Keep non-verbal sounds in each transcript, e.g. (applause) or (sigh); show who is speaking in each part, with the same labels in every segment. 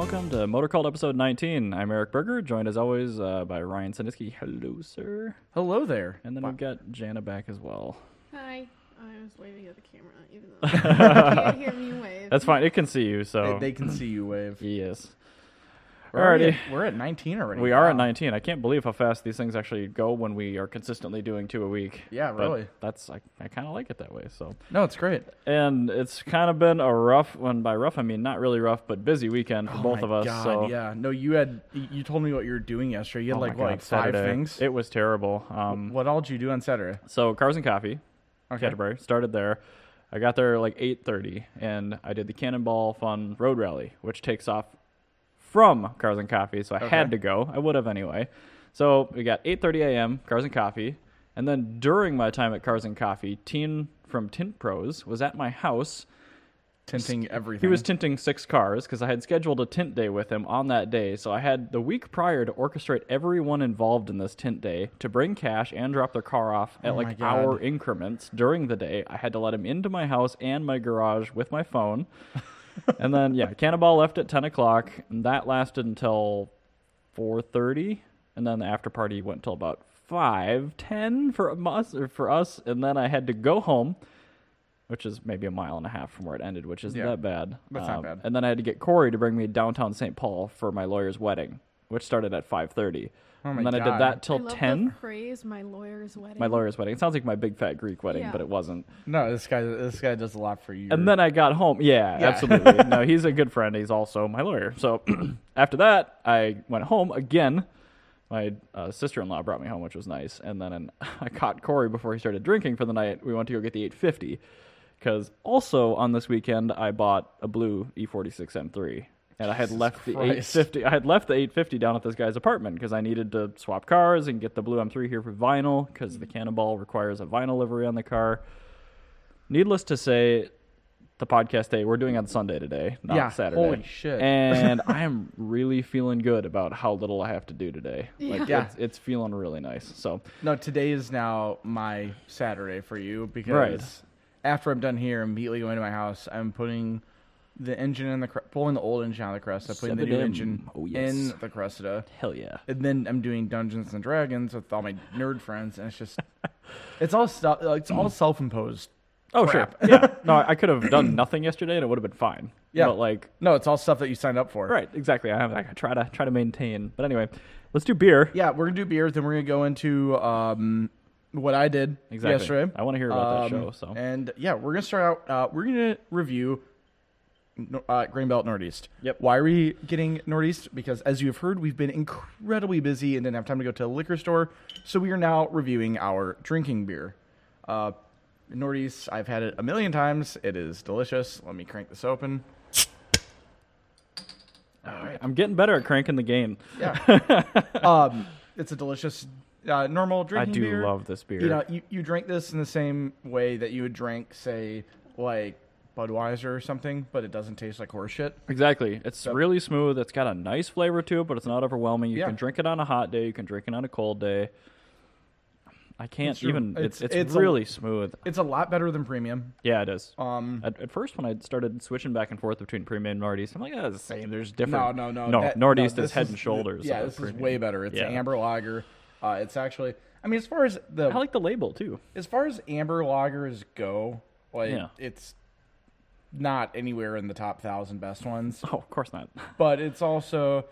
Speaker 1: We're called episode 19. I'm Eric Berger, joined as always uh, by Ryan Sandisky. Hello, sir.
Speaker 2: Hello there.
Speaker 1: And then we've got Jana back as well.
Speaker 3: Hi. I was waving at the camera, even
Speaker 1: (laughs)
Speaker 3: though (laughs) you can't hear me wave.
Speaker 1: That's fine. It can see you, so.
Speaker 2: They-
Speaker 1: (clears throat)
Speaker 2: they can see you wave.
Speaker 1: yes.
Speaker 2: We're already
Speaker 1: Alrighty.
Speaker 2: at- we're at 19 already.
Speaker 1: We are at
Speaker 2: Wow.
Speaker 1: 19. I can't believe how fast these things actually go when we are consistently doing two a week.
Speaker 2: Yeah,
Speaker 1: But
Speaker 2: really.
Speaker 1: That's I, I kind of like it that way. So,
Speaker 2: No, it's great.
Speaker 1: and it's kind of been a rough one. By rough, I mean not really rough, but busy weekend for
Speaker 2: Oh
Speaker 1: both
Speaker 2: my
Speaker 1: of us.
Speaker 2: God,
Speaker 1: so,
Speaker 2: yeah. No, you had you told me what you were doing yesterday. You had
Speaker 1: Oh my
Speaker 2: like
Speaker 1: God,
Speaker 2: what, like five
Speaker 1: Saturday.
Speaker 2: things.
Speaker 1: It was terrible. Um,
Speaker 2: what all did you do on Saturday?
Speaker 1: So Cars and Coffee,
Speaker 2: Okay.
Speaker 1: Canterbury, started there. I got there like 8:30, and I did the Cannonball Fun Road Rally, which takes off from Cars and Coffee. So I had to go. I would have anyway. So we got 8:30 a.m. Cars and Coffee, and then during my time at Cars and Coffee, Teen from Tint Pros was at my house.
Speaker 2: Tinting
Speaker 1: He
Speaker 2: everything.
Speaker 1: was tinting six cars because I had scheduled a tint day with him on that day. So I had the week prior to orchestrate everyone involved in this tint day to bring cash and drop their car off at
Speaker 2: Oh my
Speaker 1: like
Speaker 2: God.
Speaker 1: hour increments during the day. I had to let him into my house and my garage with my phone.
Speaker 2: (laughs)
Speaker 1: and then yeah, Cannonball left at ten o'clock, and that lasted until four thirty, and then the after party went till about five ten for us for us, and then I had to go home, which is maybe a mile and a half from where it ended, which isn't
Speaker 2: Yeah.
Speaker 1: that bad. Um,
Speaker 2: That's not bad.
Speaker 1: And then I had to get Corey to bring me downtown St. Paul for my lawyer's wedding, which started at five thirty.
Speaker 2: Oh my
Speaker 1: and then I
Speaker 2: God.
Speaker 1: did that
Speaker 3: I
Speaker 1: till
Speaker 3: love
Speaker 1: ten.
Speaker 3: The phrase my lawyer's wedding.
Speaker 1: My lawyer's wedding. It sounds like my big fat Greek wedding,
Speaker 3: Yeah.
Speaker 1: but it wasn't.
Speaker 2: no, this guy. This guy does a lot for you.
Speaker 1: And then I got home. Yeah,
Speaker 2: Yeah.
Speaker 1: absolutely. no, he's a good friend. He's also my lawyer. So (clears throat) after that, I went home again. My uh, sister in law brought me home, which was nice. And then an, (laughs) I caught Corey before he started drinking for the night. We went to go get the 850 because also on this weekend I bought a blue E E46 M3. And I had left the
Speaker 2: Christ.
Speaker 1: 850. I had left the 850 down at this guy's apartment because I needed to swap cars and get the blue M3 here for vinyl because the Cannonball requires a vinyl livery on the car. Needless to say, the podcast day we're doing on Sunday today, not
Speaker 2: Yeah,
Speaker 1: Saturday.
Speaker 2: holy shit. (laughs)
Speaker 1: And I am really feeling good about how little I have to do today. Like
Speaker 2: Yeah.
Speaker 1: it's, it's feeling really nice. So
Speaker 2: no, today is now my Saturday for you because
Speaker 1: Right.
Speaker 2: after I'm done here, I'm immediately going to my house. I'm putting the engine in the cre- pulling the old engine out of the Cresta, putting the new
Speaker 1: 7M.
Speaker 2: engine
Speaker 1: Oh, yes.
Speaker 2: in the Cresta.
Speaker 1: hell yeah.
Speaker 2: and then I'm doing Dungeons and Dragons with all my nerd friends, and it's just, it's all stuff. It's all self-imposed.
Speaker 1: Oh
Speaker 2: crap.
Speaker 1: sure. Yeah. No, I could have done nothing yesterday and it would have been fine.
Speaker 2: Yeah.
Speaker 1: But like
Speaker 2: No, it's all stuff that you signed up for.
Speaker 1: right, exactly. I have like I try to try to maintain. But anyway, let's do beer.
Speaker 2: Yeah, we're gonna do beer, then we're gonna go into um, what I did
Speaker 1: Exactly.
Speaker 2: yesterday.
Speaker 1: I wanna hear about that
Speaker 2: Um,
Speaker 1: show, so.
Speaker 2: and yeah, we're gonna start out. Uh, we're gonna review. Nor- Uh, Greenbelt Northeast.
Speaker 1: Yep.
Speaker 2: Why are we getting Northeast? Because as you have heard, we've been incredibly busy and didn't have time to go to a liquor store, so we are now reviewing our drinking beer. Uh, Northeast, I've had it a million times. It is delicious. Let me crank this open.
Speaker 1: I'm getting better at cranking the game.
Speaker 2: Yeah. um, it's a delicious uh, normal
Speaker 1: I
Speaker 2: drinking
Speaker 1: do
Speaker 2: beer.
Speaker 1: love this beer.
Speaker 2: You know, you, you drink this in the same way that you would drink, say, like Budweiser or something, but it doesn't taste like horse shit.
Speaker 1: Exactly. It's really smooth. It's got a nice flavor to it, but it's not overwhelming. You
Speaker 2: Yeah.
Speaker 1: can drink it on a hot day. You can drink it on a cold day. I can't
Speaker 2: true.
Speaker 1: even. It's
Speaker 2: It's-
Speaker 1: it's,
Speaker 2: it's a-
Speaker 1: really smooth.
Speaker 2: It's a lot better than premium.
Speaker 1: Yeah, it is.
Speaker 2: Um,
Speaker 1: at, at first, when I started switching back and forth between premium and Northeast, I'm like, that's the same. There's
Speaker 2: no,
Speaker 1: different.
Speaker 2: no, no.
Speaker 1: No,
Speaker 2: that-
Speaker 1: Northeast
Speaker 2: no,
Speaker 1: is
Speaker 2: this
Speaker 1: head and shoulders.
Speaker 2: Yeah,
Speaker 1: of
Speaker 2: this is
Speaker 1: premium.
Speaker 2: way better. It's
Speaker 1: Yeah.
Speaker 2: an amber lager. Uh, it's actually, I mean, as far as the
Speaker 1: I like the label too. (laughs)
Speaker 2: as far as amber lagers go, like
Speaker 1: Yeah.
Speaker 2: it's not anywhere in the top thousand best ones.
Speaker 1: Oh, of course not.
Speaker 2: but it's also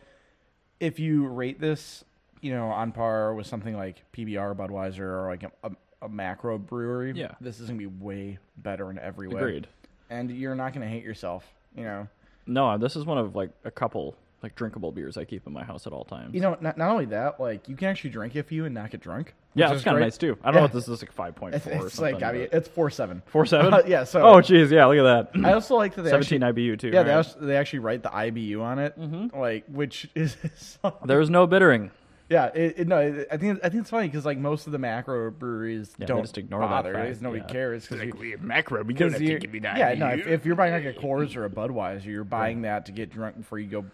Speaker 2: if you rate this, you know, on par with something like PBR, Budweiser, or like a, a, a macro brewery.
Speaker 1: Yeah.
Speaker 2: this is gonna be way better in every way.
Speaker 1: Agreed.
Speaker 2: And you're not gonna hate yourself. You know,
Speaker 1: No, uh, this is one of like a couple like drinkable beers I keep in my house at all times.
Speaker 2: you know. Not, not only that, like you can actually drink if you and not get drunk.
Speaker 1: yeah,
Speaker 2: which
Speaker 1: it's
Speaker 2: is
Speaker 1: kind of
Speaker 2: great.
Speaker 1: nice too. I don't know
Speaker 2: Yeah.
Speaker 1: what this is like five point
Speaker 2: It's,
Speaker 1: four. or
Speaker 2: it's like
Speaker 1: something,
Speaker 2: I mean,
Speaker 1: but-
Speaker 2: it's four seven.
Speaker 1: four seven.
Speaker 2: (laughs) yeah, so-
Speaker 1: oh geez, yeah. Look at that.
Speaker 2: I also like that they
Speaker 1: Seventeen
Speaker 2: Actually,
Speaker 1: IBU too.
Speaker 2: yeah, they,
Speaker 1: right? Mm-hmm.
Speaker 2: also, they actually write the IBU on it, like which (laughs) is
Speaker 1: There's no bittering.
Speaker 2: Yeah, it, it, no, it, I think I think it's funny because like most of the macro breweries
Speaker 1: Yeah, they
Speaker 2: don't
Speaker 1: just ignore that
Speaker 2: bother.
Speaker 1: fact,
Speaker 2: It's- nobody
Speaker 1: yeah.
Speaker 2: cares because (laughs)
Speaker 4: we macro. We don't have to give me that.
Speaker 2: yeah, no. If, if you're buying like a Coors or a Budweiser, you're buying that to get drunk before you go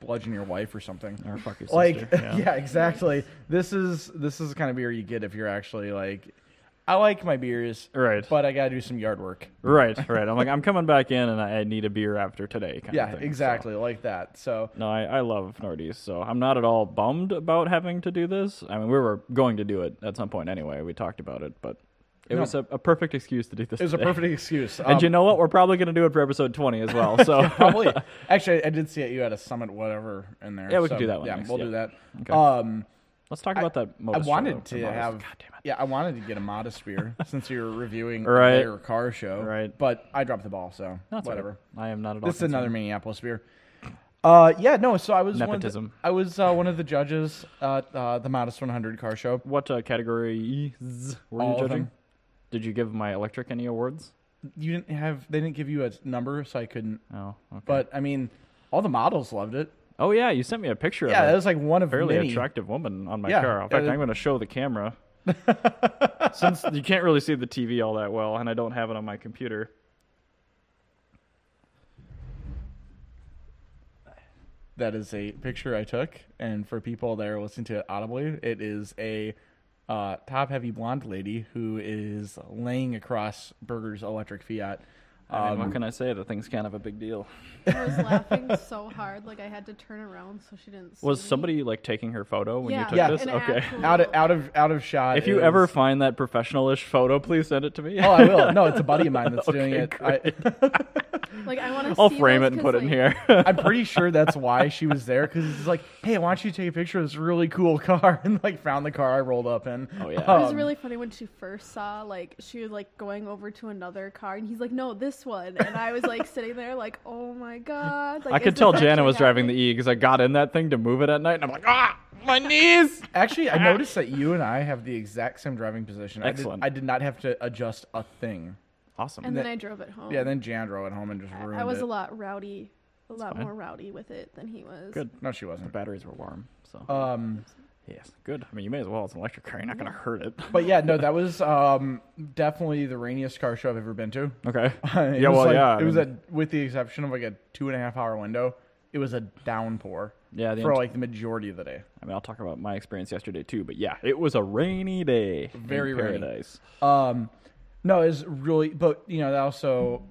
Speaker 2: bludgeon your wife or something.
Speaker 1: Or fuck your
Speaker 2: like (laughs)
Speaker 1: sister.
Speaker 2: yeah. exactly. This is this is the kind of beer you get if you're actually like. I like my beers, er,
Speaker 1: Right.
Speaker 2: but I got to do some yard work. (laughs)
Speaker 1: Right, right. I'm like, I'm coming back in, and I I need a beer after today. Kind
Speaker 2: Yeah,
Speaker 1: of thing, so.
Speaker 2: exactly, like that. So
Speaker 1: No, I, I love Nordies, so I'm not at all bummed about having to do this. I mean, we were going to do it at some point anyway. We talked about it, but it was a, a perfect excuse to do this.
Speaker 2: it was
Speaker 1: (laughs)
Speaker 2: a
Speaker 1: today.
Speaker 2: perfect excuse.
Speaker 1: And
Speaker 2: Um,
Speaker 1: you know what? We're probably going to do it for episode 20 as well.
Speaker 2: (laughs)
Speaker 1: So (laughs)
Speaker 2: probably. Actually, I did see it. You had a summit, whatever, in there.
Speaker 1: Yeah, we
Speaker 2: so,
Speaker 1: can do that one
Speaker 2: Yeah,
Speaker 1: next,
Speaker 2: we'll
Speaker 1: yeah.
Speaker 2: do that.
Speaker 1: Okay.
Speaker 2: Um,
Speaker 1: let's talk about that.
Speaker 2: I
Speaker 1: Modus
Speaker 2: wanted
Speaker 1: show,
Speaker 2: to
Speaker 1: or Modus.
Speaker 2: have.
Speaker 1: God damn it.
Speaker 2: Yeah, I wanted to get a modest
Speaker 1: (laughs)
Speaker 2: beer since we were reviewing
Speaker 1: Right.
Speaker 2: their car show.
Speaker 1: Right.
Speaker 2: But I dropped the ball, so
Speaker 1: That's all right.
Speaker 2: whatever.
Speaker 1: I am not at all.
Speaker 2: This is
Speaker 1: concerned.
Speaker 2: another Minneapolis beer. Uh, yeah, no. So I was One
Speaker 1: Nepotism.
Speaker 2: of the, I was uh, one of the judges at uh, the Modest 100 car show.
Speaker 1: What uh, categories were
Speaker 2: All
Speaker 1: you
Speaker 2: of
Speaker 1: judging?
Speaker 2: them.
Speaker 1: Did you give my electric any awards?
Speaker 2: You didn't have they didn't give you a number, so I couldn't.
Speaker 1: Oh, okay.
Speaker 2: But I mean, all the models loved it.
Speaker 1: oh yeah, you sent me a picture
Speaker 2: Yeah,
Speaker 1: of
Speaker 2: that
Speaker 1: a
Speaker 2: was like one of
Speaker 1: fairly
Speaker 2: many.
Speaker 1: attractive woman on my
Speaker 2: Yeah,
Speaker 1: car. In
Speaker 2: yeah,
Speaker 1: fact,
Speaker 2: that-
Speaker 1: I'm going to show the (laughs) camera since you can't really see the TV all that well, and I don't have it on my computer.
Speaker 2: That is a picture I took, and for people that are listening to it audibly, it is a uh, top-heavy blonde lady who is laying across Burger's electric Fiat.
Speaker 1: I mean,
Speaker 2: Um,
Speaker 1: what can I say? The thing's kind of a big deal.
Speaker 3: I
Speaker 1: (laughs)
Speaker 3: was laughing so hard, like I had to turn around so she didn't.
Speaker 1: Was
Speaker 3: see me.
Speaker 1: somebody like taking her photo when you
Speaker 3: Yeah,
Speaker 1: took
Speaker 2: Yeah.
Speaker 1: this?
Speaker 3: an
Speaker 1: okay.
Speaker 2: (laughs)
Speaker 3: actual-
Speaker 2: out of out of out of shot.
Speaker 1: If you
Speaker 2: is-
Speaker 1: (laughs) ever find that professional-ish photo, please send it to me.
Speaker 3: (laughs)
Speaker 2: oh, I will. No, it's a buddy of mine that's doing
Speaker 1: (laughs) Okay,
Speaker 2: it. I,
Speaker 3: Like I want to.
Speaker 1: I'll frame it and put it in here.
Speaker 2: (laughs) I'm pretty sure that's why she was there because it's like, hey, why don't you take a picture of this really cool car? (laughs) And like, found the car I rolled up in.
Speaker 1: Oh, yeah.
Speaker 3: It was
Speaker 2: Um,
Speaker 3: really funny when she first saw like she was like going over to another car and he's like no this one and I was like sitting there like oh my god
Speaker 1: (laughs)
Speaker 3: like,
Speaker 1: I
Speaker 3: is
Speaker 1: could
Speaker 3: this
Speaker 1: tell Jana
Speaker 3: actually
Speaker 1: was driving the
Speaker 3: happening?
Speaker 1: E because I got in that thing to move it at night, and I'm like, ah, my knees.
Speaker 3: (laughs)
Speaker 2: Actually, I noticed that you and I have the exact same driving position.
Speaker 1: Excellent.
Speaker 2: I did, I did not have to adjust a thing.
Speaker 1: Awesome.
Speaker 3: and then
Speaker 2: that-
Speaker 3: I drove it home
Speaker 2: Yeah, then Jan drove it home and just ruined
Speaker 3: I was
Speaker 2: it.
Speaker 3: a lot rowdy a lot
Speaker 1: fine.
Speaker 3: more rowdy with it than he was
Speaker 1: Good.
Speaker 2: No, she
Speaker 1: The
Speaker 2: wasn't.
Speaker 1: batteries were warm, so
Speaker 2: Um,
Speaker 1: yes, good. I mean, you may as well. It's an electric car. You're not gonna hurt
Speaker 2: (laughs)
Speaker 1: it.
Speaker 2: but yeah, no, that was um, definitely the rainiest car show I've ever been to.
Speaker 1: okay. (laughs)
Speaker 2: It
Speaker 1: yeah.
Speaker 2: was
Speaker 1: Well,
Speaker 2: like-
Speaker 1: yeah. I
Speaker 2: It was
Speaker 1: mean,
Speaker 2: a, with the exception of like a two and a half hour window, it was a downpour.
Speaker 1: Yeah, the
Speaker 2: for
Speaker 1: ent-
Speaker 2: like the majority of the day.
Speaker 1: I mean, I'll talk about my experience yesterday too, but yeah, it was a rainy day. in
Speaker 2: Very rainy.
Speaker 1: paradise.
Speaker 2: Um, no, it's really, but you know, that also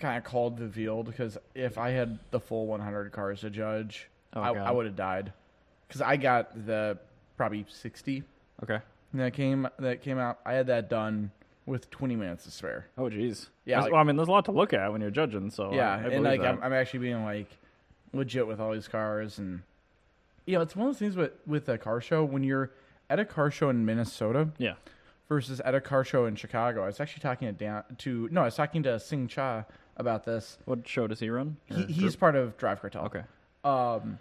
Speaker 2: kind of called the field because if I had the full 100 cars to judge,
Speaker 1: Oh,
Speaker 2: I,
Speaker 1: God.
Speaker 2: I would have died because I got the probably 60
Speaker 1: Okay.
Speaker 2: that came that came out. I had that done with 20 minutes to spare.
Speaker 1: Oh, jeez.
Speaker 2: Yeah,
Speaker 1: That's-
Speaker 2: like-
Speaker 1: well, I mean, there's a lot to look at when you're judging. So Oh, I-
Speaker 2: yeah,
Speaker 1: I
Speaker 2: and
Speaker 1: believe
Speaker 2: like
Speaker 1: that.
Speaker 2: I'm, I'm actually being like legit with all these cars, and you know, it's one of those things with with a car show when you're at a car show in Minnesota.
Speaker 1: yeah.
Speaker 2: versus at a car show in Chicago. I was actually talking to Dan, to no, I was talking to Sing Cha about this.
Speaker 1: What show does he run?
Speaker 2: He,
Speaker 1: Or
Speaker 2: he's
Speaker 1: group?
Speaker 2: part of Drive Cartel.
Speaker 1: okay.
Speaker 2: Um,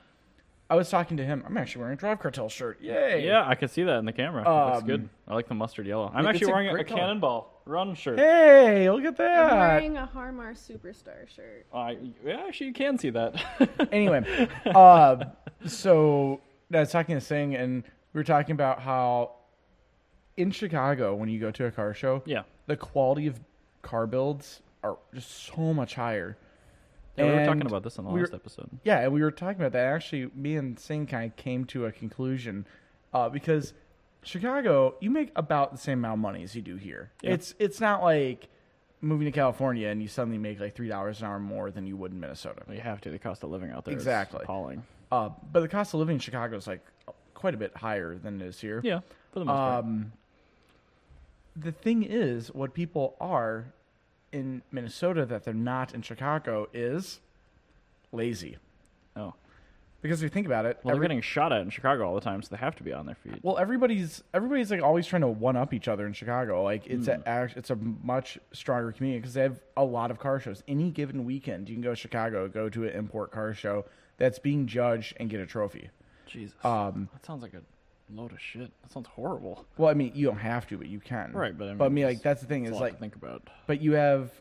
Speaker 2: I was talking to him. I'm actually wearing a Drive Cartel shirt. Yay!
Speaker 1: Yeah, I could see that in the camera. it looks
Speaker 2: Um,
Speaker 1: good. I like the mustard yellow. I'm
Speaker 2: it's
Speaker 1: actually
Speaker 2: a
Speaker 1: wearing a,
Speaker 2: great
Speaker 1: a
Speaker 2: color.
Speaker 1: cannonball run shirt.
Speaker 2: Hey, look at
Speaker 3: I'm
Speaker 2: that.
Speaker 3: wearing a Harmar Superstar shirt
Speaker 1: I yeah, actually, you can see that. (laughs)
Speaker 2: anyway, uh, so I was talking to Sing, and we were talking about how in Chicago, when you go to a car show,
Speaker 1: yeah.
Speaker 2: the quality of car builds are just so much higher.
Speaker 1: Yeah, we were talking
Speaker 2: And
Speaker 1: about this in the
Speaker 2: we were-
Speaker 1: last episode.
Speaker 2: Yeah, and we were talking about that. Actually, me and Singh kind of came to a conclusion uh, because Chicago, you make about the same amount of money as you do here.
Speaker 1: Yeah.
Speaker 2: It's it's not like moving to California and you suddenly make like three dollars an hour more than you would in Minnesota.
Speaker 1: Well, you have to. The cost of living out there is
Speaker 2: Exactly.
Speaker 1: appalling.
Speaker 2: Uh, but the cost of living in Chicago is like quite a bit higher than it is here.
Speaker 1: Yeah, for the most part.
Speaker 2: Um, the thing is, what people are in Minnesota that they're not in Chicago is lazy.
Speaker 1: Oh,
Speaker 2: Because if you think about it,
Speaker 1: well,
Speaker 2: every-
Speaker 1: they're getting shot at in Chicago all the time, so they have to be on their feet.
Speaker 2: Well, everybody's everybody's like always trying to one up each other in Chicago. Like it's
Speaker 1: Hmm.
Speaker 2: a act- it's a much stronger community because they have a lot of car shows. Any given weekend, you can go to Chicago, go to an import car show that's being judged and get a trophy.
Speaker 1: Jesus,
Speaker 2: Um,
Speaker 1: that sounds like a load of shit. That sounds horrible.
Speaker 2: well, I mean, you don't have to, but you can.
Speaker 1: Right, but I mean,
Speaker 2: but I mean, like
Speaker 1: it's-
Speaker 2: that's the thing
Speaker 1: It's a
Speaker 2: is
Speaker 1: lot
Speaker 2: like,
Speaker 1: to think about.
Speaker 2: but you have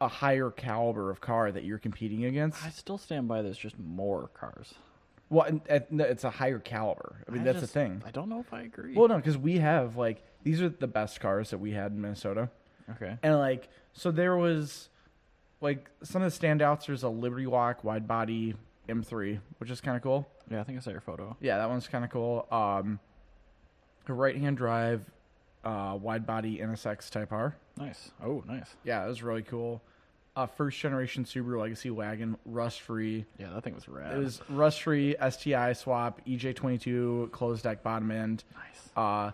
Speaker 2: a higher caliber of car that you're competing against.
Speaker 1: I still stand by. There's just more cars.
Speaker 2: Well, and, and no, it's a higher caliber. I mean, that's
Speaker 1: just-
Speaker 2: the thing.
Speaker 1: I don't know if I agree.
Speaker 2: Well, no, because we have like these are the best cars that we had in Minnesota.
Speaker 1: okay.
Speaker 2: And like, so there was like some of the standouts. There's a Liberty Walk wide body M3, which is kind of cool.
Speaker 1: Yeah, I think I saw your photo.
Speaker 2: Yeah, that one's kind of cool. Um, a right hand drive uh, wide body NSX Type R.
Speaker 1: Nice. Oh, nice.
Speaker 2: Yeah, it was really cool. Uh, first generation Subaru Legacy wagon, rust free.
Speaker 1: Yeah, that thing was rad.
Speaker 2: It was rust free STI swap, EJ22 closed deck bottom end,
Speaker 1: nice.
Speaker 2: uh,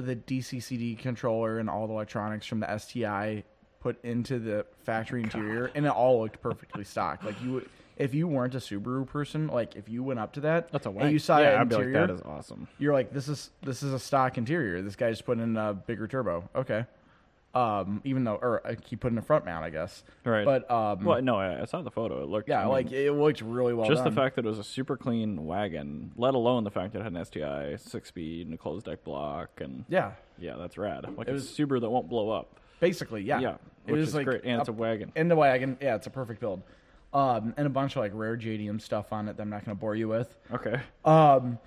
Speaker 2: the DCCD controller, and all the electronics from the STI put into the
Speaker 1: Oh,
Speaker 2: factory interior, and it all looked perfectly stocked. Like you, would- if you weren't a Subaru person, like if you went up to that,
Speaker 1: That's a
Speaker 2: and
Speaker 1: wank.
Speaker 2: you saw
Speaker 1: yeah,
Speaker 2: that
Speaker 1: I'd be like,
Speaker 2: interior,
Speaker 1: that is awesome.
Speaker 2: you're like, this is this is a stock interior. This guy just put in a bigger turbo. Okay. Um, even though, or uh, he put in a front mount, I guess.
Speaker 1: Right.
Speaker 2: But um,
Speaker 1: well, no, I, I saw the photo. It looked. I
Speaker 2: yeah,
Speaker 1: mean,
Speaker 2: like it looked really well.
Speaker 1: just the
Speaker 2: done.
Speaker 1: fact that it was a super clean wagon, let alone the fact that it had an STI six speed and a closed deck block, and
Speaker 2: Yeah.
Speaker 1: yeah, that's rad. Like
Speaker 2: It
Speaker 1: it's
Speaker 2: was-
Speaker 1: a Subaru that won't blow up.
Speaker 2: Basically, yeah.
Speaker 1: Yeah,
Speaker 2: It
Speaker 1: which
Speaker 2: was
Speaker 1: is
Speaker 2: like
Speaker 1: great, and it's a wagon.
Speaker 2: In the wagon, yeah, it's a perfect build. Um, and a bunch of like rare JDM stuff on it that I'm not going to bore you with.
Speaker 1: Okay.
Speaker 2: Um,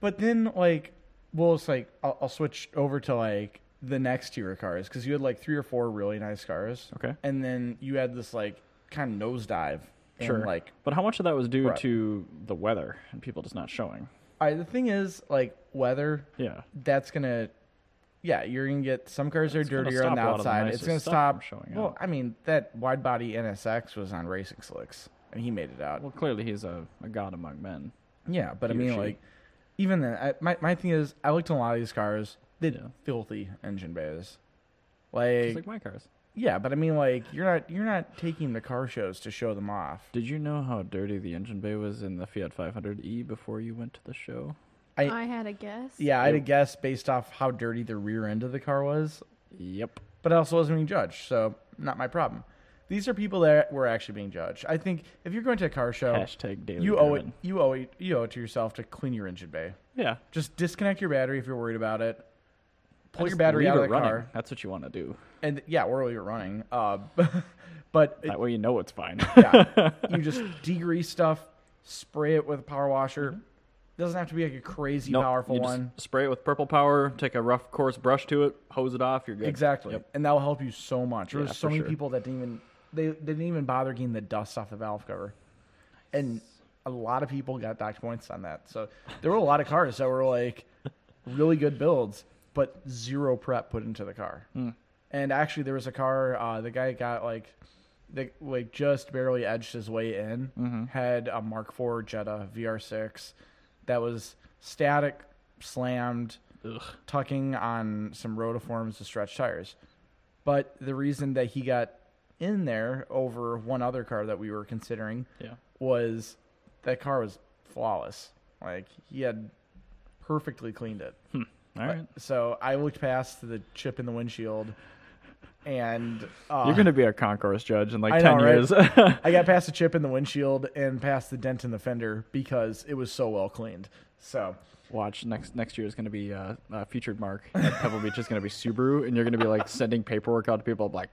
Speaker 2: but then like, well, it's like I'll, I'll switch over to like the next tier of cars because you had like three or four really nice cars.
Speaker 1: Okay.
Speaker 2: and then you had this like kind of nosedive. and,
Speaker 1: Sure.
Speaker 2: like,
Speaker 1: but how much of that was due
Speaker 2: prep.
Speaker 1: to the weather and people just not showing?
Speaker 2: all right, the thing is like weather.
Speaker 1: Yeah.
Speaker 2: That's gonna. Yeah, you're gonna get some cars that are
Speaker 1: It's gonna
Speaker 2: dirtier
Speaker 1: stop
Speaker 2: on the
Speaker 1: a lot of the
Speaker 2: outside. it's
Speaker 1: nicest
Speaker 2: gonna
Speaker 1: stuff
Speaker 2: stop.
Speaker 1: from showing
Speaker 2: well,
Speaker 1: up.
Speaker 2: I mean that wide body NSX was on racing slicks, and he made it out.
Speaker 1: Well, clearly he's a, a god among men.
Speaker 2: Yeah, but I
Speaker 1: he or
Speaker 2: mean,
Speaker 1: she.
Speaker 2: like, even then, I, my my thing is, I looked in a lot of these cars. They had
Speaker 1: Yeah.
Speaker 2: filthy engine bays.
Speaker 1: Just
Speaker 2: Like,
Speaker 1: like my cars.
Speaker 2: yeah, but I mean, like, you're not you're not taking them to car shows to show them off.
Speaker 1: Did you know how dirty the engine bay was in the Fiat 500e before you went to the show?
Speaker 2: I-
Speaker 3: I had a guess.
Speaker 2: Yeah, I had a guess based off how dirty the rear end of the car was,
Speaker 1: Yep.
Speaker 2: but I also wasn't being judged, so not my problem. These are people that were actually being judged. I think if you're going to a car show,
Speaker 1: Oh. Hashtag daily.
Speaker 2: you owe it
Speaker 1: driven.
Speaker 2: you owe it you owe it to yourself to clean your engine bay.
Speaker 1: Yeah.
Speaker 2: Just disconnect your battery if you're worried about it. Pull your
Speaker 1: Just
Speaker 2: battery
Speaker 1: leave
Speaker 2: out of
Speaker 1: it
Speaker 2: the
Speaker 1: running.
Speaker 2: car.
Speaker 1: That's what you want to do.
Speaker 2: and yeah, or you're running. Uh, (laughs) but it-
Speaker 1: That way you know it's
Speaker 2: (laughs)
Speaker 1: fine. (laughs)
Speaker 2: yeah, you just degrease stuff, spray it with a power washer. Doesn't have to be like a crazy
Speaker 1: Mm-hmm. Nope,
Speaker 2: powerful
Speaker 1: you just
Speaker 2: one.
Speaker 1: Spray it with purple power. Take a rough coarse brush to it. Hose it off. You're good.
Speaker 2: Exactly,
Speaker 1: Yep.
Speaker 2: and that will help you so much. There
Speaker 1: Yeah,
Speaker 2: was so
Speaker 1: for
Speaker 2: many
Speaker 1: sure.
Speaker 2: people that didn't even they, they didn't even bother getting the dust off the valve cover, and a lot of people got docked points on that. So there were a lot of cars that were like really good builds, but zero prep put into the car.
Speaker 1: Hmm.
Speaker 2: And actually, there was a car uh, the guy got like the like just barely edged his way in.
Speaker 1: Mm-hmm.
Speaker 2: Had a Mark IV Jetta VR6 that was static slammed
Speaker 1: Ugh.
Speaker 2: tucking on some rotiforms to stretch tires. But the reason that he got in there over one other car that we were considering
Speaker 1: Yeah.
Speaker 2: was that car was flawless. Like he had perfectly cleaned it.
Speaker 1: All (laughs) right.
Speaker 2: So I looked past the chip in the windshield, and uh,
Speaker 1: (laughs) You're gonna be a concourse judge in like
Speaker 2: I know,
Speaker 1: ten
Speaker 2: right?
Speaker 1: years. (laughs)
Speaker 2: I got past the chip in the windshield and past the dent in the fender because it was so well cleaned. So
Speaker 1: Watch next next year is gonna be uh, uh, featured mark (laughs) at Pebble Beach is gonna be Subaru, and you're gonna be like sending paperwork out to people like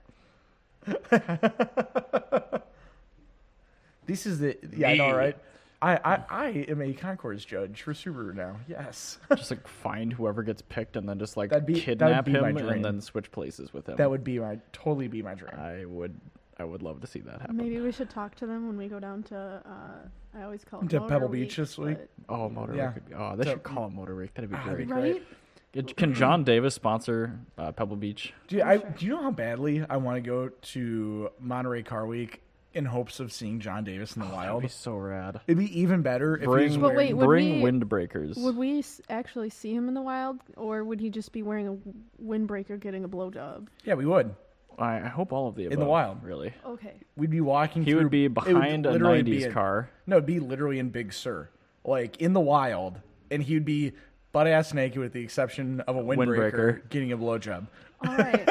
Speaker 2: this is the yeah, I know,
Speaker 1: Me.
Speaker 2: right? I, I, I am a Concourse judge for Subaru now. Yes. (laughs)
Speaker 1: just like find whoever gets picked and then just like
Speaker 2: That'd be- that'd
Speaker 1: kidnap
Speaker 2: be my
Speaker 1: him
Speaker 2: dream.
Speaker 1: and then switch places with him.
Speaker 2: That would be my totally be my dream.
Speaker 1: I would I would love to see that happen.
Speaker 3: Maybe we should talk to them when we go down to. Uh, I always call it
Speaker 2: To
Speaker 3: Motor
Speaker 2: Pebble Beach this week?
Speaker 3: but-
Speaker 1: Oh, Motor
Speaker 2: Yeah.
Speaker 1: Week would be. Oh, they
Speaker 2: So-
Speaker 1: should call it Motor Week. That'd be
Speaker 2: Ah,
Speaker 1: great.
Speaker 2: that'd be
Speaker 3: Right?
Speaker 1: It- Can John Davis sponsor uh, Pebble Beach?
Speaker 2: Dude, I do you know how badly I want to go to Monterey Car Week in hopes of seeing John Davis in the
Speaker 1: Oh, That'd
Speaker 2: wild?
Speaker 1: be so rad.
Speaker 2: It'd be even better if he was
Speaker 1: Bring,
Speaker 3: But
Speaker 2: wearing.
Speaker 3: wait, would
Speaker 1: bring
Speaker 3: we-
Speaker 1: windbreakers.
Speaker 3: Would we s- actually see him in the wild, or would he just be wearing a windbreaker getting a blowjob?
Speaker 2: yeah, we would.
Speaker 1: I, I hope all of the above.
Speaker 2: the wild.
Speaker 1: really.
Speaker 3: Okay.
Speaker 2: We'd be walking.
Speaker 1: He
Speaker 2: through,
Speaker 1: would be
Speaker 2: it
Speaker 1: behind a
Speaker 2: literally be
Speaker 1: '90s
Speaker 2: in- (laughs)
Speaker 1: car.
Speaker 2: No, it'd be literally in Big Sur, like in the wild, and he'd be butt ass naked with the exception of a windbreaker,
Speaker 1: Windbreaker.
Speaker 2: getting a blowjob.
Speaker 3: (laughs) All right.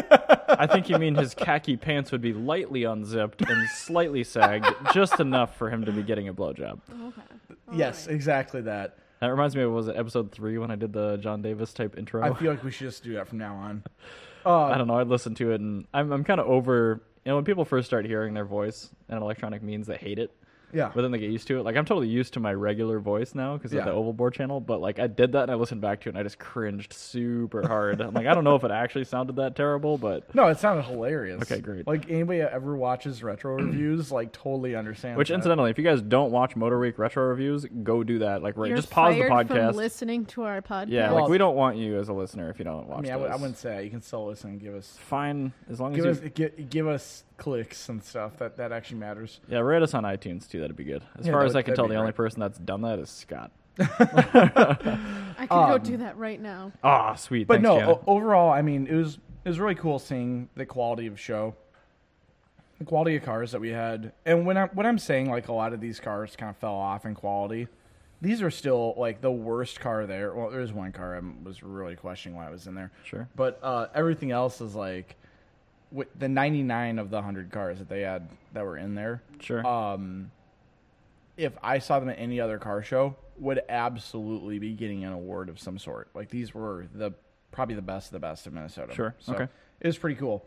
Speaker 1: I think you mean his khaki pants would be lightly unzipped and slightly sagged, just enough for him to be getting a blowjob.
Speaker 3: okay. All
Speaker 2: yes,
Speaker 3: right.
Speaker 2: exactly that.
Speaker 1: That reminds me of was it episode three when I did the John Davis type intro.
Speaker 2: I feel like we should just do that from now on.
Speaker 1: (laughs)
Speaker 2: Uh,
Speaker 1: I don't know. I listened to it, and I'm I'm kind of over. You know, when people first start hearing their voice in electronic means, they hate it.
Speaker 2: Yeah.
Speaker 1: But then they get used to it. Like I'm totally used to my regular voice now because of
Speaker 2: Yeah.
Speaker 1: the Ovalboard channel. But like I did that and I listened back to it and I just cringed super hard. I'm like I don't know if it actually sounded that terrible, but
Speaker 2: No, it sounded hilarious.
Speaker 1: Okay, great.
Speaker 2: Like anybody that ever
Speaker 1: (clears throat)
Speaker 2: watches retro reviews, like totally understands.
Speaker 1: which
Speaker 2: that.
Speaker 1: incidentally, if you guys don't watch Motor Week retro reviews, go do that. Like right,
Speaker 3: You're
Speaker 1: just pause the
Speaker 3: fired
Speaker 1: podcast.
Speaker 3: From listening to our podcast.
Speaker 1: yeah,
Speaker 2: Well-
Speaker 1: like we don't want you as a listener if you don't watch.
Speaker 2: I mean, I,
Speaker 1: those.
Speaker 2: would, I wouldn't say that. You can still listen and give us
Speaker 1: Fine, as long
Speaker 2: give
Speaker 1: as
Speaker 2: us
Speaker 1: you
Speaker 2: give, give us clicks and stuff. That that actually matters.
Speaker 1: Yeah, rate us on iTunes too. That'd be good. As
Speaker 2: Yeah,
Speaker 1: far
Speaker 2: that
Speaker 1: as
Speaker 2: would-
Speaker 1: I can
Speaker 2: that'd
Speaker 1: tell,
Speaker 2: be
Speaker 1: the only
Speaker 2: great.
Speaker 1: person that's done that is Scott.
Speaker 3: I could
Speaker 2: um,
Speaker 3: go do that right now.
Speaker 1: Ah, sweet.
Speaker 2: But
Speaker 1: Thanks,
Speaker 2: no, oh,
Speaker 1: Janet.
Speaker 2: o- overall, I mean, it was it was really cool seeing the quality of show, the quality of cars that we had. And when I when I'm saying like a lot of these cars kind of fell off in quality, these are still like the worst car there. Well, there's one car I was really questioning why I was in there.
Speaker 1: Sure.
Speaker 2: But uh, everything else is like wi- the 99 of the 100 cars that they had that were in there.
Speaker 1: Sure.
Speaker 2: Um, if I saw them at any other car show, would absolutely be getting an award of some sort. Like these were the probably the best of the best of Minnesota.
Speaker 1: Sure,
Speaker 2: So
Speaker 1: okay.
Speaker 2: It was pretty cool.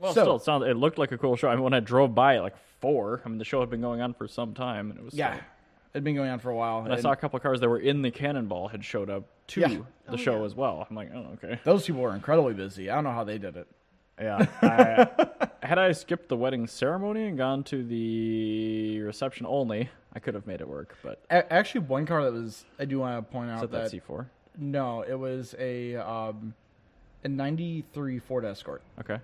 Speaker 1: well,
Speaker 2: so-
Speaker 1: still, it, sounded, it looked like a cool show. I mean, when I drove by at like four, I mean, the show had been going on for some time, and it was
Speaker 2: Yeah.
Speaker 1: still-
Speaker 2: It'd been going on for a while.
Speaker 1: And I
Speaker 2: and
Speaker 1: saw a couple of cars that were in the Cannonball had showed up to
Speaker 2: Yeah.
Speaker 1: the
Speaker 3: Oh,
Speaker 1: show
Speaker 3: yeah.
Speaker 1: as well. I'm like, oh, okay.
Speaker 2: those people were incredibly busy. I don't know how they did it.
Speaker 1: Yeah. I, had I skipped the wedding ceremony and gone to the reception only, I could have made it work. But
Speaker 2: A- actually, one car that was I do want to point out
Speaker 1: set
Speaker 2: that
Speaker 1: that C4.
Speaker 2: no, it was a um, a '93 Ford Escort.
Speaker 1: Okay.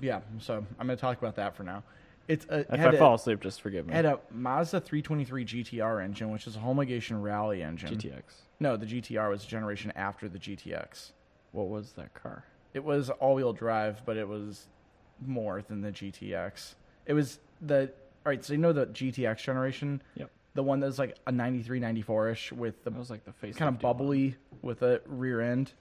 Speaker 2: Yeah, so I'm going to talk about that for now. It's a
Speaker 1: If
Speaker 2: had
Speaker 1: I
Speaker 2: a-
Speaker 1: fall asleep, just forgive me.
Speaker 2: had a Mazda 323 GTR engine, which is a homologation rally engine.
Speaker 1: GTX.
Speaker 2: No, the GTR was a generation after the GTX.
Speaker 1: What was that car?
Speaker 2: It was all-wheel drive, but it was more than the GTX. It was the all right. So you know the GTX generation,
Speaker 1: Yep.
Speaker 2: the one that's like a 93, 94 ish with the
Speaker 1: That was like the face.
Speaker 2: kind of bubbly with a rear end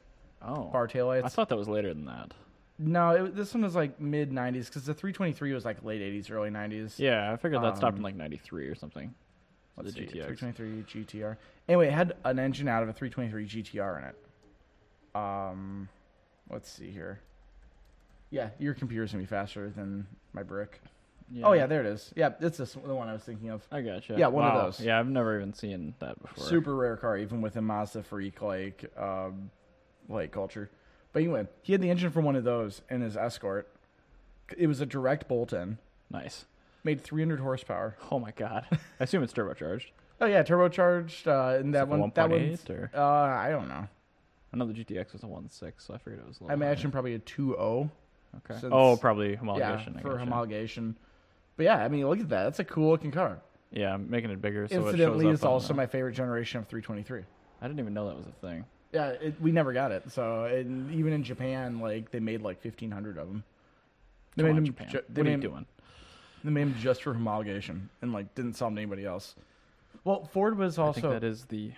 Speaker 1: Oh.
Speaker 2: bar taillights.
Speaker 1: I thought that was later than that.
Speaker 2: no, it, this one was like mid 90s because the 323 was like late 80s, early 90s.
Speaker 1: Yeah, I figured that stopped in
Speaker 2: Um,
Speaker 1: like '93 or something. The
Speaker 2: Let's see,
Speaker 1: GTX.
Speaker 2: 323 GTR. Anyway, it had an engine out of a 323 GTR in it. Um, let's see here. Yeah, your computer's gonna be faster than my brick. Oh yeah, there it is. Yeah, it's this the one I was thinking of.
Speaker 1: I gotcha.
Speaker 2: Yeah, one of
Speaker 1: Wow.
Speaker 2: those.
Speaker 1: Yeah, I've never even seen that before.
Speaker 2: Super rare car, even within Mazda freak like um, like culture. But anyway, he had the engine from one of those in his Escort. It was a direct bolt-in,
Speaker 1: nice.
Speaker 2: made 300 horsepower.
Speaker 1: Oh my god. (laughs) I assume it's turbocharged.
Speaker 2: Oh yeah, turbocharged. Uh, and that
Speaker 1: like a
Speaker 2: one, that one,
Speaker 1: 1.8 or-
Speaker 2: uh, I don't know.
Speaker 1: I know the GTX was a 1.6, so I figured it was. A
Speaker 2: I
Speaker 1: little
Speaker 2: imagine probably a 2.0.
Speaker 1: higher. Okay.
Speaker 2: since-
Speaker 1: oh, probably
Speaker 2: yeah,
Speaker 1: homologation. I
Speaker 2: for
Speaker 1: gotcha.
Speaker 2: homologation. But yeah, I mean, look at that. That's a cool looking car.
Speaker 1: Yeah, I'm making it bigger. So
Speaker 2: Incidentally,
Speaker 1: it shows up
Speaker 2: it's
Speaker 1: on
Speaker 2: also
Speaker 1: the-
Speaker 2: my favorite generation of 323.
Speaker 1: I didn't even know that was a thing.
Speaker 2: Yeah, it, we never got it. So and even in Japan, like they made like 1,500 of them. They
Speaker 1: Come
Speaker 2: made
Speaker 1: on,
Speaker 2: 'em
Speaker 1: Japan.
Speaker 2: ju- they
Speaker 1: what are you
Speaker 2: made 'em-
Speaker 1: doing?
Speaker 2: They made them just for homologation and like didn't sell 'em to anybody else. Well, Ford was also.
Speaker 1: I think that is the.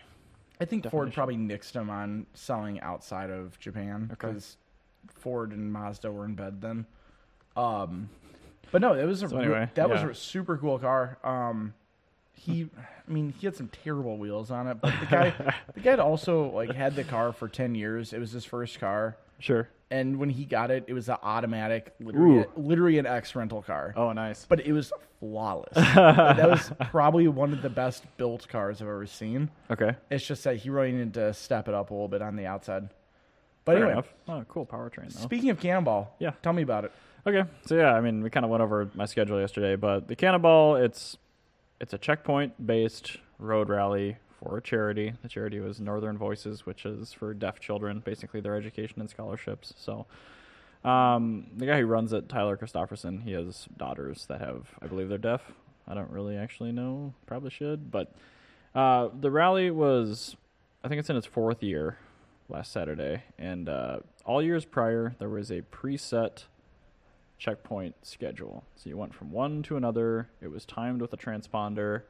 Speaker 2: I think Ford
Speaker 1: definition.
Speaker 2: probably nixed them on selling outside of Japan
Speaker 1: Okay.
Speaker 2: because Ford and Mazda were in bed then. Um, but no, that was a
Speaker 1: So
Speaker 2: re-
Speaker 1: anyway,
Speaker 2: that was
Speaker 1: yeah.
Speaker 2: a super cool car. Um, he, I mean, he had some terrible wheels on it, but
Speaker 1: (laughs)
Speaker 2: the guy, the guy had also like had the car for ten years. It was his first car,
Speaker 1: Sure.
Speaker 2: and when he got it, it was an automatic, literally,
Speaker 1: Ooh.
Speaker 2: literally an X rental car.
Speaker 1: Oh, nice.
Speaker 2: But it was
Speaker 1: (laughs)
Speaker 2: flawless. Like, that was probably one of the best built cars I've ever seen.
Speaker 1: Okay.
Speaker 2: It's just that he really needed to step it up a little bit on the outside. But
Speaker 1: Fair
Speaker 2: anyway,
Speaker 1: enough. Oh, cool powertrain though.
Speaker 2: speaking of Cannonball,
Speaker 1: Yeah.
Speaker 2: tell me about it.
Speaker 1: Okay, so yeah, I mean, we kind of went over my schedule yesterday, but the Cannonball, it's it's a checkpoint-based road rally for a charity. The charity was Northern Voices, which is for deaf children, basically their education and scholarships. So, um, the guy who runs it, Tyler Christopherson, he has daughters that have, I believe, they're deaf. I don't really actually know. Probably should, but uh, the rally was, I think it's in its fourth year, last Saturday, and uh, all years prior there was a preset checkpoint schedule. So you went from one to another. It was timed with a transponder,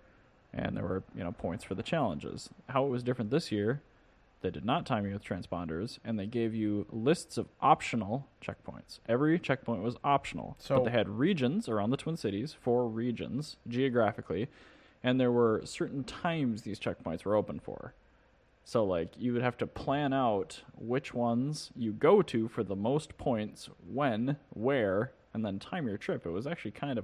Speaker 1: and there were you know points for the challenges. How it was different this year, they did not time you with transponders, and they gave you lists of optional checkpoints. Every checkpoint was optional,
Speaker 2: So-
Speaker 1: but they had regions around the Twin Cities, four regions geographically, and there were certain times these checkpoints were open for. So like you would have to plan out which ones you go to for the most points, when, where, and then time your trip. It was actually kind of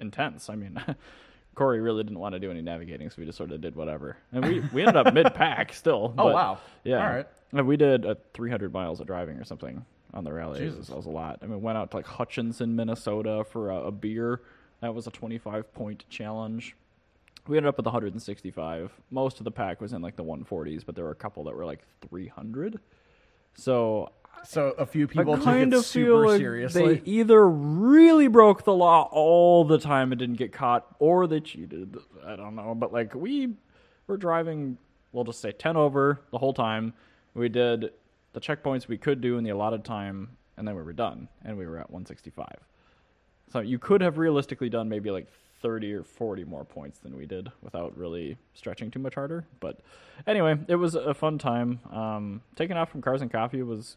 Speaker 1: intense. I mean, (laughs) Corey really didn't want to do any navigating, so we just sort of did whatever. And we, we ended up mid pack still.
Speaker 2: Oh,
Speaker 1: but,
Speaker 2: wow.
Speaker 1: Yeah.
Speaker 2: All right.
Speaker 1: And we did uh, 300 miles of driving or something on the rally. It was-
Speaker 2: Jesus.
Speaker 1: That was a lot. I mean, went out to like Hutchinson, Minnesota for a, a beer. That was a 25 point challenge. We ended up with 165. Most of the pack was in like the 140s, but there were a couple that were like 300. So
Speaker 2: So a few people
Speaker 1: I
Speaker 2: took
Speaker 1: kind
Speaker 2: it
Speaker 1: of
Speaker 2: super
Speaker 1: feel like
Speaker 2: seriously.
Speaker 1: they e- either really broke the law all the time and didn't get caught, or they cheated. I don't know, but like we were driving, we'll just say ten over the whole time. We did the checkpoints we could do in the allotted time, and then we were done, and we were at 165. So you could have realistically done maybe like 30 or 40 more points than we did without really stretching too much harder. But anyway, it was a fun time. Um, taking off from Cars and Coffee was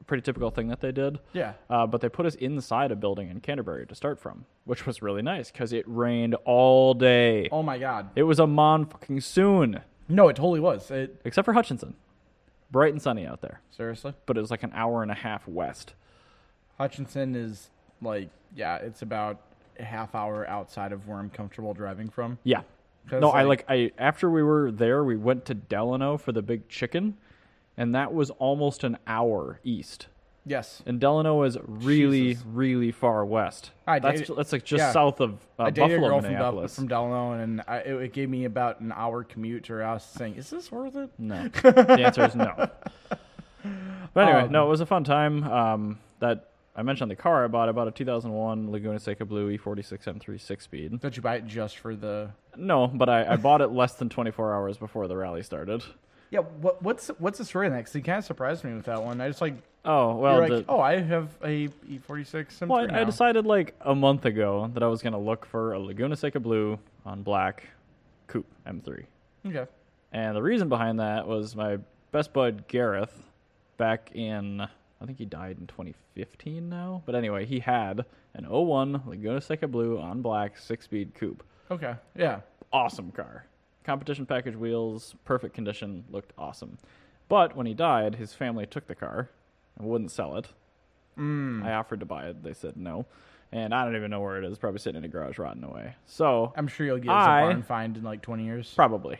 Speaker 1: a pretty typical thing that they did.
Speaker 2: Yeah.
Speaker 1: Uh, but they put us inside a building in Canterbury to start from, which was really nice because it rained all day.
Speaker 2: Oh my god.
Speaker 1: It was a mon fucking soon,
Speaker 2: No, it totally was. It
Speaker 1: except for Hutchinson. Bright and sunny out there,
Speaker 2: seriously.
Speaker 1: but it was like an hour and a half west.
Speaker 2: Hutchinson is like yeah, it's about a half hour outside of where I'm comfortable driving from.
Speaker 1: Yeah.
Speaker 2: 'Cause,
Speaker 1: No, I like
Speaker 2: like-
Speaker 1: I after we were there, we went to Delano for the big chicken, and that was almost an hour east.
Speaker 2: Yes.
Speaker 1: And Delano is really,
Speaker 2: Jesus.
Speaker 1: really far west.
Speaker 2: I
Speaker 1: that's
Speaker 2: dated-
Speaker 1: that's like just
Speaker 2: yeah.
Speaker 1: south of uh,
Speaker 2: I dated
Speaker 1: Buffalo,
Speaker 2: a girl from, Del-
Speaker 1: Minneapolis.
Speaker 2: from Delano, and I, it, it gave me about an hour commute to her house, saying, "Is this worth it?" (laughs)
Speaker 1: No, the answer is no. But anyway,
Speaker 2: Um,
Speaker 1: no, it was a fun time. Um, that I mentioned the car I bought. I bought a 2001 Laguna Seca Blue E46 M3 six speed.
Speaker 2: Don't you buy it just for the?
Speaker 1: No, but I, I bought it less than 24 hours before the rally started.
Speaker 2: Yeah. What, what's what's the story next? You kind of surprised me with that one. I just like
Speaker 1: Oh well,
Speaker 2: you're like,
Speaker 1: the,
Speaker 2: oh, I have a E E46. M3
Speaker 1: Well, I, I
Speaker 2: now."
Speaker 1: decided like a month ago that I was going to look for a Laguna Seca Blue on black coupe M3.
Speaker 2: Okay.
Speaker 1: And the reason behind that was my best bud Gareth back in, I think he died in 2015 now. But anyway, he had an 01 Laguna Seca Blue on black six speed coupe.
Speaker 2: Okay. Yeah.
Speaker 1: Awesome car. Competition package wheels, perfect condition, looked awesome. But when he died, his family took the car and wouldn't sell it.
Speaker 2: Mm.
Speaker 1: I offered to buy it. They said no. And I don't even know where it is. Probably sitting in a garage rotting away. So,
Speaker 2: I'm sure you'll get
Speaker 1: I-
Speaker 2: a barn find in like 20 years.
Speaker 1: probably.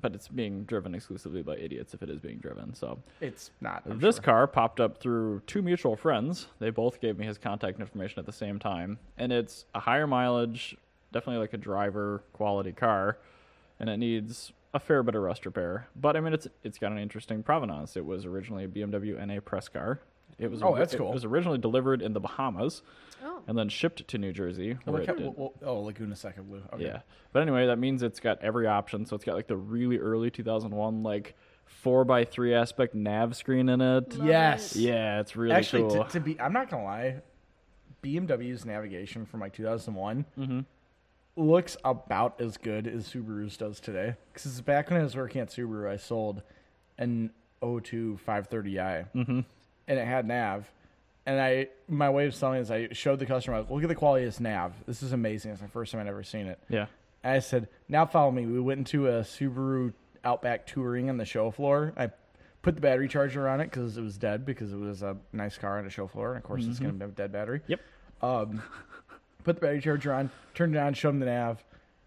Speaker 1: But it's being driven exclusively by idiots if it is being driven. So,
Speaker 2: It's not. I'm
Speaker 1: this
Speaker 2: sure.
Speaker 1: car popped up through two mutual friends. They both gave me his contact information at the same time. And it's a higher mileage, definitely like a driver quality car. And it needs a fair bit of rust repair. But I mean, it's it's got an interesting provenance. It was originally a BMW NA press car. It was
Speaker 2: Oh, that's cool.
Speaker 1: It was originally delivered in the Bahamas.
Speaker 3: Oh.
Speaker 1: and then shipped to New Jersey.
Speaker 2: Oh,
Speaker 1: where
Speaker 2: look
Speaker 1: it
Speaker 2: how-
Speaker 1: did-
Speaker 2: well, well, oh, Laguna Seca Blue. Okay.
Speaker 1: Yeah. But anyway, that means it's got every option. So it's got like the really early 2001, like 4x3 aspect nav screen in it.
Speaker 3: Love
Speaker 2: Yes.
Speaker 3: it.
Speaker 1: Yeah, it's really
Speaker 2: Actually,
Speaker 1: cool.
Speaker 2: to, to be, I'm not gonna lie, BMW's navigation from like 2001
Speaker 1: Mm-hmm.
Speaker 2: looks about as good as Subaru's does today. Because back when I was working at Subaru, I sold an 02 530i,
Speaker 1: Mm-hmm.
Speaker 2: and it had nav. And I, my way of selling is I showed the customer, like, look at the quality of this nav. This is amazing. It's the first time I'd ever seen it.
Speaker 1: yeah.
Speaker 2: And I said, "Now follow me." We went into a Subaru Outback touring on the show floor. I put the battery charger on it because it was dead because it was a nice car on a show floor, and of course it's going to have a dead battery.
Speaker 1: Mm-hmm. Yep.
Speaker 2: Um, put the battery charger on, turned it on, showed him the nav,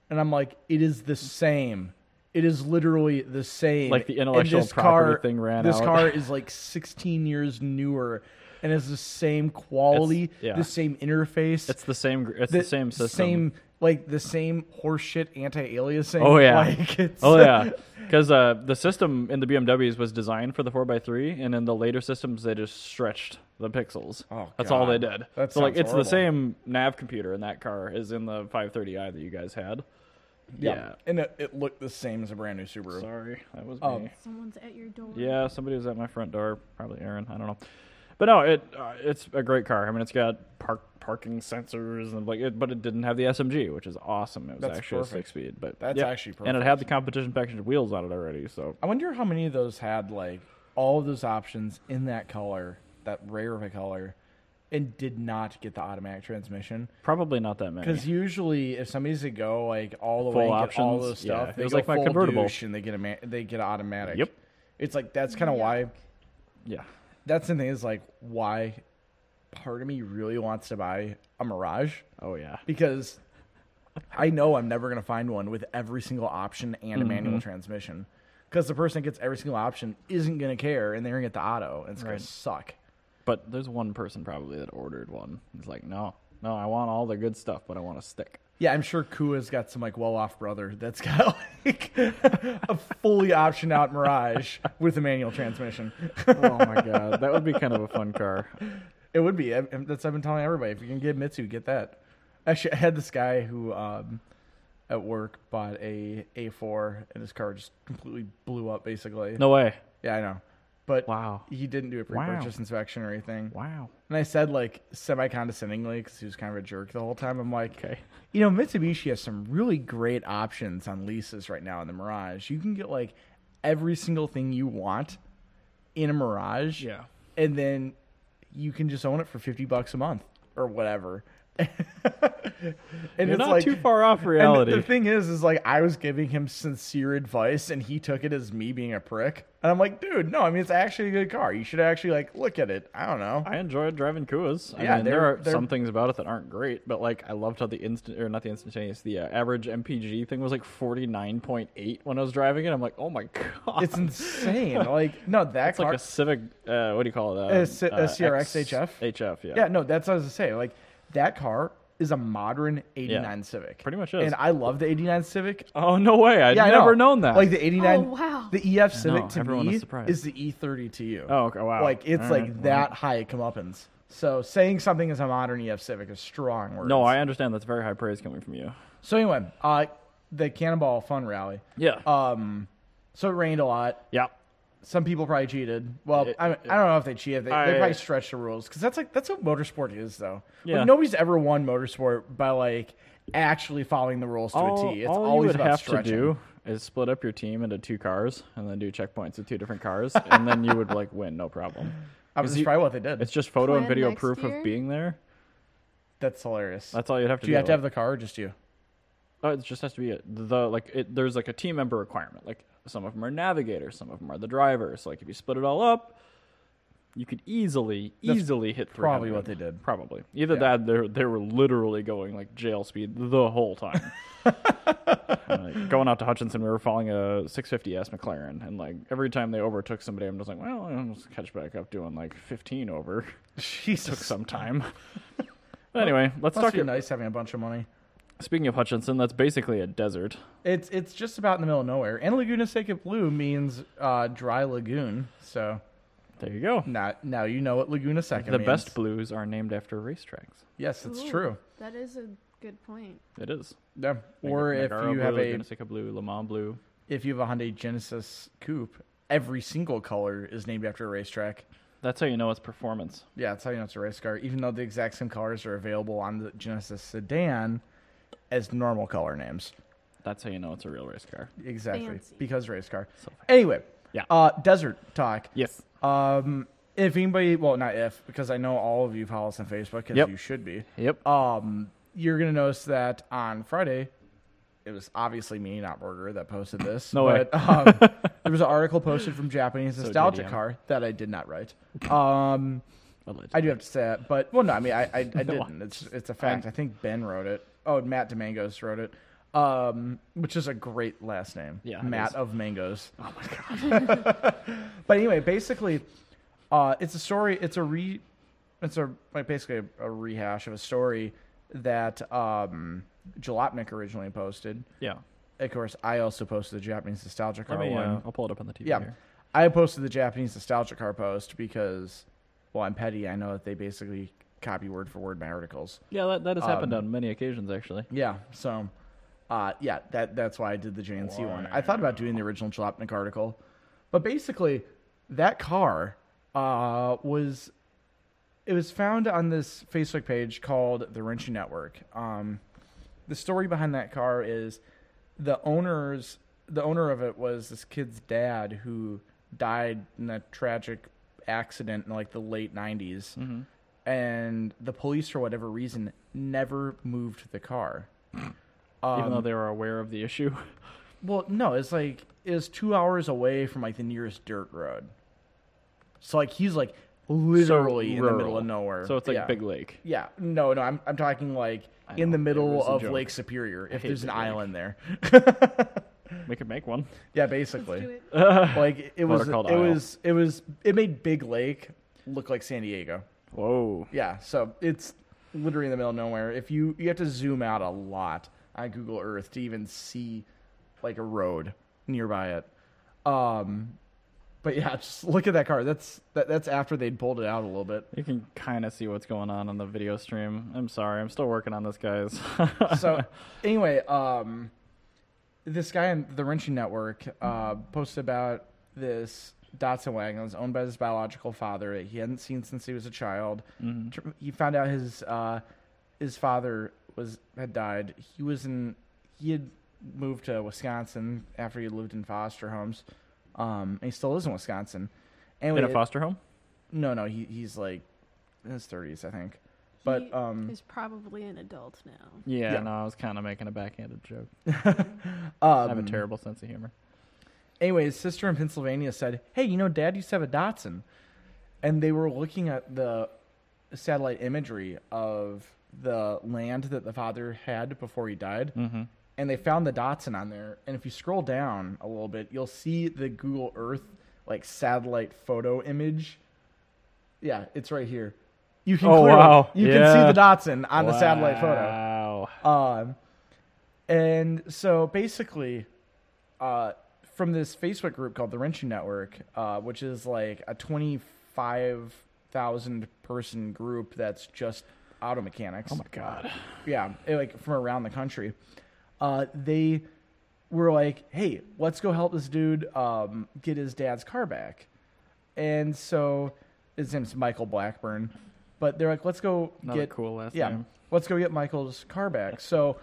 Speaker 2: and I'm like, "It is the same." It is literally the same.
Speaker 1: Like the
Speaker 2: And
Speaker 1: intellectual
Speaker 2: this
Speaker 1: property
Speaker 2: car,
Speaker 1: thing ran
Speaker 2: This
Speaker 1: out. (laughs)
Speaker 2: car is like 16 years newer, and it's the same quality,
Speaker 1: yeah.
Speaker 2: the same interface
Speaker 1: It's the same. gr- It's the, same system.
Speaker 2: same- like the same horseshit anti-aliasing.
Speaker 1: Oh yeah.
Speaker 2: (laughs) like it's,
Speaker 1: Oh
Speaker 2: (laughs)
Speaker 1: yeah. Because uh, the system in the BMWs was designed for the 4x3, and in the later systems they just stretched the pixels.
Speaker 2: Oh,
Speaker 1: That's all they
Speaker 2: God.
Speaker 1: did.
Speaker 2: That
Speaker 1: so like
Speaker 2: sounds
Speaker 1: it's
Speaker 2: horrible.
Speaker 1: the same nav computer in that car as in the 530i that you guys had.
Speaker 2: yeah. and it, it looked the same as a brand new Subaru.
Speaker 1: Sorry, that was
Speaker 2: Oh.
Speaker 1: me.
Speaker 3: Someone's at your door.
Speaker 1: Yeah, somebody was at my front door, probably Aaron. I don't know, but no, it uh, it's a great car. I mean, it's got park parking sensors and like, it, but it didn't have the SMG, which is awesome. It was
Speaker 2: That's
Speaker 1: actually a
Speaker 2: perfect.
Speaker 1: six speed, but
Speaker 2: That's
Speaker 1: yeah.
Speaker 2: actually
Speaker 1: And
Speaker 2: perfect.
Speaker 1: it had the competition package wheels on it already, so
Speaker 2: I wonder how many of those had like all of those options in that color, that rare of a color, and did not get the automatic transmission.
Speaker 1: probably not that many.
Speaker 2: Because usually, if somebody's to go like all the
Speaker 1: Full
Speaker 2: way and get all
Speaker 1: options,
Speaker 2: those stuff,
Speaker 1: yeah.
Speaker 2: they
Speaker 1: It was
Speaker 2: go
Speaker 1: like my
Speaker 2: full
Speaker 1: convertible.
Speaker 2: douche and they get a ma- they get automatic.
Speaker 1: Yep.
Speaker 2: It's like that's kind of why
Speaker 1: Yeah,
Speaker 2: that's the thing is like why part of me really wants to buy a Mirage
Speaker 1: oh yeah,
Speaker 2: because I know I'm never gonna find one with every single option and a manual transmission, because the person that gets every single option isn't gonna care, and they're gonna get the auto, and it's gonna
Speaker 1: Right.
Speaker 2: suck.
Speaker 1: But there's one person probably that ordered one. He's like, no, no, I want all the good stuff, but I want a stick.
Speaker 2: Yeah, I'm sure Kua's got some like well-off brother that's got (laughs) like a fully optioned out Mirage with a manual transmission. (laughs)
Speaker 1: oh my god, that would be kind of a fun car.
Speaker 2: It would be. I, that's I've been telling everybody. If you can get Mitsu, get that. Actually, I had this guy who um, at work bought a A4, and his car just completely blew up. Basically,
Speaker 1: No way.
Speaker 2: yeah, I know. But
Speaker 1: Wow.
Speaker 2: he didn't do a pre-purchase inspection or anything.
Speaker 1: Wow.
Speaker 2: And I said like semi condescendingly because he was kind of a jerk the whole time. I'm like,
Speaker 1: Okay.
Speaker 2: you know, Mitsubishi has some really great options on leases right now in the Mirage. You can get like every single thing you want in a Mirage.
Speaker 4: Yeah.
Speaker 2: And then you can just own it for 50 bucks a month or whatever. (laughs) and
Speaker 1: You're
Speaker 2: it's
Speaker 1: not
Speaker 2: like,
Speaker 1: too far (laughs) off
Speaker 2: and
Speaker 1: reality.
Speaker 2: the thing is, is like I was giving him sincere advice, and he took it as me being a prick. And I'm like, dude, no, I mean it's actually a good car. You should actually like look at it. I don't know.
Speaker 1: I enjoyed driving Kuas. I
Speaker 2: Yeah,
Speaker 1: mean, there
Speaker 2: they're-
Speaker 1: are
Speaker 2: they're-
Speaker 1: some things about it that aren't great, but like I loved how the instant or not the instantaneous, the uh, average MPG thing was like forty nine point eight when I was driving it. I'm like, oh my (laughs) god,
Speaker 2: It's
Speaker 1: (laughs)
Speaker 2: insane. like no, that
Speaker 1: It's
Speaker 2: car.
Speaker 1: like a Civic. Uh, what do you call it? Uh,
Speaker 2: A C- a CRX HF?
Speaker 1: HF, yeah.
Speaker 2: yeah, no, that's what I was gonna say. Like that car is a modern '89
Speaker 1: Yeah.
Speaker 2: Civic.
Speaker 1: Pretty much is.
Speaker 2: And I love the '89 Civic.
Speaker 1: Oh no way! I'd
Speaker 2: Yeah, I
Speaker 1: never
Speaker 2: know.
Speaker 1: known that.
Speaker 2: Like the '89.
Speaker 3: Oh, wow.
Speaker 2: The EF Civic
Speaker 1: know,
Speaker 2: to
Speaker 1: everyone is
Speaker 2: me
Speaker 1: surprised.
Speaker 2: is the E30 to you.
Speaker 1: oh okay, wow.
Speaker 2: Like it's
Speaker 1: All
Speaker 2: like
Speaker 1: right, well.
Speaker 2: that high at comeuppance. So saying something is a modern EF Civic is strong words.
Speaker 1: No, I understand. That's very high praise coming from you.
Speaker 2: So anyway, uh, the Cannonball Fun Rally.
Speaker 1: Yeah.
Speaker 2: Um, so it rained a lot.
Speaker 1: Uh, yeah.
Speaker 2: Some people probably cheated. Well,
Speaker 1: It-
Speaker 2: I, I don't know if they cheated. They, they
Speaker 1: I-
Speaker 2: probably stretched the rules because that's like that's what motorsport is, though.
Speaker 1: Yeah.
Speaker 2: Like, nobody's ever won motorsport by like actually following the rules to
Speaker 1: All,
Speaker 2: a T. It's
Speaker 1: all
Speaker 2: always
Speaker 1: you would
Speaker 2: about
Speaker 1: have to
Speaker 2: stretching.
Speaker 1: do is split up your team into two cars and then do checkpoints with two different cars, and then you would like win, no problem.
Speaker 2: I was
Speaker 1: is you-
Speaker 2: surprised what they did.
Speaker 1: It's just photo and
Speaker 3: Plan
Speaker 1: video
Speaker 3: next
Speaker 1: proof
Speaker 3: year?
Speaker 1: of being there.
Speaker 2: That's hilarious.
Speaker 1: That's all you'd have to
Speaker 2: do
Speaker 1: do.
Speaker 2: you have to have the car or just you?
Speaker 1: (laughs) Oh, it just has to be it. The like it, there's like a team member requirement. Like some of them are navigators, some of them are the drivers. Like if you split it all up, you could easily
Speaker 2: That's
Speaker 1: easily hit
Speaker 2: probably
Speaker 1: 300.
Speaker 2: what they did.
Speaker 1: Probably either
Speaker 2: Yeah.
Speaker 1: that they they were literally going like jail speed the whole
Speaker 2: (laughs)
Speaker 1: time. And, like, going out to Hutchinson, we were following a 650s McLaren, and like every time they overtook somebody, I'm just like, well, I'll just catch back up doing like 15 over. Took
Speaker 2: Jesus,
Speaker 1: some
Speaker 2: (laughs)
Speaker 1: time. but anyway, let's
Speaker 2: must
Speaker 1: talk.
Speaker 2: be nice having a bunch of money.
Speaker 1: Speaking of Hutchinson, that's basically a desert.
Speaker 2: It's it's just about in the middle of nowhere. And Laguna Seca Blue means uh, dry lagoon. So
Speaker 1: There you go.
Speaker 2: now now you know what Laguna Seca.
Speaker 1: the
Speaker 2: means.
Speaker 1: best blues are named after racetracks.
Speaker 2: Yes, it's
Speaker 3: Ooh,
Speaker 2: true.
Speaker 3: That is a good point.
Speaker 1: It is.
Speaker 2: Yeah. Or if you have a
Speaker 1: Gunnisica blue, Le Mans blue.
Speaker 2: if you have a Hyundai Genesis coupe, every single color is named after a racetrack.
Speaker 1: That's how you know it's performance.
Speaker 2: Yeah, that's how you know it's a race car. Even though the exact same colors are available on the Genesis sedan as normal color names.
Speaker 1: That's how you know it's a real race car.
Speaker 2: Exactly.
Speaker 3: Fancy.
Speaker 2: Because race car.
Speaker 1: So fancy.
Speaker 2: anyway.
Speaker 1: Yeah.
Speaker 2: Uh, desert talk.
Speaker 1: Yes.
Speaker 2: Um, if anybody, well, not if, because I know all of you follow us on Facebook, because
Speaker 1: Yep.
Speaker 2: you should be.
Speaker 1: Yep.
Speaker 2: Um, you're gonna notice that on Friday, it was obviously me, not Burger, that posted this.
Speaker 1: No way. (laughs)
Speaker 2: but, Um, there was an article posted from Japanese Nostalgia
Speaker 1: JDM.
Speaker 2: Car that I did not write. Um, I do have to say that, but well, no, I mean, I,
Speaker 1: (laughs)
Speaker 2: I, I didn't. It's it's a fact. I think Ben wrote it. Oh, and Matt Domingos wrote it. Um, which is a great last name.
Speaker 1: Yeah, it
Speaker 2: Matt
Speaker 1: is.
Speaker 2: of Mangoes. Oh my
Speaker 1: (laughs)
Speaker 2: god. (laughs) but anyway, basically, uh, it's a story. It's a re, it's a like basically a, a rehash of a story that um, Jalopnik originally posted.
Speaker 1: Yeah.
Speaker 2: Of course, I also posted the Japanese nostalgia car
Speaker 1: Let me,
Speaker 2: one.
Speaker 1: uh, I'll pull it up on the TV
Speaker 2: Yeah.
Speaker 1: here.
Speaker 2: I posted the Japanese nostalgia car post because, well, I'm petty. I know that they basically copy word for word my articles.
Speaker 1: Yeah, that, that has happened
Speaker 2: Um,
Speaker 1: on many occasions, actually.
Speaker 2: Yeah. So, uh, yeah, that that's why I did the JNC one. I thought about doing the original Jalopnik article, but basically, that car uh, was it was found on this Facebook page called the Wrenching Network. Um, the story behind that car is the owner's the owner of it was this kid's dad who died in a tragic accident in like the late 90s and the police for whatever reason never moved the car
Speaker 1: Even
Speaker 2: um,
Speaker 1: though they were aware of the issue. (laughs)
Speaker 2: well no it's like it's two hours away from like the nearest dirt road so like he's like literally in the middle
Speaker 1: rural.
Speaker 2: of nowhere.
Speaker 1: So it's like
Speaker 2: yeah.
Speaker 1: Big Lake.
Speaker 2: Yeah, no, no, I'm I'm talking like in the
Speaker 1: know, it
Speaker 2: middle
Speaker 1: was a
Speaker 2: of
Speaker 1: joke.
Speaker 2: Lake Superior, if there's an
Speaker 1: Big Lake.
Speaker 2: island there.
Speaker 1: We could make one.
Speaker 2: yeah,
Speaker 3: Let's do
Speaker 2: basically.
Speaker 3: it.
Speaker 2: (laughs) Like it was, it
Speaker 1: called Isle.
Speaker 2: was, it was, it made Big Lake look like San Diego.
Speaker 1: Whoa.
Speaker 2: Yeah, so it's literally in the middle of nowhere. If you you have to zoom out a lot on Google Earth to even see like a road nearby it. Um, but yeah, (laughs) just look at that car. That's that, that's after they'd pulled it out a little bit.
Speaker 1: You can kind of see what's going on on the video stream. I'm sorry, I'm still working on this, guys. (laughs)
Speaker 2: so anyway, um, this guy in the wrenching network uh, posted about this Datsun wagon that was owned by his biological father that he hadn't seen since he was a child.
Speaker 1: Mm-hmm.
Speaker 2: Tr- He found out his uh, his father was had died. He was in he had moved to Wisconsin after he had lived in foster homes. Um, and he still lives in Wisconsin. And
Speaker 1: in a foster home?
Speaker 2: no, no, he, he's like in his thirties, I think. But
Speaker 3: He
Speaker 2: um,
Speaker 3: is probably an adult now.
Speaker 1: Yeah,
Speaker 2: Yeah.
Speaker 1: no, I was kind of making a backhanded joke. I
Speaker 2: (laughs) um,
Speaker 1: have a terrible sense of humor.
Speaker 2: Anyway, his sister in Pennsylvania said, "Hey, you know, Dad used to have a Datsun," and they were looking at the satellite imagery of the land that the father had before he died,
Speaker 1: Mm-hmm.
Speaker 2: and they found the Datsun on there. And if you scroll down a little bit, you'll see the Google Earth like satellite photo image. Yeah, it's right here. You can
Speaker 1: Oh,
Speaker 2: clearly-
Speaker 1: wow.
Speaker 2: you
Speaker 1: Yeah.
Speaker 2: can see the Datsun on the satellite
Speaker 1: Wow.
Speaker 2: photo. Um, and so basically, uh, from this Facebook group called the Wrenching Network, uh, which is like a 25,000 person group that's just auto mechanics.
Speaker 1: Oh my god.
Speaker 2: Yeah, eh, like from around the country. Uh, they were like, hey, let's go help this dude um, get his dad's car back. And so his name's Michael Blackburn. But they're like, let's go
Speaker 1: Not
Speaker 2: get
Speaker 1: cool last
Speaker 2: yeah.
Speaker 1: name.
Speaker 2: Let's go get Michael's car
Speaker 1: (laughs)
Speaker 2: back. So,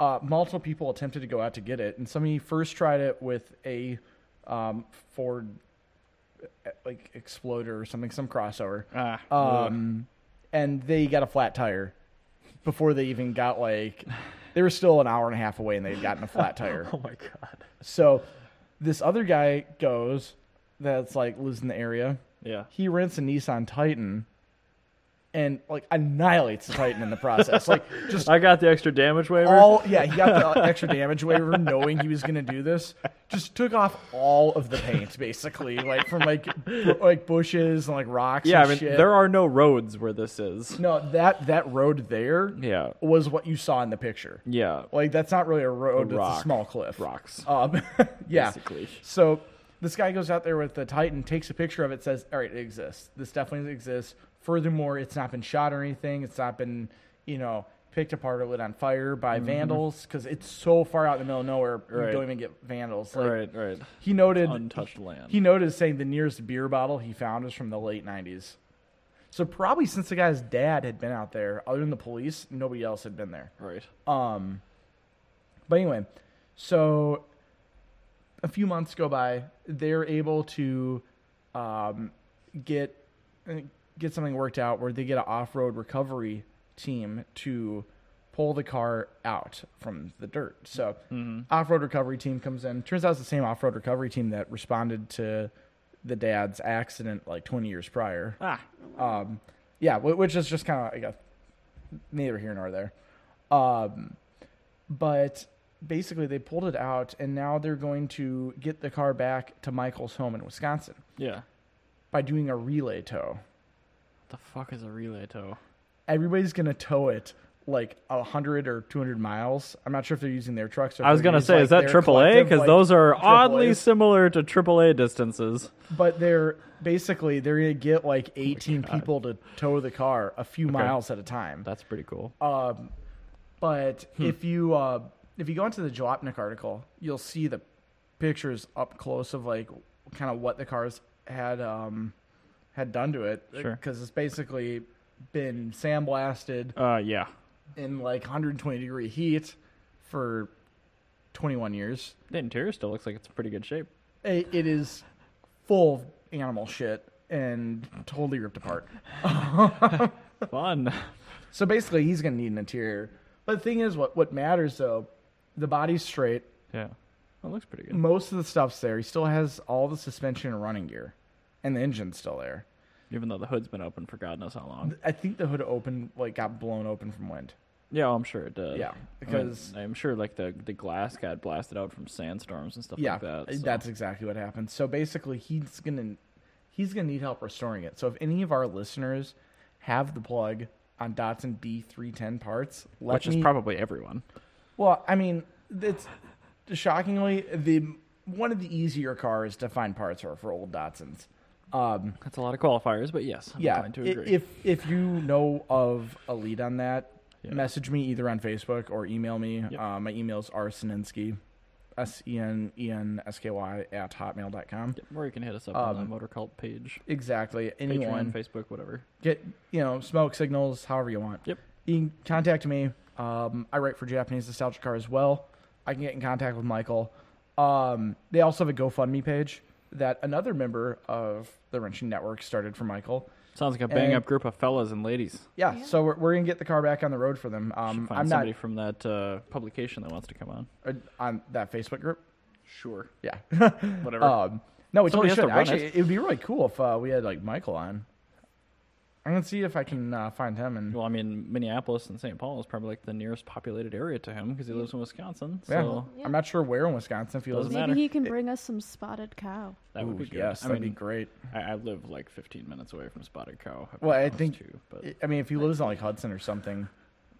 Speaker 2: uh, multiple people attempted to go out to get it, and somebody first tried it with a um, Ford uh, like Exploder or something, some crossover,
Speaker 1: Ah,
Speaker 2: um, and they got a flat tire before they even got like they were still an hour and a half away, and they had gotten a flat tire.
Speaker 1: (laughs) oh my god.
Speaker 2: So, this other guy goes that's like lives in the area.
Speaker 1: Yeah.
Speaker 2: He rents a Nissan Titan. And like annihilates the Titan in the process, like
Speaker 1: (laughs)
Speaker 2: just
Speaker 1: I got the extra damage waiver.
Speaker 2: all yeah he got the extra damage waiver knowing he was going to do this just took off all of the paint basically like from like bu- like bushes and like rocks
Speaker 1: yeah, I
Speaker 2: and
Speaker 1: mean,
Speaker 2: shit.
Speaker 1: there are no roads where this is.
Speaker 2: no that that road there
Speaker 1: Yeah.
Speaker 2: was what you saw in the picture
Speaker 1: Yeah.
Speaker 2: like that's not really a road
Speaker 1: A
Speaker 2: it's
Speaker 1: rock.
Speaker 2: a small cliff
Speaker 1: Rocks.
Speaker 2: um (laughs) yeah
Speaker 1: Basically.
Speaker 2: so this guy goes out there with the titan takes a picture of it says all right it exists this definitely exists furthermore it's not been shot or anything it's not been you know picked apart or lit on fire by vandals because it's so far out in the middle of nowhere
Speaker 1: Mm-hmm. Right.
Speaker 2: you don't even get vandals like
Speaker 1: right, right.
Speaker 2: he noted
Speaker 1: Untouched land.
Speaker 2: he noted saying the nearest beer bottle he found was from the late 90s so probably since the guy's dad had been out there other than the police nobody else had been there
Speaker 1: right.
Speaker 2: um, but anyway, so a few months go by. They're able to um, get uh, get something worked out where they get an off road recovery team to pull the car out from the dirt. So off road recovery team comes in. Turns out it's the same off road recovery team that responded to the dad's accident like 20 years prior.
Speaker 1: Ah.
Speaker 2: Um, yeah, wh- which is just kind of like a neither here nor there. Um, but basically, they pulled it out, and now they're going to get the car back to Michael's home in Wisconsin
Speaker 1: Yeah. What
Speaker 2: by doing a relay tow.
Speaker 1: the fuck is a relay tow?
Speaker 2: Everybody's going to tow it like 100 or 200 miles. I'm not sure if they're using their trucks. Or if
Speaker 1: I was
Speaker 2: they're
Speaker 1: gonna
Speaker 2: using,
Speaker 1: say,
Speaker 2: like,
Speaker 1: is that
Speaker 2: their
Speaker 1: AAA?
Speaker 2: collective,
Speaker 1: Because
Speaker 2: like,
Speaker 1: those are oddly
Speaker 2: AAAs.
Speaker 1: similar to AAA distances.
Speaker 2: But they're basically they're going to get like
Speaker 1: Oh
Speaker 2: 18 people to tow the car a few miles at a time.
Speaker 1: That's pretty cool.
Speaker 2: Um, but if you uh, if you go into the Jalopnik article, you'll see the pictures up close of like kind of what the cars had um, had done to it
Speaker 1: Sure.
Speaker 2: because it's basically been sandblasted
Speaker 1: Uh, yeah.
Speaker 2: in like 120 degree heat for 21 years.
Speaker 1: The interior still looks like it's in pretty good shape.
Speaker 2: It, it is full of animal shit and totally ripped apart.
Speaker 1: Fun.
Speaker 2: (laughs)
Speaker 1: (laughs)
Speaker 2: So basically, he's going to need an interior. But the thing is, what what matters though, the body's straight.
Speaker 1: yeah. It looks pretty good.
Speaker 2: most of the stuff's there. He still has all the suspension and running gear, and the engine's still there.
Speaker 1: even though the hood's been open for God knows how long.
Speaker 2: I think the hood opened, like, got blown open from wind.
Speaker 1: Yeah, well, I'm sure it did.
Speaker 2: Yeah,
Speaker 1: I mean,
Speaker 2: because-
Speaker 1: I'm sure like the the glass got blasted out from sandstorms and stuff
Speaker 2: Yeah, eh,
Speaker 1: like that. so-
Speaker 2: that's exactly what happened. So basically, he's gonna he's gonna need help restoring it. So if any of our listeners have the plug on Datsun B three ten parts, let
Speaker 1: which is
Speaker 2: me-
Speaker 1: probably everyone.
Speaker 2: well, I mean, it's shockingly the one of the easier cars to find parts for for old Datsuns. Um,
Speaker 1: That's a lot of qualifiers, but yes, I'm
Speaker 2: yeah,
Speaker 1: inclined to
Speaker 2: i-
Speaker 1: agree.
Speaker 2: if if you know of a lead on that, message me either on Facebook or email me. Uh, my email is arseninsky, s e n e n s k y at hotmail.com.
Speaker 1: or you can hit us up on the Motor Cult page,
Speaker 2: Exactly.
Speaker 1: Patreon,
Speaker 2: um, Anyone
Speaker 1: Facebook, whatever.
Speaker 2: get you know smoke signals however you want.
Speaker 1: Yep.
Speaker 2: You can contact me. Um, I write for Japanese Nostalgia Car as well. I can get in contact with Michael. Um, they also have a GoFundMe page that another member of the Wrenching Network started for Michael.
Speaker 1: Sounds like a bang
Speaker 2: And-
Speaker 1: up group of fellas and ladies.
Speaker 2: Yeah, so we're, we're gonna get the car back on the road for them. Um,
Speaker 1: Should find
Speaker 2: I'm not
Speaker 1: somebody from that uh, publication that wants to come on.
Speaker 2: uh, on that Facebook group.
Speaker 1: Sure,
Speaker 2: Yeah.
Speaker 1: whatever.
Speaker 2: um, (laughs) no, we
Speaker 1: Somebody
Speaker 2: totally
Speaker 1: has to
Speaker 2: should.
Speaker 1: run
Speaker 2: Actually,
Speaker 1: it.
Speaker 2: it. would be really cool if uh, we had like Michael on. I'm gonna see if I can uh, find him and
Speaker 1: well, I mean, Minneapolis and St. Paul is probably like the nearest populated area to him because he lives in Wisconsin. So
Speaker 2: yeah.
Speaker 3: Yeah.
Speaker 2: I'm not sure where in Wisconsin if he lives
Speaker 1: Doesn't
Speaker 3: Maybe
Speaker 2: in-
Speaker 1: matter.
Speaker 3: he can bring us some spotted cow.
Speaker 1: that would be
Speaker 2: Ooh,
Speaker 1: good.
Speaker 2: Yes,
Speaker 1: I
Speaker 2: that'd
Speaker 1: mean,
Speaker 2: be great.
Speaker 1: I, I live like 15 minutes away from Spotted Cow. I've
Speaker 2: Well, I
Speaker 1: been
Speaker 2: think-
Speaker 1: close to, but
Speaker 2: I mean, if he lives in like Hudson or something,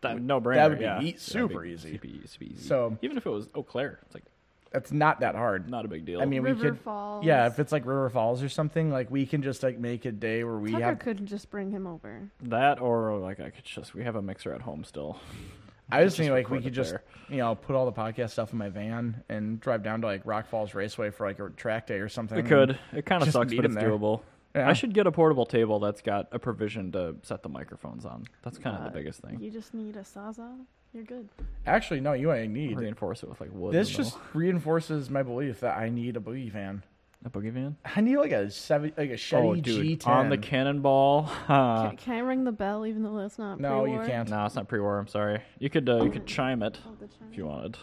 Speaker 1: that no brainer.
Speaker 2: that would be
Speaker 1: yeah.
Speaker 2: ea-
Speaker 1: Yeah,
Speaker 2: super
Speaker 1: it'd be-
Speaker 2: easy.
Speaker 1: it'd be- it'd be easy.
Speaker 2: So-
Speaker 1: even if it was Eau Claire, it's like
Speaker 2: that's not that hard.
Speaker 1: not a big deal.
Speaker 2: I mean, we
Speaker 3: River
Speaker 2: could.
Speaker 3: Falls.
Speaker 2: Yeah, if it's like River Falls or something, like we can just like make a day where we
Speaker 3: Tucker
Speaker 2: have.
Speaker 3: could just bring him over.
Speaker 1: that or like I could just we have a mixer at home still.
Speaker 2: I was thinking
Speaker 1: just
Speaker 2: like we
Speaker 1: record
Speaker 2: could
Speaker 1: it
Speaker 2: just
Speaker 1: there.
Speaker 2: you know put all the podcast stuff in my van and drive down to like Rock Falls Raceway for like a track day or something.
Speaker 1: It could. It kind of
Speaker 2: just
Speaker 1: sucks,
Speaker 2: meet
Speaker 1: but it's
Speaker 2: him there.
Speaker 1: doable.
Speaker 2: Yeah.
Speaker 1: I should get a portable table that's got a provision to set the microphones on. That's kind of the
Speaker 3: Uh,
Speaker 1: biggest thing.
Speaker 3: You just need a saza. You're good.
Speaker 2: Actually, no, you ain't need.
Speaker 1: Reinforce it with like wood.
Speaker 2: This
Speaker 1: and
Speaker 2: just
Speaker 1: all.
Speaker 2: reinforces my belief that I need a boogie van.
Speaker 1: a boogie van.
Speaker 2: I need like a seven, like a Chevy
Speaker 1: Oh, dude,
Speaker 2: G10.
Speaker 1: on the cannonball. (laughs)
Speaker 3: Ca-
Speaker 1: Huh.
Speaker 3: can, I ring the bell even though it's not
Speaker 2: no, you
Speaker 3: pre-war?
Speaker 2: can't.
Speaker 1: Uh, no, it's not pre-war. I'm sorry. You could uh, you could chime it
Speaker 3: Oh, the chime.
Speaker 1: if you wanted.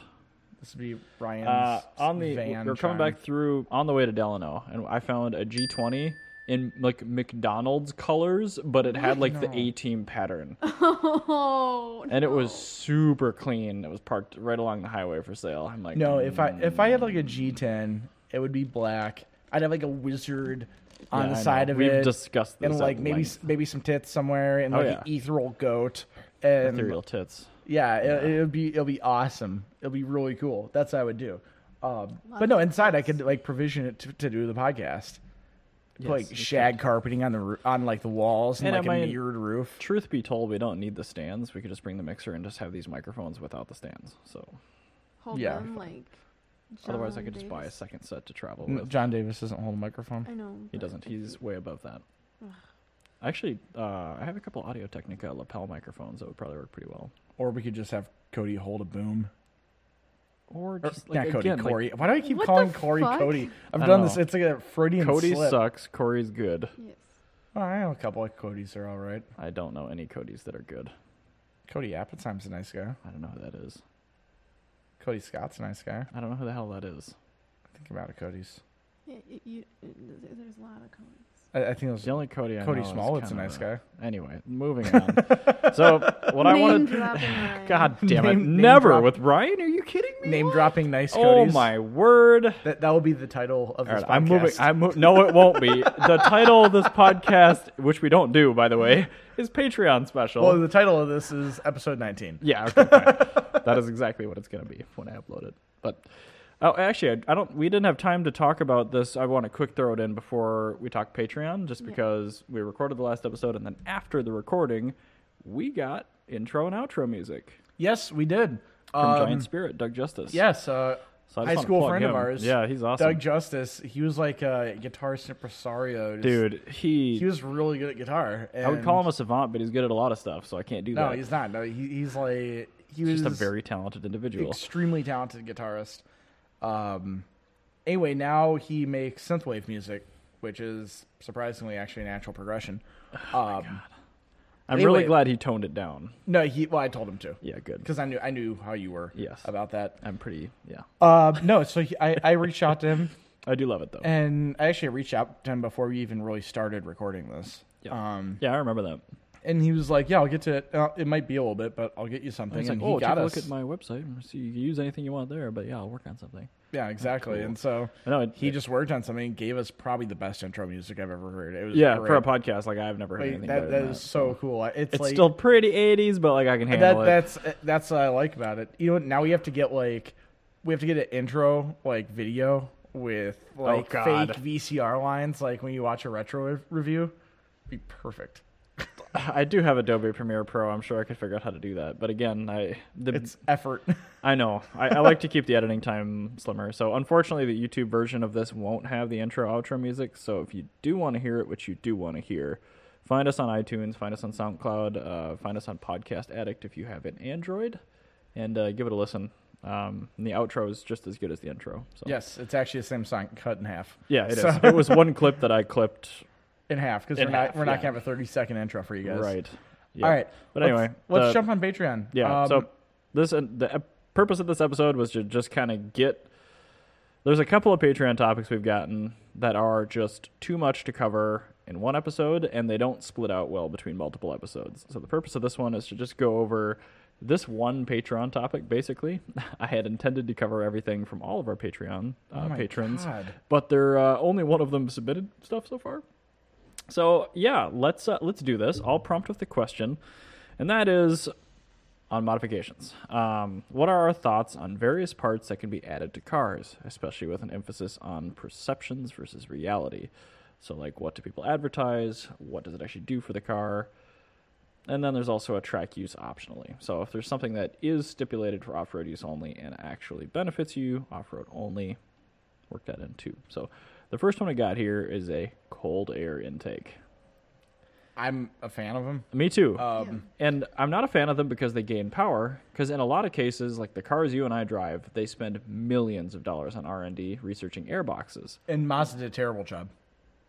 Speaker 2: This would be Ryan's
Speaker 1: Uh, on the
Speaker 2: van.
Speaker 1: we're coming
Speaker 2: chime.
Speaker 1: back through on the way to Delano, and I found a G20 in like McDonald's colors, but it had like the
Speaker 2: No.
Speaker 1: A team pattern,
Speaker 3: Oh,
Speaker 1: and it was super clean. It was parked right along the highway for sale. I'm like, "Mm,
Speaker 2: No, if I if I had like a G10, it would be black. I'd have like a wizard on
Speaker 1: Yeah,
Speaker 2: the
Speaker 1: I
Speaker 2: side
Speaker 1: know.
Speaker 2: of
Speaker 1: We've
Speaker 2: it.
Speaker 1: discussed this
Speaker 2: and
Speaker 1: at
Speaker 2: like maybe
Speaker 1: length. Oh,
Speaker 2: maybe some tits somewhere and like an
Speaker 1: yeah.
Speaker 2: ethereal goat. And
Speaker 1: ethereal tits.
Speaker 2: yeah, It, it'll be it'll be awesome. It'll be really cool. That's what I would do. Um, but no, inside I could like provision it to, to do the podcast. Put
Speaker 1: Yes,
Speaker 2: like
Speaker 1: you
Speaker 2: shag carpeting on the roo- on like the walls and,
Speaker 1: And
Speaker 2: like
Speaker 1: I
Speaker 2: a
Speaker 1: might-
Speaker 2: mirrored roof.
Speaker 1: Truth be told, we don't need the stands. We could just bring the mixer and just have these microphones without the stands. So
Speaker 3: Hold
Speaker 2: Yeah.
Speaker 3: on, like.
Speaker 1: otherwise, I
Speaker 3: John
Speaker 1: could just buy a
Speaker 3: Davis.
Speaker 1: second set to travel with.
Speaker 2: John Davis doesn't hold a microphone.
Speaker 3: I know.
Speaker 1: He
Speaker 3: but-
Speaker 1: doesn't. He's way above that. Actually, uh, I have a couple Audio Technica lapel microphones that would probably work pretty well.
Speaker 2: Or we could just have Cody hold a boom.
Speaker 1: Or
Speaker 2: Or,
Speaker 1: just like,
Speaker 2: not Cody,
Speaker 1: again, like,
Speaker 2: Corey. Why do I keep
Speaker 3: What
Speaker 2: calling
Speaker 3: the
Speaker 2: Corey
Speaker 3: fuck?
Speaker 2: Cody? I've
Speaker 1: I
Speaker 2: done
Speaker 1: know.
Speaker 2: this. It's like a Freudian
Speaker 1: Cody
Speaker 2: slip.
Speaker 1: sucks. Corey's good.
Speaker 3: Yes.
Speaker 2: Oh, I know a couple of Codys are all right.
Speaker 1: I don't know any Codys that are good.
Speaker 2: Cody Appetheim's a nice guy.
Speaker 1: I don't know who that is.
Speaker 2: Cody Scott's a nice guy.
Speaker 1: I don't know who the hell that is.
Speaker 2: I think I'm out of Cody's.
Speaker 3: Yeah, y- you, uh, th- there's a lot of colors.
Speaker 2: I, I think it was
Speaker 1: The only Cody I
Speaker 2: Cody
Speaker 1: know is
Speaker 2: Smollett's a
Speaker 1: kind
Speaker 2: nice
Speaker 1: of
Speaker 2: guy.
Speaker 1: Anyway, moving on. so what I wanted. (laughs) God damn it!
Speaker 2: Name- name
Speaker 1: Never
Speaker 2: drop.
Speaker 1: with Ryan. Are you kidding me?
Speaker 2: Name dropping nice
Speaker 1: Oh
Speaker 2: Cody's.
Speaker 1: my word!
Speaker 2: That that will be the title of
Speaker 1: All
Speaker 2: this
Speaker 1: right,
Speaker 2: podcast.
Speaker 1: I'm moving. I'm mo- no, it won't be.
Speaker 2: (laughs)
Speaker 1: the title of this podcast, which we don't do, by the way, is Patreon special.
Speaker 2: Well, the title of this is episode 19.
Speaker 1: Yeah, okay, fine. that is exactly what it's going to be when I upload it. But oh, actually, I, I don't. We didn't have time to talk about this. I want to quick throw it in before we talk Patreon, just because we recorded the last episode, and then after the recording, we got intro and outro music
Speaker 2: Yes, we did.
Speaker 1: from
Speaker 2: Um,
Speaker 1: Giant Spirit, Doug Justice.
Speaker 2: Yes, uh,
Speaker 1: So I just
Speaker 2: high
Speaker 1: wanna
Speaker 2: school
Speaker 1: plug
Speaker 2: friend of
Speaker 1: him.
Speaker 2: ours.
Speaker 1: Yeah, he's awesome.
Speaker 2: Doug Justice. He was like a guitarist impresario. Just-
Speaker 1: dude, he.
Speaker 2: he was really good at guitar.
Speaker 1: I would call
Speaker 2: and-
Speaker 1: him a savant, but he's good at a lot of stuff, so I can't do
Speaker 2: No,
Speaker 1: that.
Speaker 2: he's not. No, he, he's like he was
Speaker 1: just a very talented individual.
Speaker 2: extremely talented guitarist. Um, anyway, now he makes synthwave music, which is surprisingly actually a natural progression.
Speaker 1: Oh
Speaker 2: Um,
Speaker 1: I'm
Speaker 2: anyway-
Speaker 1: really glad he toned it down.
Speaker 2: no, he. Well, I told him to.
Speaker 1: Yeah, good.
Speaker 2: Because I knew I knew how you were.
Speaker 1: Yes.
Speaker 2: About that.
Speaker 1: I'm pretty. Yeah,
Speaker 2: Um, no, so he, I I reached out to him,
Speaker 1: I do love it though.
Speaker 2: and I actually reached out to him before we even really started recording this.
Speaker 1: Yeah.
Speaker 2: Um,
Speaker 1: yeah, I remember that.
Speaker 2: and he was like, "Yeah, I'll get to it. Uh, it might be a little bit, but I'll get you something."
Speaker 1: It's like,
Speaker 2: and
Speaker 1: oh,
Speaker 2: he
Speaker 1: take
Speaker 2: got
Speaker 1: a
Speaker 2: us.
Speaker 1: look at my website and see you can use anything you want there. But yeah, I'll work on something.
Speaker 2: yeah, exactly.
Speaker 1: Cool.
Speaker 2: And so
Speaker 1: I know it-
Speaker 2: he just worked on something. and Gave us probably the best intro music I've ever heard. It was
Speaker 1: Yeah,
Speaker 2: great.
Speaker 1: for a podcast, like I've never heard
Speaker 2: Like,
Speaker 1: anything
Speaker 2: that
Speaker 1: better
Speaker 2: that
Speaker 1: than
Speaker 2: is
Speaker 1: that.
Speaker 2: so cool. I- It's,
Speaker 1: It's
Speaker 2: like,
Speaker 1: still pretty 80s, but like I can
Speaker 2: that
Speaker 1: handle it.
Speaker 2: that's eh, that's what I like about it. You know what? Now we have to get like we have to get an intro like video with
Speaker 1: Oh,
Speaker 2: like fake
Speaker 4: God.
Speaker 2: VCR lines, like when you watch a retro re- review. Be perfect.
Speaker 1: I do have Adobe Premiere Pro. I'm sure I could figure out how to do that. But again, I the,
Speaker 2: It's effort. (laughs)
Speaker 1: I know. I, I like to keep the editing time slimmer. So unfortunately, the YouTube version of this won't have the intro outro music. So if you do want to hear it, which you do want to hear, find us on iTunes, find us on SoundCloud, uh, find us on Podcast Addict if you have an Android, and uh, give it a listen. Um, and the outro is just as good as the intro. So
Speaker 2: yes, it's actually the same song cut in half.
Speaker 1: yeah, it is.
Speaker 2: So- (laughs)
Speaker 1: It was one clip that I clipped.
Speaker 2: in half because
Speaker 1: In
Speaker 2: we're
Speaker 1: half,
Speaker 2: not we're not
Speaker 1: yeah.
Speaker 2: gonna have a thirty second intro for you guys.
Speaker 1: Right. Yeah.
Speaker 2: All right.
Speaker 1: But
Speaker 2: let's-
Speaker 1: anyway,
Speaker 2: let's,
Speaker 1: the-
Speaker 2: jump on Patreon.
Speaker 1: Yeah.
Speaker 2: Um,
Speaker 1: so this and the ep- purpose of this episode was to just kind of get. There's a couple of Patreon topics we've gotten that are just too much to cover in one episode, and they don't split out well between multiple episodes. So the purpose of this one is to just go over this one Patreon topic. Basically, (laughs) I had intended to cover everything from all of our Patreon uh,
Speaker 2: Oh my
Speaker 1: patrons,
Speaker 2: God.
Speaker 1: but there uh, only one of them submitted stuff so far. So yeah, let's uh, let's do this. I'll prompt with the question, and that is on modifications. Um, what are our thoughts on various parts that can be added to cars, especially with an emphasis on perceptions versus reality? So like, what do people advertise? What does it actually do for the car? And then there's also a track use optionally. So if there's something that is stipulated for off-road use only and actually benefits you, off-road only, work that in too. So the first one I got here is a cold air intake.
Speaker 2: I'm a fan of them.
Speaker 1: Me too.
Speaker 2: Um,
Speaker 1: and I'm not a fan of them because they gain power. Because in a lot of cases, like the cars you and I drive, they spend millions of dollars on R and D researching air boxes.
Speaker 2: And Mazda did a terrible job.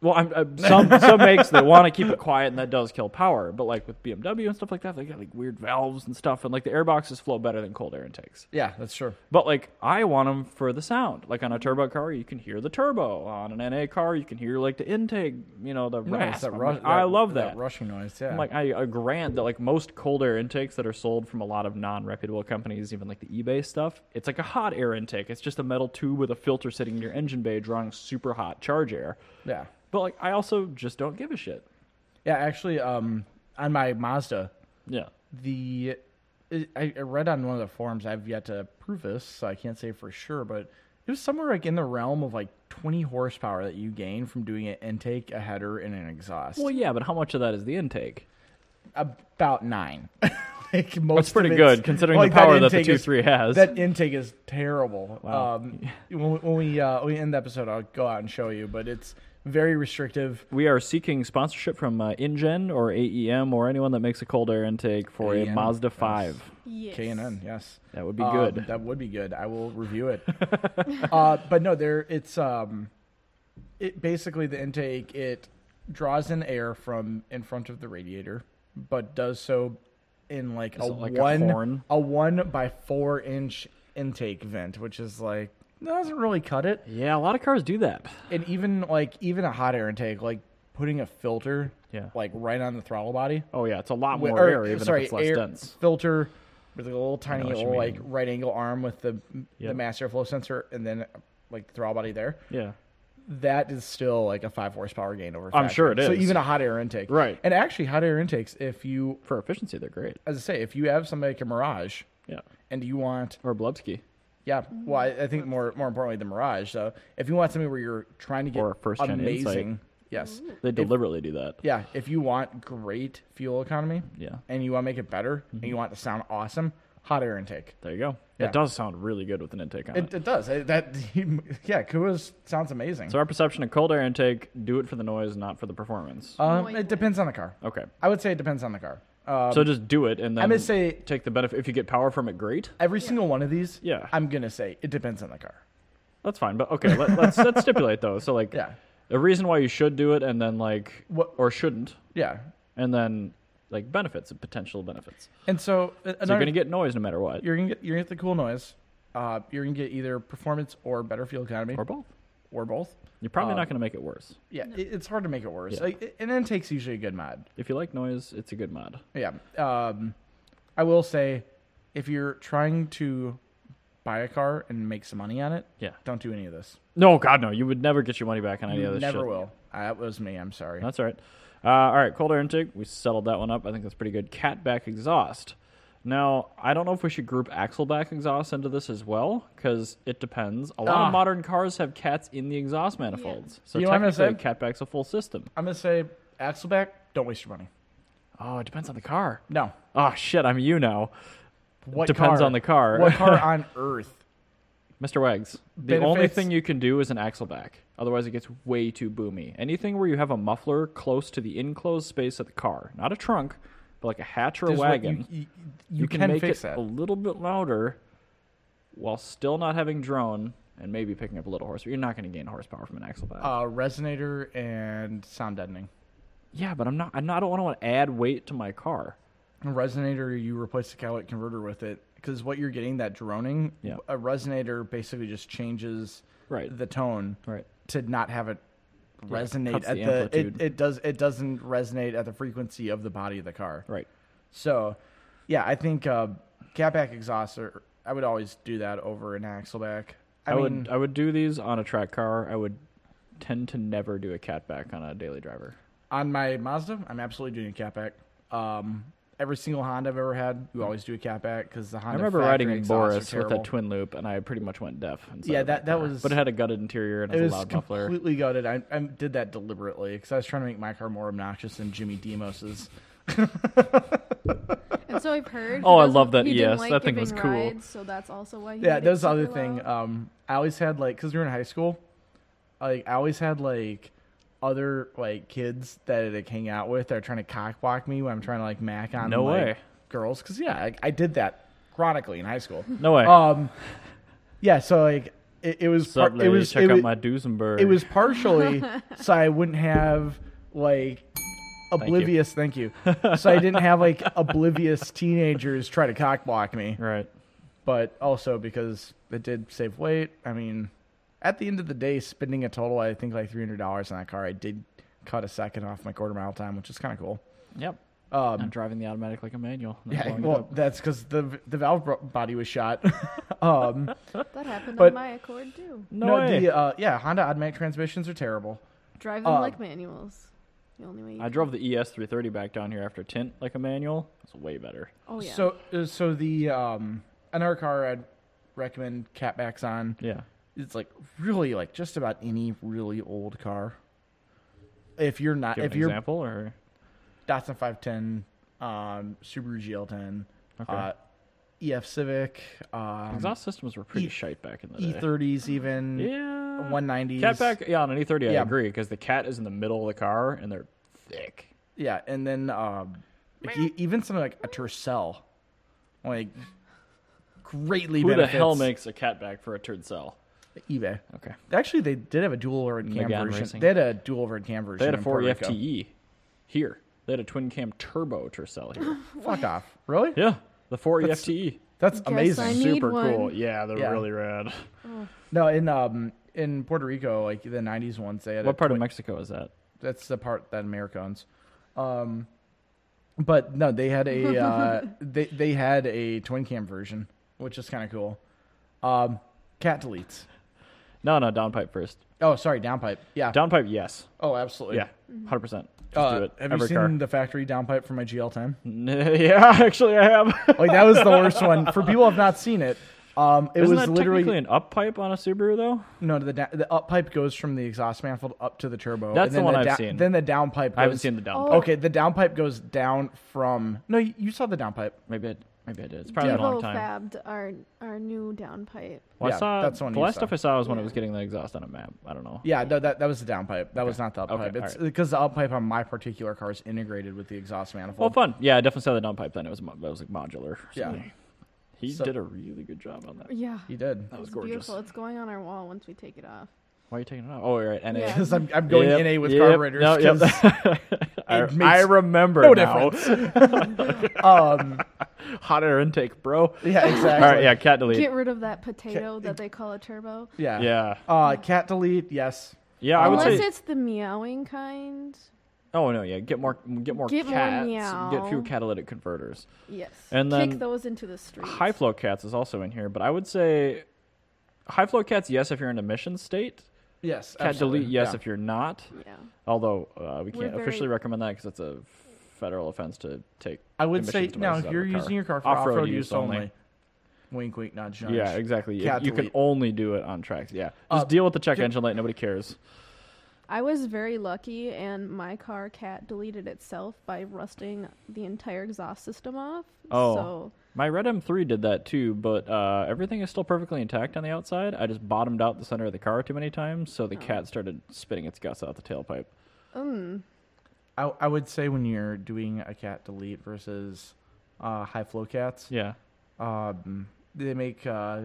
Speaker 1: Well, I'm,
Speaker 2: (laughs)
Speaker 1: i some some makes that want to keep it quiet, and that does kill power. But like with BMW and stuff like that, they got like weird valves and stuff, and like the air boxes flow better than cold air intakes.
Speaker 2: Yeah, that's true.
Speaker 1: But like I want them for the sound. Like on a turbo car, you can hear the turbo. On an NA car, you can hear like the intake. You know the
Speaker 2: Nice,
Speaker 1: rasp.
Speaker 2: that
Speaker 1: I'm
Speaker 2: ru-
Speaker 1: like, I love that.
Speaker 2: rushing noise. Yeah.
Speaker 1: I'm like I, I grant that like most cold air intakes that are sold from a lot of non-reputable companies, even like the eBay stuff, it's like a hot air intake. It's just a metal tube with a filter sitting in your engine bay drawing super hot charge air.
Speaker 2: yeah.
Speaker 1: But like I also just don't give a shit.
Speaker 2: Yeah, actually, um, on my Mazda,
Speaker 1: Yeah.
Speaker 2: the I, I read on one of the forums. I've yet to prove this, so I can't say for sure, but it was somewhere like in the realm of like 20 horsepower that you gain from doing an intake, a header, and an exhaust.
Speaker 1: Well, yeah, but how much of that is the intake? (laughs)
Speaker 2: About nine. like most
Speaker 1: That's pretty
Speaker 2: of it's-
Speaker 1: good considering
Speaker 2: like,
Speaker 1: the power that, the
Speaker 2: intake
Speaker 1: two
Speaker 2: is-
Speaker 1: three has.
Speaker 2: That intake is terrible.
Speaker 1: Wow.
Speaker 2: Um, when we, when we, uh, when we end the episode, I'll go out and show you, but it's very restrictive.
Speaker 1: we are seeking sponsorship from uh, InGen or AEM or anyone that makes a cold air intake for a E
Speaker 2: AEM,
Speaker 1: Mazda
Speaker 2: yes.
Speaker 1: 5.
Speaker 3: Yes.
Speaker 2: K and N, yes.
Speaker 1: That would be
Speaker 2: Um,
Speaker 1: good.
Speaker 2: That would be good. I will
Speaker 1: (laughs)
Speaker 2: review it. uh, but no, there it's um, it basically the intake it draws in air from in front of the radiator, but does so in like a
Speaker 1: it like a
Speaker 2: one
Speaker 1: horn?
Speaker 2: a one by four inch intake vent, which is like that doesn't really cut it.
Speaker 1: Yeah, a lot of cars do that.
Speaker 2: And even like even a hot air intake, like putting a filter,
Speaker 1: Yeah.
Speaker 2: like right on the throttle body.
Speaker 1: Oh yeah, it's a lot
Speaker 2: Wi-
Speaker 1: more
Speaker 2: or,
Speaker 1: air even
Speaker 2: sorry,
Speaker 1: if it's less
Speaker 2: air
Speaker 1: dense.
Speaker 2: filter with a little tiny
Speaker 1: what you
Speaker 2: little like
Speaker 1: mean.
Speaker 2: right angle arm with the the
Speaker 1: Yep.
Speaker 2: mass airflow sensor and then like the throttle body there.
Speaker 1: Yeah.
Speaker 2: That is still like a five horsepower gain over.
Speaker 1: I'm sure
Speaker 2: factory.
Speaker 1: it
Speaker 2: So
Speaker 1: is.
Speaker 2: even a hot air intake,
Speaker 1: Right.
Speaker 2: And actually, hot air intakes. If you,
Speaker 1: For efficiency, they're great.
Speaker 2: as I say, if you have something like a Mirage
Speaker 1: Yeah.
Speaker 2: and you want,
Speaker 1: Or Blubsky.
Speaker 2: yeah, well, I, I think more more importantly the Mirage. So if you want something where you're trying to get
Speaker 1: Or a first-gen
Speaker 2: amazing,
Speaker 1: Insight.
Speaker 2: yes,
Speaker 1: They deliberately do that.
Speaker 2: yeah. If you want great fuel economy,
Speaker 1: Yeah.
Speaker 2: and you want to make it better, and
Speaker 1: Mm-hmm.
Speaker 2: you want it to sound awesome, hot air intake.
Speaker 1: There you go.
Speaker 2: Yeah.
Speaker 1: It does sound really good with an intake on it.
Speaker 2: It, it does. It- that (laughs) yeah, Kua's sounds amazing.
Speaker 1: So our perception of cold air intake, do it for the noise, not for the performance.
Speaker 2: um,
Speaker 3: No, I-
Speaker 2: it depends on the car.
Speaker 1: okay.
Speaker 2: I would say it depends on the car. Um,
Speaker 1: So just do it and then
Speaker 2: I'm gonna um, say
Speaker 1: take the benefit if you get power from it, great.
Speaker 2: every single one of these.
Speaker 1: Yeah.
Speaker 2: I'm gonna say it depends on the car.
Speaker 1: That's fine. But okay, let, let's
Speaker 2: (laughs)
Speaker 1: let's stipulate though. So like
Speaker 2: Yeah.
Speaker 1: a reason why you should do it and then like
Speaker 2: What-
Speaker 1: or shouldn't
Speaker 2: Yeah,
Speaker 1: and then like benefits, potential benefits.
Speaker 2: and so, a-
Speaker 1: So
Speaker 2: another-
Speaker 1: you're gonna get noise no matter what.
Speaker 2: you're gonna get you're gonna get the cool noise. Uh, you're gonna get either performance or better fuel economy,
Speaker 1: Or both.
Speaker 2: or both.
Speaker 1: You're probably
Speaker 2: Um,
Speaker 1: not going to make it worse.
Speaker 2: Yeah, it, it's hard to make it worse.
Speaker 1: Yeah.
Speaker 2: Like, and then takes usually a good mod.
Speaker 1: If you like noise, it's a good mod.
Speaker 2: Yeah. Um, I will say, if you're trying to buy a car and make some money on it,
Speaker 1: Yeah.
Speaker 2: don't do any of this.
Speaker 1: No, God, no. You would never get your money back on any of
Speaker 2: you
Speaker 1: this
Speaker 2: never
Speaker 1: shit.
Speaker 2: will. Uh, That was me. I'm sorry.
Speaker 1: That's all right. Uh, all right, cold air intake. We settled that one up. I think that's pretty good. Catback exhaust. Now, I don't know if we should group axleback exhaust into this as well, because it depends. A lot
Speaker 2: Ah.
Speaker 1: of modern cars have cats in the exhaust manifolds, so
Speaker 2: You know what I'm gonna
Speaker 1: technically, catback's a full system.
Speaker 2: I'm gonna say Axleback. Don't waste your money.
Speaker 1: Oh, it depends on the car.
Speaker 2: No.
Speaker 1: Oh shit, I'm you now,
Speaker 2: What
Speaker 1: Depends
Speaker 2: car?
Speaker 1: on the car. (laughs)
Speaker 2: What car on earth?
Speaker 1: Mr. Wags. The only
Speaker 2: Benefits-
Speaker 1: thing you can do is an axleback. Otherwise, it gets way too boomy. Anything where you have a muffler close to the enclosed space of the car, not a trunk, but like a hatch or a
Speaker 2: There's what- you-
Speaker 1: wagon.
Speaker 2: You, you
Speaker 1: you
Speaker 2: can,
Speaker 1: can, make
Speaker 2: fix
Speaker 1: it
Speaker 2: that.
Speaker 1: a little bit louder while still not having drone and maybe picking up a little horsepower. You're not going to gain horsepower from an axle back.
Speaker 2: Uh, resonator and sound deadening.
Speaker 1: yeah, but I'm not. I'm not I don't want to add weight to my car.
Speaker 2: A resonator, you replace the catalytic converter with it because what you're getting that droning.
Speaker 1: Yeah.
Speaker 2: A resonator basically just changes
Speaker 1: Right.
Speaker 2: the tone
Speaker 1: Right.
Speaker 2: to not have it resonate
Speaker 1: cuts
Speaker 2: at
Speaker 1: the
Speaker 2: the, it,
Speaker 1: amplitude.
Speaker 2: it does it doesn't resonate at the frequency of the body of the car.
Speaker 1: Right.
Speaker 2: So, yeah, I think uh, catback exhaust. Or, I would always do that over an axleback. I,
Speaker 1: I,
Speaker 2: mean,
Speaker 1: would. I would do these on a track car. I would tend to never do a catback on a daily driver.
Speaker 2: on my Mazda, I'm absolutely doing a catback. Um, every single Honda I've ever had, you always do a catback because the
Speaker 1: I
Speaker 2: Honda.
Speaker 1: remember
Speaker 2: factory
Speaker 1: riding in
Speaker 2: exhausts are
Speaker 1: Boris with
Speaker 2: terrible.
Speaker 1: that twin loop, and I pretty much went deaf. inside
Speaker 2: Yeah,
Speaker 1: of
Speaker 2: that- that
Speaker 1: car.
Speaker 2: was-
Speaker 1: But it had a gutted interior and it
Speaker 2: It
Speaker 1: was a
Speaker 2: was
Speaker 1: loud muffler.
Speaker 2: completely gutted. I, I did that deliberately because I was trying to make my car more obnoxious than Jimmy Demos's.
Speaker 3: And so I've
Speaker 1: (laughs)
Speaker 3: heard.
Speaker 1: Oh,
Speaker 3: he
Speaker 1: I
Speaker 3: doesn't-
Speaker 1: love that
Speaker 3: he didn't
Speaker 1: ES.
Speaker 3: Like
Speaker 1: That thing was
Speaker 3: giving
Speaker 1: cool.
Speaker 3: Rides, so that's also why. He
Speaker 2: Yeah,
Speaker 3: (laughs) made it
Speaker 2: that's the other
Speaker 3: super
Speaker 2: thing.
Speaker 3: loud.
Speaker 1: uh,
Speaker 2: Um, I always had like because we were in high school, like I always had like other like kids that I like hang out with that are trying to cockblock me when I'm trying to like mac on
Speaker 1: No
Speaker 2: like,
Speaker 1: way.
Speaker 2: girls because yeah I, I did that chronically in
Speaker 1: (laughs)
Speaker 2: high school.
Speaker 1: No way.
Speaker 2: um, yeah, so like it, it was
Speaker 1: Sup,
Speaker 2: par- it
Speaker 1: lady,
Speaker 2: was
Speaker 1: check
Speaker 2: it
Speaker 1: out
Speaker 2: was,
Speaker 1: my Duesenberg.
Speaker 2: it was
Speaker 1: (laughs)
Speaker 2: partially so I wouldn't have like oblivious. Thank you. so I didn't have like oblivious teenagers try to cockblock me
Speaker 1: right.
Speaker 2: but also because it did save weight. I mean, at the end of the day, spending a total, I think like three hundred dollars on that car, I did cut a second off my quarter mile time, which is kind of cool.
Speaker 1: Yep.
Speaker 2: Um,
Speaker 1: I'm driving the automatic like a manual. and I'm
Speaker 2: yeah,
Speaker 1: blowing it
Speaker 2: well,
Speaker 1: up.
Speaker 2: that's because the the valve bro- body was shot. (laughs) um,
Speaker 3: That happened
Speaker 2: but-
Speaker 3: on my Accord too.
Speaker 1: (laughs) no, way.
Speaker 2: the uh, yeah Honda automatic transmissions are terrible.
Speaker 3: Drive them
Speaker 2: Uh,
Speaker 3: like manuals. The only way. You
Speaker 1: I drove the E ES330 back down here after tint like a manual. It's way better.
Speaker 3: Oh yeah.
Speaker 2: So uh, so the um, another car I'd recommend catbacks on.
Speaker 1: Yeah.
Speaker 2: It's like really like just about any really old car. If you're not
Speaker 1: Give
Speaker 2: if
Speaker 1: an
Speaker 2: you're
Speaker 1: example or
Speaker 2: Datsun 510, um, Subaru GL10,
Speaker 1: Okay.
Speaker 2: uh, EF Civic, um,
Speaker 1: exhaust systems were pretty
Speaker 2: E-
Speaker 1: shite back in the day.
Speaker 2: E30s, even
Speaker 1: Yeah.
Speaker 2: 190s.
Speaker 1: Catback, yeah, on an E30,
Speaker 2: Yeah.
Speaker 1: I agree because the cat is in the middle of the car and they're thick.
Speaker 2: Yeah, and then um, like, e- even something like a Tercel, like greatly
Speaker 1: Who
Speaker 2: benefits
Speaker 1: the hell makes a catback for a turd cell?
Speaker 2: eBay.
Speaker 1: Okay.
Speaker 2: Actually, they did have a dual over cam
Speaker 1: Megane
Speaker 2: version.
Speaker 1: Racing.
Speaker 2: They had a dual over cam version.
Speaker 1: They had a E
Speaker 2: in Puerto
Speaker 1: 40
Speaker 2: Rico.
Speaker 1: FTE here. They had a twin cam turbo Tercel here.
Speaker 2: Fuck off, really?
Speaker 1: (gasps) yeah, the E 40
Speaker 2: That's-
Speaker 1: FTE.
Speaker 2: That's
Speaker 3: I
Speaker 2: amazing.
Speaker 3: need
Speaker 1: Super cool.
Speaker 3: one.
Speaker 1: Yeah, they're
Speaker 2: Yeah.
Speaker 1: really rad.
Speaker 2: No, in um in Puerto Rico, like the '90s ones, they had a
Speaker 1: What part
Speaker 2: twi-
Speaker 1: of Mexico is that?
Speaker 2: That's the part that America owns. Um, but no, they had a uh, they they had a twin cam version, which is kind of cool. Um, cat deletes.
Speaker 1: No, no, downpipe first.
Speaker 2: Oh, sorry, downpipe. Yeah.
Speaker 1: Downpipe, yes.
Speaker 2: oh, absolutely.
Speaker 1: Yeah,
Speaker 3: Mm-hmm.
Speaker 1: 100%. Just
Speaker 2: Uh,
Speaker 1: do it.
Speaker 2: Have
Speaker 1: Every
Speaker 2: you seen
Speaker 1: car.
Speaker 2: the factory downpipe for my GL10?
Speaker 1: (laughs) yeah, actually, I have.
Speaker 2: like that was the worst
Speaker 1: (laughs)
Speaker 2: one. For people who have not seen it, um, it
Speaker 1: Isn't
Speaker 2: was
Speaker 1: that
Speaker 2: literally
Speaker 1: technically an up pipe on a Subaru though?
Speaker 2: no. The da- the up pipe goes from the exhaust manifold up to the turbo.
Speaker 1: That's
Speaker 2: and
Speaker 1: the
Speaker 2: then
Speaker 1: one
Speaker 2: the
Speaker 1: I've
Speaker 2: da-
Speaker 1: seen.
Speaker 2: Then the downpipe. Goes,
Speaker 1: I haven't seen the down.
Speaker 3: Oh.
Speaker 1: pipe.
Speaker 2: Okay, the downpipe goes down from. No, you you saw the downpipe.
Speaker 1: Maybe I, maybe I did. It's probably been a
Speaker 3: Devo
Speaker 1: long time.
Speaker 3: fabbed our our new downpipe.
Speaker 1: Well,
Speaker 2: Yeah,
Speaker 1: I saw
Speaker 2: that's
Speaker 1: that's
Speaker 2: the one
Speaker 1: the
Speaker 2: you
Speaker 1: last
Speaker 2: saw.
Speaker 1: stuff I saw was when I
Speaker 3: Yeah.
Speaker 1: was getting the exhaust on a map. I don't know.
Speaker 2: Yeah, no, that that was the downpipe. That was not the
Speaker 1: Okay,
Speaker 2: uppipe. It's
Speaker 1: alright.
Speaker 2: because the uppipe on my particular car is integrated with the exhaust
Speaker 1: Well,
Speaker 2: manifold.
Speaker 1: fun. Yeah, I definitely saw the down pipe then. It was mo- that was like modular. or
Speaker 2: Yeah.
Speaker 1: something. He
Speaker 2: So-
Speaker 1: did a really good job on that.
Speaker 3: Yeah.
Speaker 2: he did.
Speaker 1: That was
Speaker 2: (laughs)
Speaker 3: It's
Speaker 1: gorgeous.
Speaker 3: beautiful. It's going on our wall once we take it off.
Speaker 1: Why are you taking it off? Oh, you're right. NA.
Speaker 3: Yeah.
Speaker 2: Because I'm, I'm going
Speaker 1: Yep,
Speaker 2: in a with
Speaker 1: yep,
Speaker 2: carburetors.
Speaker 1: no, yep.
Speaker 2: 'cause
Speaker 1: (laughs) I,
Speaker 2: makes
Speaker 1: I remember
Speaker 2: no
Speaker 1: now.
Speaker 2: difference. um,
Speaker 1: (laughs) hot air intake, bro.
Speaker 2: Yeah, exactly.
Speaker 1: All right, yeah, cat delete.
Speaker 3: Get rid of that potato that they call a turbo.
Speaker 2: yeah,
Speaker 1: Yeah.
Speaker 2: Uh, cat delete. Yes.
Speaker 1: Yeah, I would
Speaker 3: Oh, Unless
Speaker 1: say.
Speaker 3: it's the meowing kind.
Speaker 1: Oh no, yeah, get more, get more
Speaker 3: Get more
Speaker 1: cats, get
Speaker 3: meow.
Speaker 1: fewer catalytic converters.
Speaker 3: Yes.
Speaker 1: And then
Speaker 3: Kick those into the street.
Speaker 1: High flow cats is also in here, but I would say high flow cats, yes, if you're in a mission state.
Speaker 2: Yes.
Speaker 1: Cat delete, yes,
Speaker 2: yeah.
Speaker 1: if you're not.
Speaker 3: Yeah.
Speaker 1: Although uh, we
Speaker 3: We're
Speaker 1: can't officially
Speaker 3: very-
Speaker 1: recommend that because it's a federal offense to take.
Speaker 2: I would
Speaker 1: emissions
Speaker 2: say
Speaker 1: devices
Speaker 2: now
Speaker 1: out
Speaker 2: if
Speaker 1: of
Speaker 2: you're
Speaker 1: the car.
Speaker 2: using your car for
Speaker 1: Off-road
Speaker 2: off-road, use only. Wink, wink, nudge, nudge.
Speaker 1: Yeah, exactly. If
Speaker 2: Cat
Speaker 1: you can
Speaker 2: delete.
Speaker 1: only do it on tracks. Yeah,
Speaker 2: Uh,
Speaker 1: just deal with the check
Speaker 2: ju-
Speaker 1: engine light. Nobody cares.
Speaker 3: I was very lucky, and my car cat deleted itself by rusting the entire exhaust system off.
Speaker 1: Oh.
Speaker 3: So
Speaker 1: My red M3 did that too, but uh, everything is still perfectly intact on the outside. I just bottomed out the center of the car too many times,
Speaker 3: Oh.
Speaker 1: so the cat started spitting its guts out the tailpipe.
Speaker 2: I, I would say when you're doing a cat delete versus uh, high flow cats,
Speaker 1: Yeah,
Speaker 2: um, they make uh,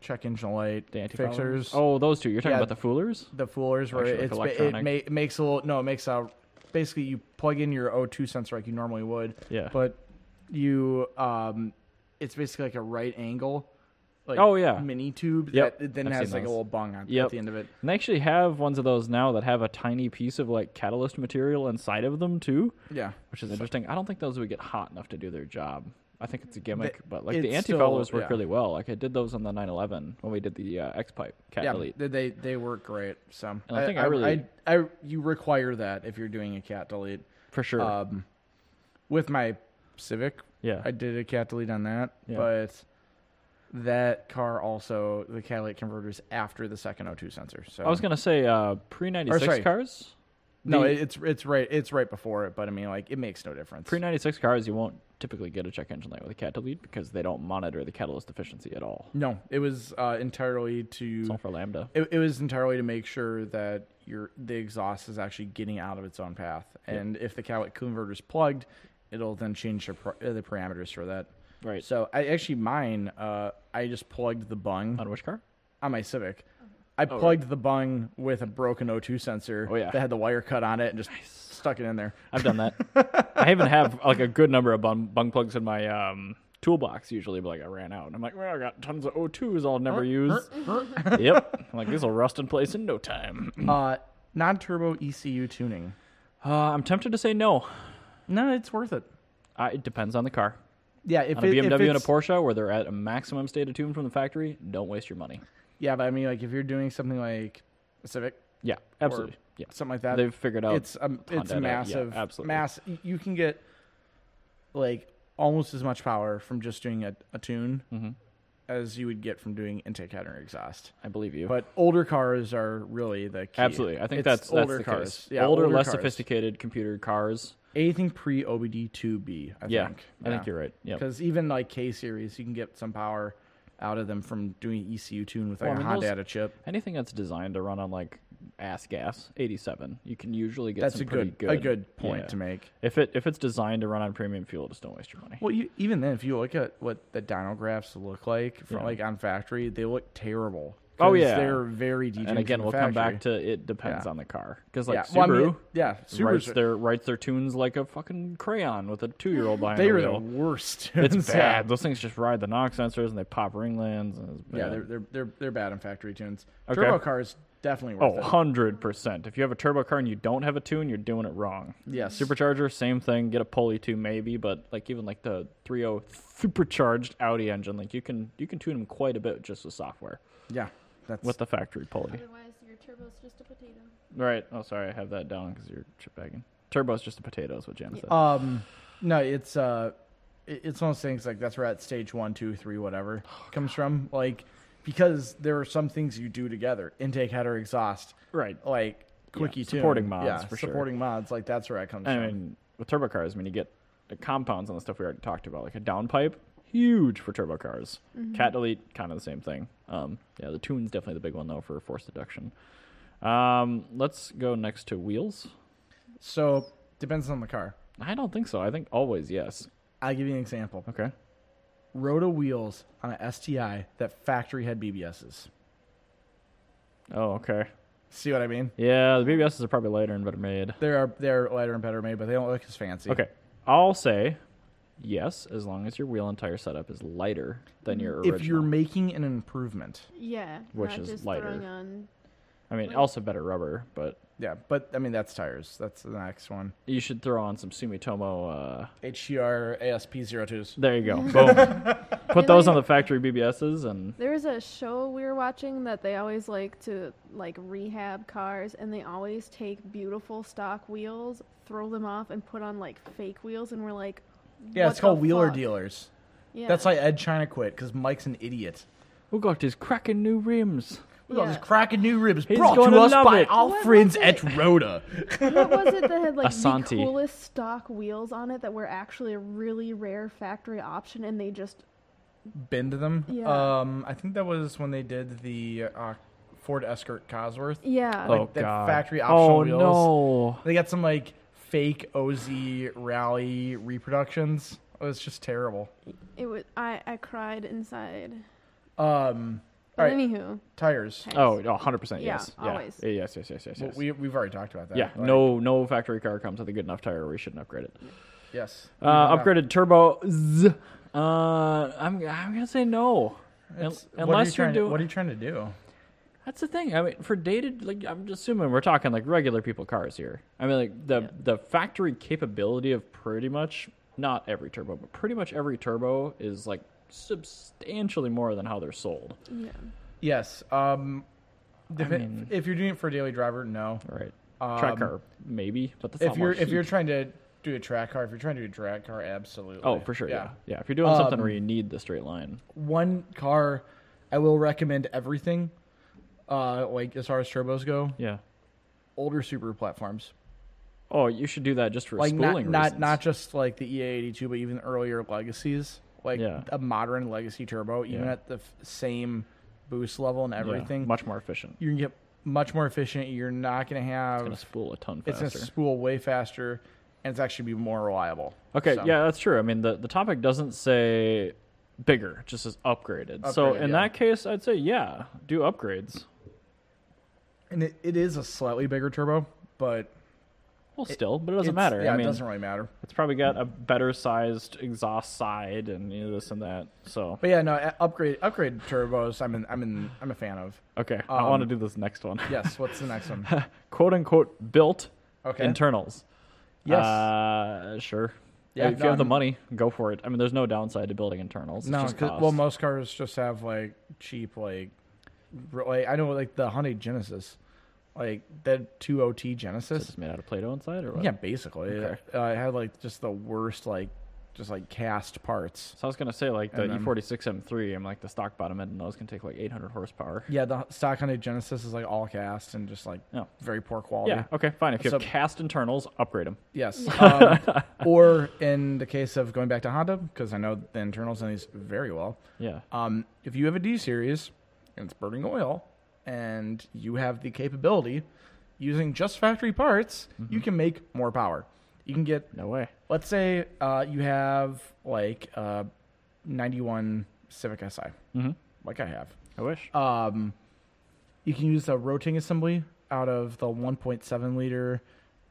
Speaker 2: check engine light
Speaker 1: the anti
Speaker 2: fixers.
Speaker 1: Oh, those two. You're talking
Speaker 2: Yeah.
Speaker 1: about the foolers.
Speaker 2: the foolers where
Speaker 1: Actually, like
Speaker 2: it's ba-
Speaker 1: electronic.
Speaker 2: it, ma- it makes a little no, it makes a basically you plug in your O2 sensor like you normally would,
Speaker 1: Yeah.
Speaker 2: but you um, it's basically like a right angle. Like
Speaker 1: Oh, yeah.
Speaker 2: mini tube
Speaker 1: Yep,
Speaker 2: that it then
Speaker 1: I've
Speaker 2: has
Speaker 1: seen
Speaker 2: like a
Speaker 1: those.
Speaker 2: little bung on
Speaker 1: Yep.
Speaker 2: at the end of it.
Speaker 1: And they actually have ones of those now that have a tiny piece of like catalyst material inside of them too,
Speaker 2: Yeah,
Speaker 1: which is interesting. I don't think those would get hot enough to do their job. I think it's a gimmick,
Speaker 2: They-
Speaker 1: but like the
Speaker 2: it's
Speaker 1: anti followers
Speaker 2: still-
Speaker 1: work
Speaker 2: yeah.
Speaker 1: really well. Like I did those on the 911 when we did the uh, X pipe cat
Speaker 2: yeah,
Speaker 1: delete.
Speaker 2: they- they they work great. So
Speaker 1: And I think I really-
Speaker 2: I, I you require that if you're doing a cat delete.
Speaker 1: For sure.
Speaker 2: Um, with my Civic,
Speaker 1: yeah.
Speaker 2: I did a cat delete on that,
Speaker 1: Yeah.
Speaker 2: but that car also the catalytic converters after the second O2 sensor. So
Speaker 1: I was gonna say uh, pre ninety
Speaker 2: sorry.
Speaker 1: six cars.
Speaker 2: no,
Speaker 1: the-
Speaker 2: it it's it's right it's right before it, but I mean like it makes no difference.
Speaker 1: Pre ninety six cars, you won't typically get a check engine light with a cat delete because they don't monitor the catalyst efficiency at all.
Speaker 2: no, it was uh, entirely
Speaker 1: It's all
Speaker 2: to
Speaker 1: for lambda.
Speaker 2: it, it was entirely to make sure that your the exhaust is actually getting out of its own path, and if the catalytic converter is plugged, it'll then change the, par- uh, the parameters for that.
Speaker 1: Right.
Speaker 2: So I actually mine uh, I just plugged the bung
Speaker 1: On which car?
Speaker 2: on my Civic. I plugged the bung with a broken O2 sensor
Speaker 1: Oh, yeah.
Speaker 2: that had the wire cut on it and just stuck it
Speaker 1: (laughs)
Speaker 2: in there.
Speaker 1: I've done that. I even have like a good number of bung, bung plugs in my um, toolbox usually, but like I ran out, and I'm like, well, I got tons of O2s I'll never use. yep. I'm like this will rust in place in no time.
Speaker 2: (laughs) uh, non-turbo ECU tuning.
Speaker 1: Uh, I'm tempted to say no.
Speaker 2: No, it's worth it.
Speaker 1: I, it depends on the car.
Speaker 2: Yeah, if
Speaker 1: On a
Speaker 2: it- if
Speaker 1: BMW and a
Speaker 2: it's-
Speaker 1: Porsche, where they're at a maximum state of tune from the factory, don't waste your money.
Speaker 2: Yeah, but I mean, like if you're doing something like a Civic,
Speaker 1: Yeah, absolutely. yeah,
Speaker 2: something like that,
Speaker 1: they've figured out
Speaker 2: it's um, it's
Speaker 1: Honda, yeah,
Speaker 2: massive.
Speaker 1: absolutely.
Speaker 2: mass. You can get like almost as much power from just doing a, a tune
Speaker 1: Mm-hmm.
Speaker 2: as you would get from doing intake head or exhaust.
Speaker 1: I believe you.
Speaker 2: But older cars are really the key.
Speaker 1: Absolutely, I think
Speaker 2: It's
Speaker 1: that's that's
Speaker 2: older
Speaker 1: the
Speaker 2: cars.
Speaker 1: case.
Speaker 2: Yeah,
Speaker 1: older, less
Speaker 2: cars.
Speaker 1: sophisticated computer cars.
Speaker 2: Anything pre OBD two B. I
Speaker 1: yeah,
Speaker 2: think.
Speaker 1: I think you're right. Yeah,
Speaker 2: Because even like K series, you can get some power out of them from doing ECU tune with like
Speaker 1: Well, I
Speaker 2: a
Speaker 1: mean,
Speaker 2: Honda
Speaker 1: those-
Speaker 2: data chip.
Speaker 1: anything that's designed to run on like ass gas 87 you can usually get
Speaker 2: That's
Speaker 1: some
Speaker 2: a
Speaker 1: pretty
Speaker 2: good,
Speaker 1: good
Speaker 2: a good point
Speaker 1: yeah.
Speaker 2: to make.
Speaker 1: if it if it's designed to run on premium fuel just don't waste your money
Speaker 2: Well, you, even then, if you look at what the dyno graphs look like from
Speaker 1: Yeah.
Speaker 2: like on factory, they look terrible.
Speaker 1: Oh,
Speaker 2: 'Cause
Speaker 1: yeah.
Speaker 2: they're very detailed.
Speaker 1: and again
Speaker 2: from
Speaker 1: we'll come back
Speaker 2: factory.
Speaker 1: to it depends
Speaker 2: Yeah.
Speaker 1: on the car because like
Speaker 2: yeah,
Speaker 1: subaru
Speaker 2: well, I mean, yeah,
Speaker 1: writes
Speaker 2: Subarus. are-
Speaker 1: their writes their tunes like a fucking crayon with a two-year-old behind
Speaker 2: They
Speaker 1: the
Speaker 2: were the
Speaker 1: wheel
Speaker 2: worst.
Speaker 1: it's
Speaker 2: (laughs) Yeah.
Speaker 1: bad those things just ride the knock sensors and they pop ringlands and it's
Speaker 2: Yeah,
Speaker 1: bad.
Speaker 2: they're, they're they're they're bad in factory tunes.
Speaker 1: Okay.
Speaker 2: Turbo cars definitely worth
Speaker 1: Oh,
Speaker 2: it.
Speaker 1: 100%. If you have a turbo car and you don't have a tune, you're doing it wrong. (laughs)
Speaker 2: Yes.
Speaker 1: Supercharger, same thing. Get a pulley too, maybe, but like even like the 3.0 supercharged Audi engine, like you can you can tune them quite a bit just with software
Speaker 2: Yeah, that's
Speaker 1: with the factory pulley.
Speaker 3: otherwise your turbo's just a potato.
Speaker 1: Right. Oh, sorry, I have that down because you're chip bagging. Turbo's just a potato is what Jan said.
Speaker 2: Um, no, it's uh, it- it's one of those things like that's where at stage one, two, three, whatever
Speaker 1: Oh,
Speaker 2: comes from. Like because there are some things you do together, intake, header, exhaust,
Speaker 1: right.
Speaker 2: like quickie tune.
Speaker 1: supporting mods,
Speaker 2: yeah,
Speaker 1: for sure.
Speaker 2: supporting mods. Like that's where it comes
Speaker 1: I
Speaker 2: from.
Speaker 1: mean, with turbo cars, I mean you get the compounds on the stuff we already talked about, like a downpipe, huge for turbo cars.
Speaker 3: Mm-hmm.
Speaker 1: Cat delete, kind of the same thing. Um, yeah, the tune's definitely the big one though for forced deduction. Um, let's go next to wheels.
Speaker 2: So depends on the car.
Speaker 1: I don't think so. I think always yes.
Speaker 2: I'll give you an example.
Speaker 1: Okay.
Speaker 2: Rota wheels on a STI that factory had BBSs.
Speaker 1: Oh, okay.
Speaker 2: See what I mean?
Speaker 1: Yeah, the BBSs are probably lighter and better made.
Speaker 2: They are they're lighter and better made, but they don't look as fancy.
Speaker 1: Okay, I'll say Yes, as long as your wheel and tire setup is lighter than your original.
Speaker 2: If you're making an improvement,
Speaker 3: Yeah.
Speaker 1: Which
Speaker 3: not
Speaker 1: is
Speaker 3: just
Speaker 1: lighter.
Speaker 3: throwing on.
Speaker 1: I mean, also better rubber, but
Speaker 2: yeah, but I mean that's tires. That's the next one.
Speaker 1: you should throw on some Sumitomo. Uh,
Speaker 2: HCR ASP 02s.
Speaker 1: there you
Speaker 2: (laughs)
Speaker 1: go.
Speaker 3: (laughs)
Speaker 1: Boom. Put those on the factory BBSs and
Speaker 3: There was a show we were watching that they always like to like rehab cars, and they always take beautiful stock wheels, throw them off, and put on like fake wheels, and we're like,
Speaker 2: Yeah,
Speaker 3: what
Speaker 2: it's called
Speaker 3: the
Speaker 2: Wheeler
Speaker 3: fuck?
Speaker 2: Dealers.
Speaker 3: Yeah.
Speaker 2: That's why Ed China quit because Mike's an idiot.
Speaker 1: we got these cracking new rims.
Speaker 2: We got
Speaker 3: Yeah.
Speaker 2: this cracking new ribs
Speaker 1: He's
Speaker 2: brought to
Speaker 1: gonna
Speaker 2: us
Speaker 1: love
Speaker 2: by
Speaker 1: it.
Speaker 2: our
Speaker 3: What
Speaker 2: friends
Speaker 3: was
Speaker 2: at
Speaker 3: it?
Speaker 2: Rhoda.
Speaker 3: what was it that had like
Speaker 1: Asante.
Speaker 3: the coolest stock wheels on it that were actually a really rare factory option, and they just
Speaker 2: Been to them.
Speaker 3: Yeah.
Speaker 2: Um, I think that was when they did the uh, Ford Escort Cosworth.
Speaker 3: yeah.
Speaker 1: Oh
Speaker 2: that
Speaker 1: god.
Speaker 2: factory optional
Speaker 1: oh
Speaker 2: wheels.
Speaker 1: no.
Speaker 2: They got some like fake OZ rally reproductions. It was just terrible.
Speaker 3: It was I, I cried inside.
Speaker 2: Um, all
Speaker 3: But
Speaker 2: right,
Speaker 3: anywho,
Speaker 2: tires.
Speaker 3: okay.
Speaker 1: Oh, no, 100%
Speaker 3: Yeah,
Speaker 1: yes.
Speaker 3: always.
Speaker 1: Yeah. Yes, yes, yes, yes,
Speaker 2: Well,
Speaker 1: yes.
Speaker 2: we we've already talked about that.
Speaker 1: yeah,
Speaker 2: Like,
Speaker 1: no no factory car comes with a good enough tire where you shouldn't upgrade it.
Speaker 2: Yes.
Speaker 1: Uh,
Speaker 2: Yeah.
Speaker 1: upgraded turbo. Z. Uh, I'm I'm gonna say no. Un-
Speaker 2: It's- what are you
Speaker 1: unless
Speaker 2: trying to-
Speaker 1: doing
Speaker 2: What are you trying to do?
Speaker 1: that's the thing. I mean, for dated, like I'm just assuming we're talking like regular people cars here. I mean, like the the factory capability of pretty much not every turbo, but pretty much every turbo is like substantially more than how they're sold.
Speaker 3: Yeah.
Speaker 2: Yes. Um, depe-
Speaker 1: mean-
Speaker 2: if you're doing it for a daily driver, no.
Speaker 1: Right.
Speaker 2: Um,
Speaker 1: Track car, maybe, but that's
Speaker 2: If
Speaker 1: not more
Speaker 2: you're if you're
Speaker 1: heat.
Speaker 2: trying to do a track car, if you're trying to do a drag car, absolutely.
Speaker 1: oh for sure yeah yeah, if you're doing something
Speaker 2: Um,
Speaker 1: where you need the straight line
Speaker 2: One car, I will recommend everything. Uh, like as far as turbos go,
Speaker 1: yeah
Speaker 2: older Subaru platforms,
Speaker 1: oh you should do that just for
Speaker 2: like not
Speaker 1: spooling
Speaker 2: not,
Speaker 1: reasons.
Speaker 2: not just like the EA82, but even earlier legacies, like
Speaker 1: Yeah.
Speaker 2: a modern legacy turbo, even
Speaker 1: Yeah.
Speaker 2: at the f- same boost level and
Speaker 1: Yeah,
Speaker 2: everything,
Speaker 1: much more efficient
Speaker 2: you can get much more efficient. You're not gonna have
Speaker 1: gonna spool a ton
Speaker 2: it's
Speaker 1: faster
Speaker 2: gonna spool way faster, and it's actually be more reliable.
Speaker 1: Okay,
Speaker 2: So-
Speaker 1: yeah, that's true. I mean, the, the topic doesn't say bigger, it just says upgraded. so
Speaker 2: Upgraded,
Speaker 1: in
Speaker 2: yeah.
Speaker 1: that case, I'd say yeah, do upgrades.
Speaker 2: and it, it is a slightly bigger turbo, but
Speaker 1: Well, still, but it doesn't
Speaker 2: it's-
Speaker 1: matter.
Speaker 2: Yeah,
Speaker 1: I mean,
Speaker 2: it doesn't really matter.
Speaker 1: it's probably got a better sized exhaust side and you know, this and that. So
Speaker 2: But yeah, no, uh, upgrade upgrade turbos. I'm in, I'm in, I'm a fan of.
Speaker 1: okay, I
Speaker 2: Um,
Speaker 1: want to do this next one.
Speaker 2: Yes. What's the next
Speaker 1: (laughs)
Speaker 2: one?
Speaker 1: "Quote unquote built
Speaker 2: Okay.
Speaker 1: internals."
Speaker 2: Yes.
Speaker 1: Uh, sure.
Speaker 2: Yeah,
Speaker 1: if
Speaker 2: no,
Speaker 1: you have the
Speaker 2: I'm-
Speaker 1: money, go for it. I mean, there's no downside to building internals. It's
Speaker 2: no,
Speaker 1: just
Speaker 2: 'cause-
Speaker 1: cost.
Speaker 2: well, most cars just have like cheap like, r- like I know like the Hyundai Genesis, like the two OT
Speaker 1: Is it
Speaker 2: Genesis.
Speaker 1: just made out of Play-Doh inside, or what?
Speaker 2: Yeah, basically,
Speaker 1: Okay.
Speaker 2: uh, it had like just the worst like, just like cast parts.
Speaker 1: So I was gonna say like the E
Speaker 2: And then-
Speaker 1: E46 M3. I'm like the stock bottom end, and those can take like 800 horsepower.
Speaker 2: Yeah, the stock Hyundai Genesis is like all cast and just like
Speaker 1: Oh.
Speaker 2: very poor quality.
Speaker 1: Yeah. (laughs) Okay. Fine. If you have
Speaker 2: So-
Speaker 1: cast internals, upgrade them.
Speaker 2: Yes.
Speaker 1: (laughs)
Speaker 2: Um, or in the case of going back to Honda, because I know the internals on these very well.
Speaker 1: Yeah.
Speaker 2: Um, if you have a D series and it's burning oil, and you have the capability, using just factory parts, you can make more power. You can get,
Speaker 1: No way.
Speaker 2: let's say, uh, you have like uh, 91 Civic SI,
Speaker 1: Mhm.
Speaker 2: like I have.
Speaker 1: I wish.
Speaker 2: Um, you can use a rotating assembly out of the 1.7 liter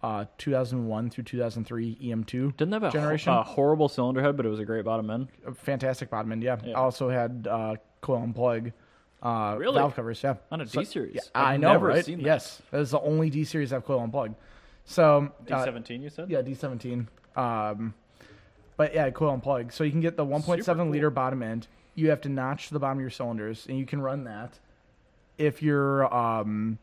Speaker 2: uh, 2001 through 2003 EM2
Speaker 1: Didn't that have a, ho-
Speaker 2: generation. Uh,
Speaker 1: a horrible cylinder head, but it was a great bottom end.
Speaker 2: A Fantastic bottom end, yeah.
Speaker 1: Yeah.
Speaker 2: Also had uh, coil and plug uh,
Speaker 1: Really?
Speaker 2: valve covers, yeah.
Speaker 1: On a
Speaker 2: So-
Speaker 1: D series.
Speaker 2: yeah,
Speaker 1: I've
Speaker 2: I know,
Speaker 1: never
Speaker 2: right?
Speaker 1: Seen that.
Speaker 2: Yes, that is the only D series I've coil and plug. So uh,
Speaker 1: D17. You said.
Speaker 2: yeah, D17. Um, but yeah, coil and plug. So you can get the 1.7
Speaker 1: Super cool.
Speaker 2: liter bottom end. You have to notch the bottom of your cylinders, and you can run that. If you're um,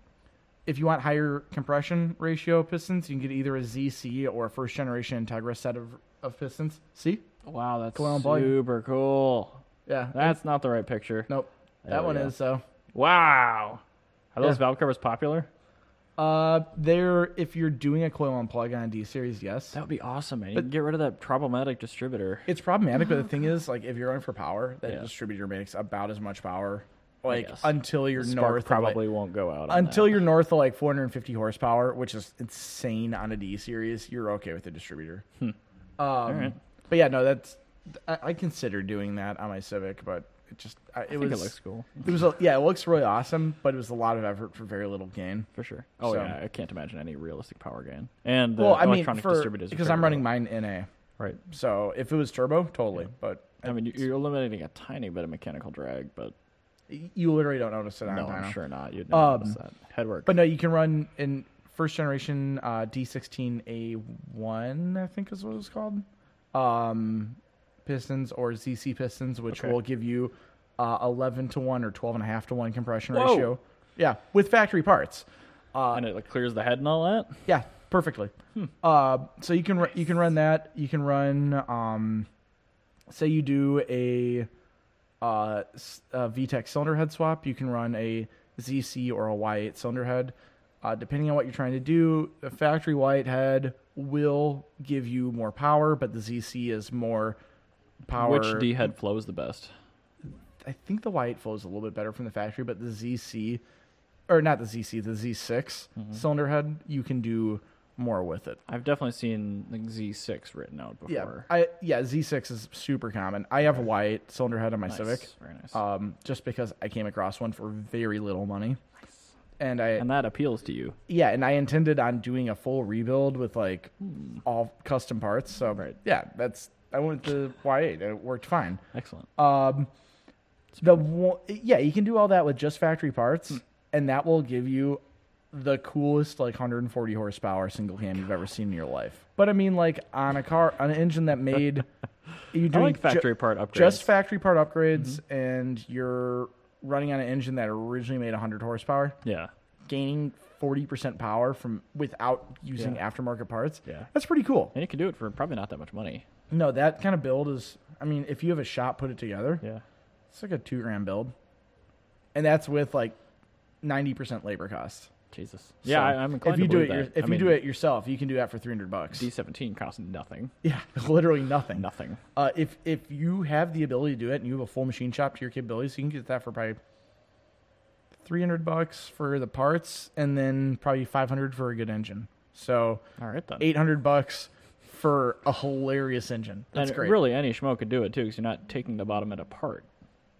Speaker 2: if you want higher compression ratio pistons, you can get either a ZC or a first generation Integra set of, of pistons. See?
Speaker 1: Wow, that's
Speaker 2: Cologne plug.
Speaker 1: super cool.
Speaker 2: Yeah.
Speaker 1: That's not the right picture.
Speaker 2: nope.
Speaker 1: There
Speaker 2: That
Speaker 1: we
Speaker 2: one
Speaker 1: go.
Speaker 2: is so.
Speaker 1: Wow. Are those
Speaker 2: Yeah.
Speaker 1: valve covers popular?
Speaker 2: Uh, there. If you're doing a coil and plug on a D series, yes.
Speaker 1: That would be awesome, man. You can get rid of that problematic distributor.
Speaker 2: It's problematic, but the thing is, like, if you're going for power, that
Speaker 1: Yeah.
Speaker 2: distributor makes about as much power, like
Speaker 1: guess.
Speaker 2: until you're
Speaker 1: Spark
Speaker 2: north,
Speaker 1: probably
Speaker 2: of,
Speaker 1: won't go out.
Speaker 2: like,
Speaker 1: on
Speaker 2: until
Speaker 1: that.
Speaker 2: you're north of like 450 horsepower, which is insane on a D series. You're okay with the distributor. Um,
Speaker 1: right.
Speaker 2: But yeah, no, that's I, I consider doing that on my Civic, but it just I, it
Speaker 1: I
Speaker 2: was
Speaker 1: think it looks cool
Speaker 2: it was a, yeah, it looks really awesome, but it was a lot of effort for very little gain.
Speaker 1: for sure. Oh
Speaker 2: So-
Speaker 1: yeah, I can't imagine any realistic power gain. And the
Speaker 2: well, I mean,
Speaker 1: electronic
Speaker 2: for
Speaker 1: distributors are
Speaker 2: because I'm
Speaker 1: pretty
Speaker 2: running
Speaker 1: low.
Speaker 2: mine in a
Speaker 1: Right.
Speaker 2: So if it was turbo, totally. But
Speaker 1: I mean, you- you're eliminating a tiny bit of mechanical drag, but
Speaker 2: y- you literally don't notice it. on
Speaker 1: no,
Speaker 2: dyno.
Speaker 1: I'm sure not. You'd
Speaker 2: Um,
Speaker 1: notice that headwork.
Speaker 2: But no, you can run in first generation uh, D16A1, I think is what it was called, um, pistons or ZC pistons, which
Speaker 1: Okay.
Speaker 2: will give you uh, 11 to 1 or 12 and a half to 1 compression
Speaker 1: Whoa.
Speaker 2: ratio. Yeah, with factory parts.
Speaker 1: and it like, clears the head and all that.
Speaker 2: Yeah, perfectly. Uh, so you can ru- you can run that. You can run. Um, say you do a, uh, s- a VTEC cylinder head swap. You can run a ZC or a Y8 cylinder head. Uh, depending on what you're trying to do, the factory Y8 head will give you more power, but the ZC is more power.
Speaker 1: Which D head flows the best?
Speaker 2: I think the Y8 flows a little bit better from the factory, but the ZC, or not the ZC, the Z6 cylinder head, you can do more with it.
Speaker 1: I've definitely seen like Z6 written out
Speaker 2: Yeah,
Speaker 1: before.
Speaker 2: I yeah Z6 is super common. I have a white cylinder head on my
Speaker 1: nice.
Speaker 2: Civic,
Speaker 1: Very nice.
Speaker 2: um, just because I came across one for very little money, and I
Speaker 1: and that appeals to you.
Speaker 2: yeah, and I intended on doing a full rebuild with like
Speaker 1: Hmm.
Speaker 2: all custom parts. So yeah, that's I went to Y8 and it worked fine.
Speaker 1: Excellent.
Speaker 2: Um, the one, yeah, you can do all that with just factory parts,
Speaker 1: Hmm.
Speaker 2: and that will give you the coolest like 140 horsepower single cam you've ever seen in your life. But I mean, like on a car, on an engine
Speaker 1: (laughs)
Speaker 2: that made you
Speaker 1: I
Speaker 2: doing
Speaker 1: like
Speaker 2: ju-
Speaker 1: factory part upgrades. Mm-hmm.
Speaker 2: just factory part upgrades, and you're running on an engine that originally made 100 horsepower,
Speaker 1: yeah.
Speaker 2: gaining 40 percent power from without using aftermarket parts.
Speaker 1: Yeah.
Speaker 2: that's pretty cool.
Speaker 1: And you can do it for probably not that much money.
Speaker 2: No, that kind of build is. I mean, if you have a shop put it together,
Speaker 1: Yeah.
Speaker 2: it's like a two grand build, and that's with like ninety percent labor cost.
Speaker 1: Jesus. Yeah,
Speaker 2: So
Speaker 1: I, I'm inclined
Speaker 2: if you
Speaker 1: to
Speaker 2: do it,
Speaker 1: believe
Speaker 2: your-
Speaker 1: that.
Speaker 2: if
Speaker 1: I
Speaker 2: you
Speaker 1: mean,
Speaker 2: do it yourself, you can do that for three hundred bucks.
Speaker 1: D17 costs nothing.
Speaker 2: (laughs) yeah, literally nothing.
Speaker 1: Nothing.
Speaker 2: Uh, if if you have the ability to do it and you have a full machine shop to your capabilities, you can get that for probably three hundred bucks for the parts, and then probably five hundred for a good engine. So
Speaker 1: All right then.
Speaker 2: eight hundred bucks for a hilarious engine. That's
Speaker 1: and
Speaker 2: great.
Speaker 1: really, any schmo could do it too, because you're not taking the bottom end apart.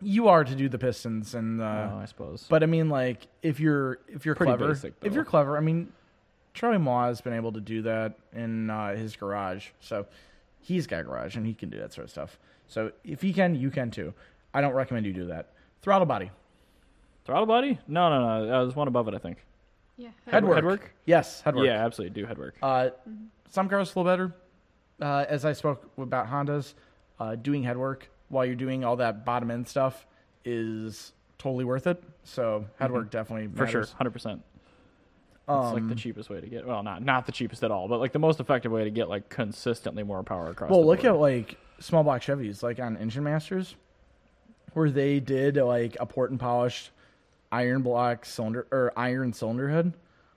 Speaker 2: you are to do the pistons and the.
Speaker 1: oh, I suppose.
Speaker 2: But I mean, like, if you're if you're
Speaker 1: Pretty
Speaker 2: clever,
Speaker 1: basic,
Speaker 2: if
Speaker 1: though.
Speaker 2: you're clever, I mean, Charlie Maw has been able to do that in uh, his garage, so he's got a garage and he can do that sort of stuff. So if he can, you can too. I don't recommend you do that. Throttle body,
Speaker 1: Throttle body? No, no, no. Uh, there's one above it, I think.
Speaker 3: Yeah.
Speaker 2: headwork,
Speaker 1: headwork?
Speaker 2: yes, headwork.
Speaker 1: Yeah, absolutely. Do headwork.
Speaker 2: Uh, some cars flow better. Uh, as I spoke about Hondas, uh, doing headwork while you're doing all that bottom end stuff is totally worth it. So headwork definitely
Speaker 1: Mm-hmm. for sure,
Speaker 2: matters.
Speaker 1: hundred percent. It's like
Speaker 2: Um,
Speaker 1: the cheapest way to get well, not not the cheapest at all, but like the most effective way to get like consistently more power across.
Speaker 2: Well,
Speaker 1: the
Speaker 2: look at
Speaker 1: board.
Speaker 2: like small block Chevys, like on Engine Masters, where they did like a port and polished iron block cylinder or iron cylinder head.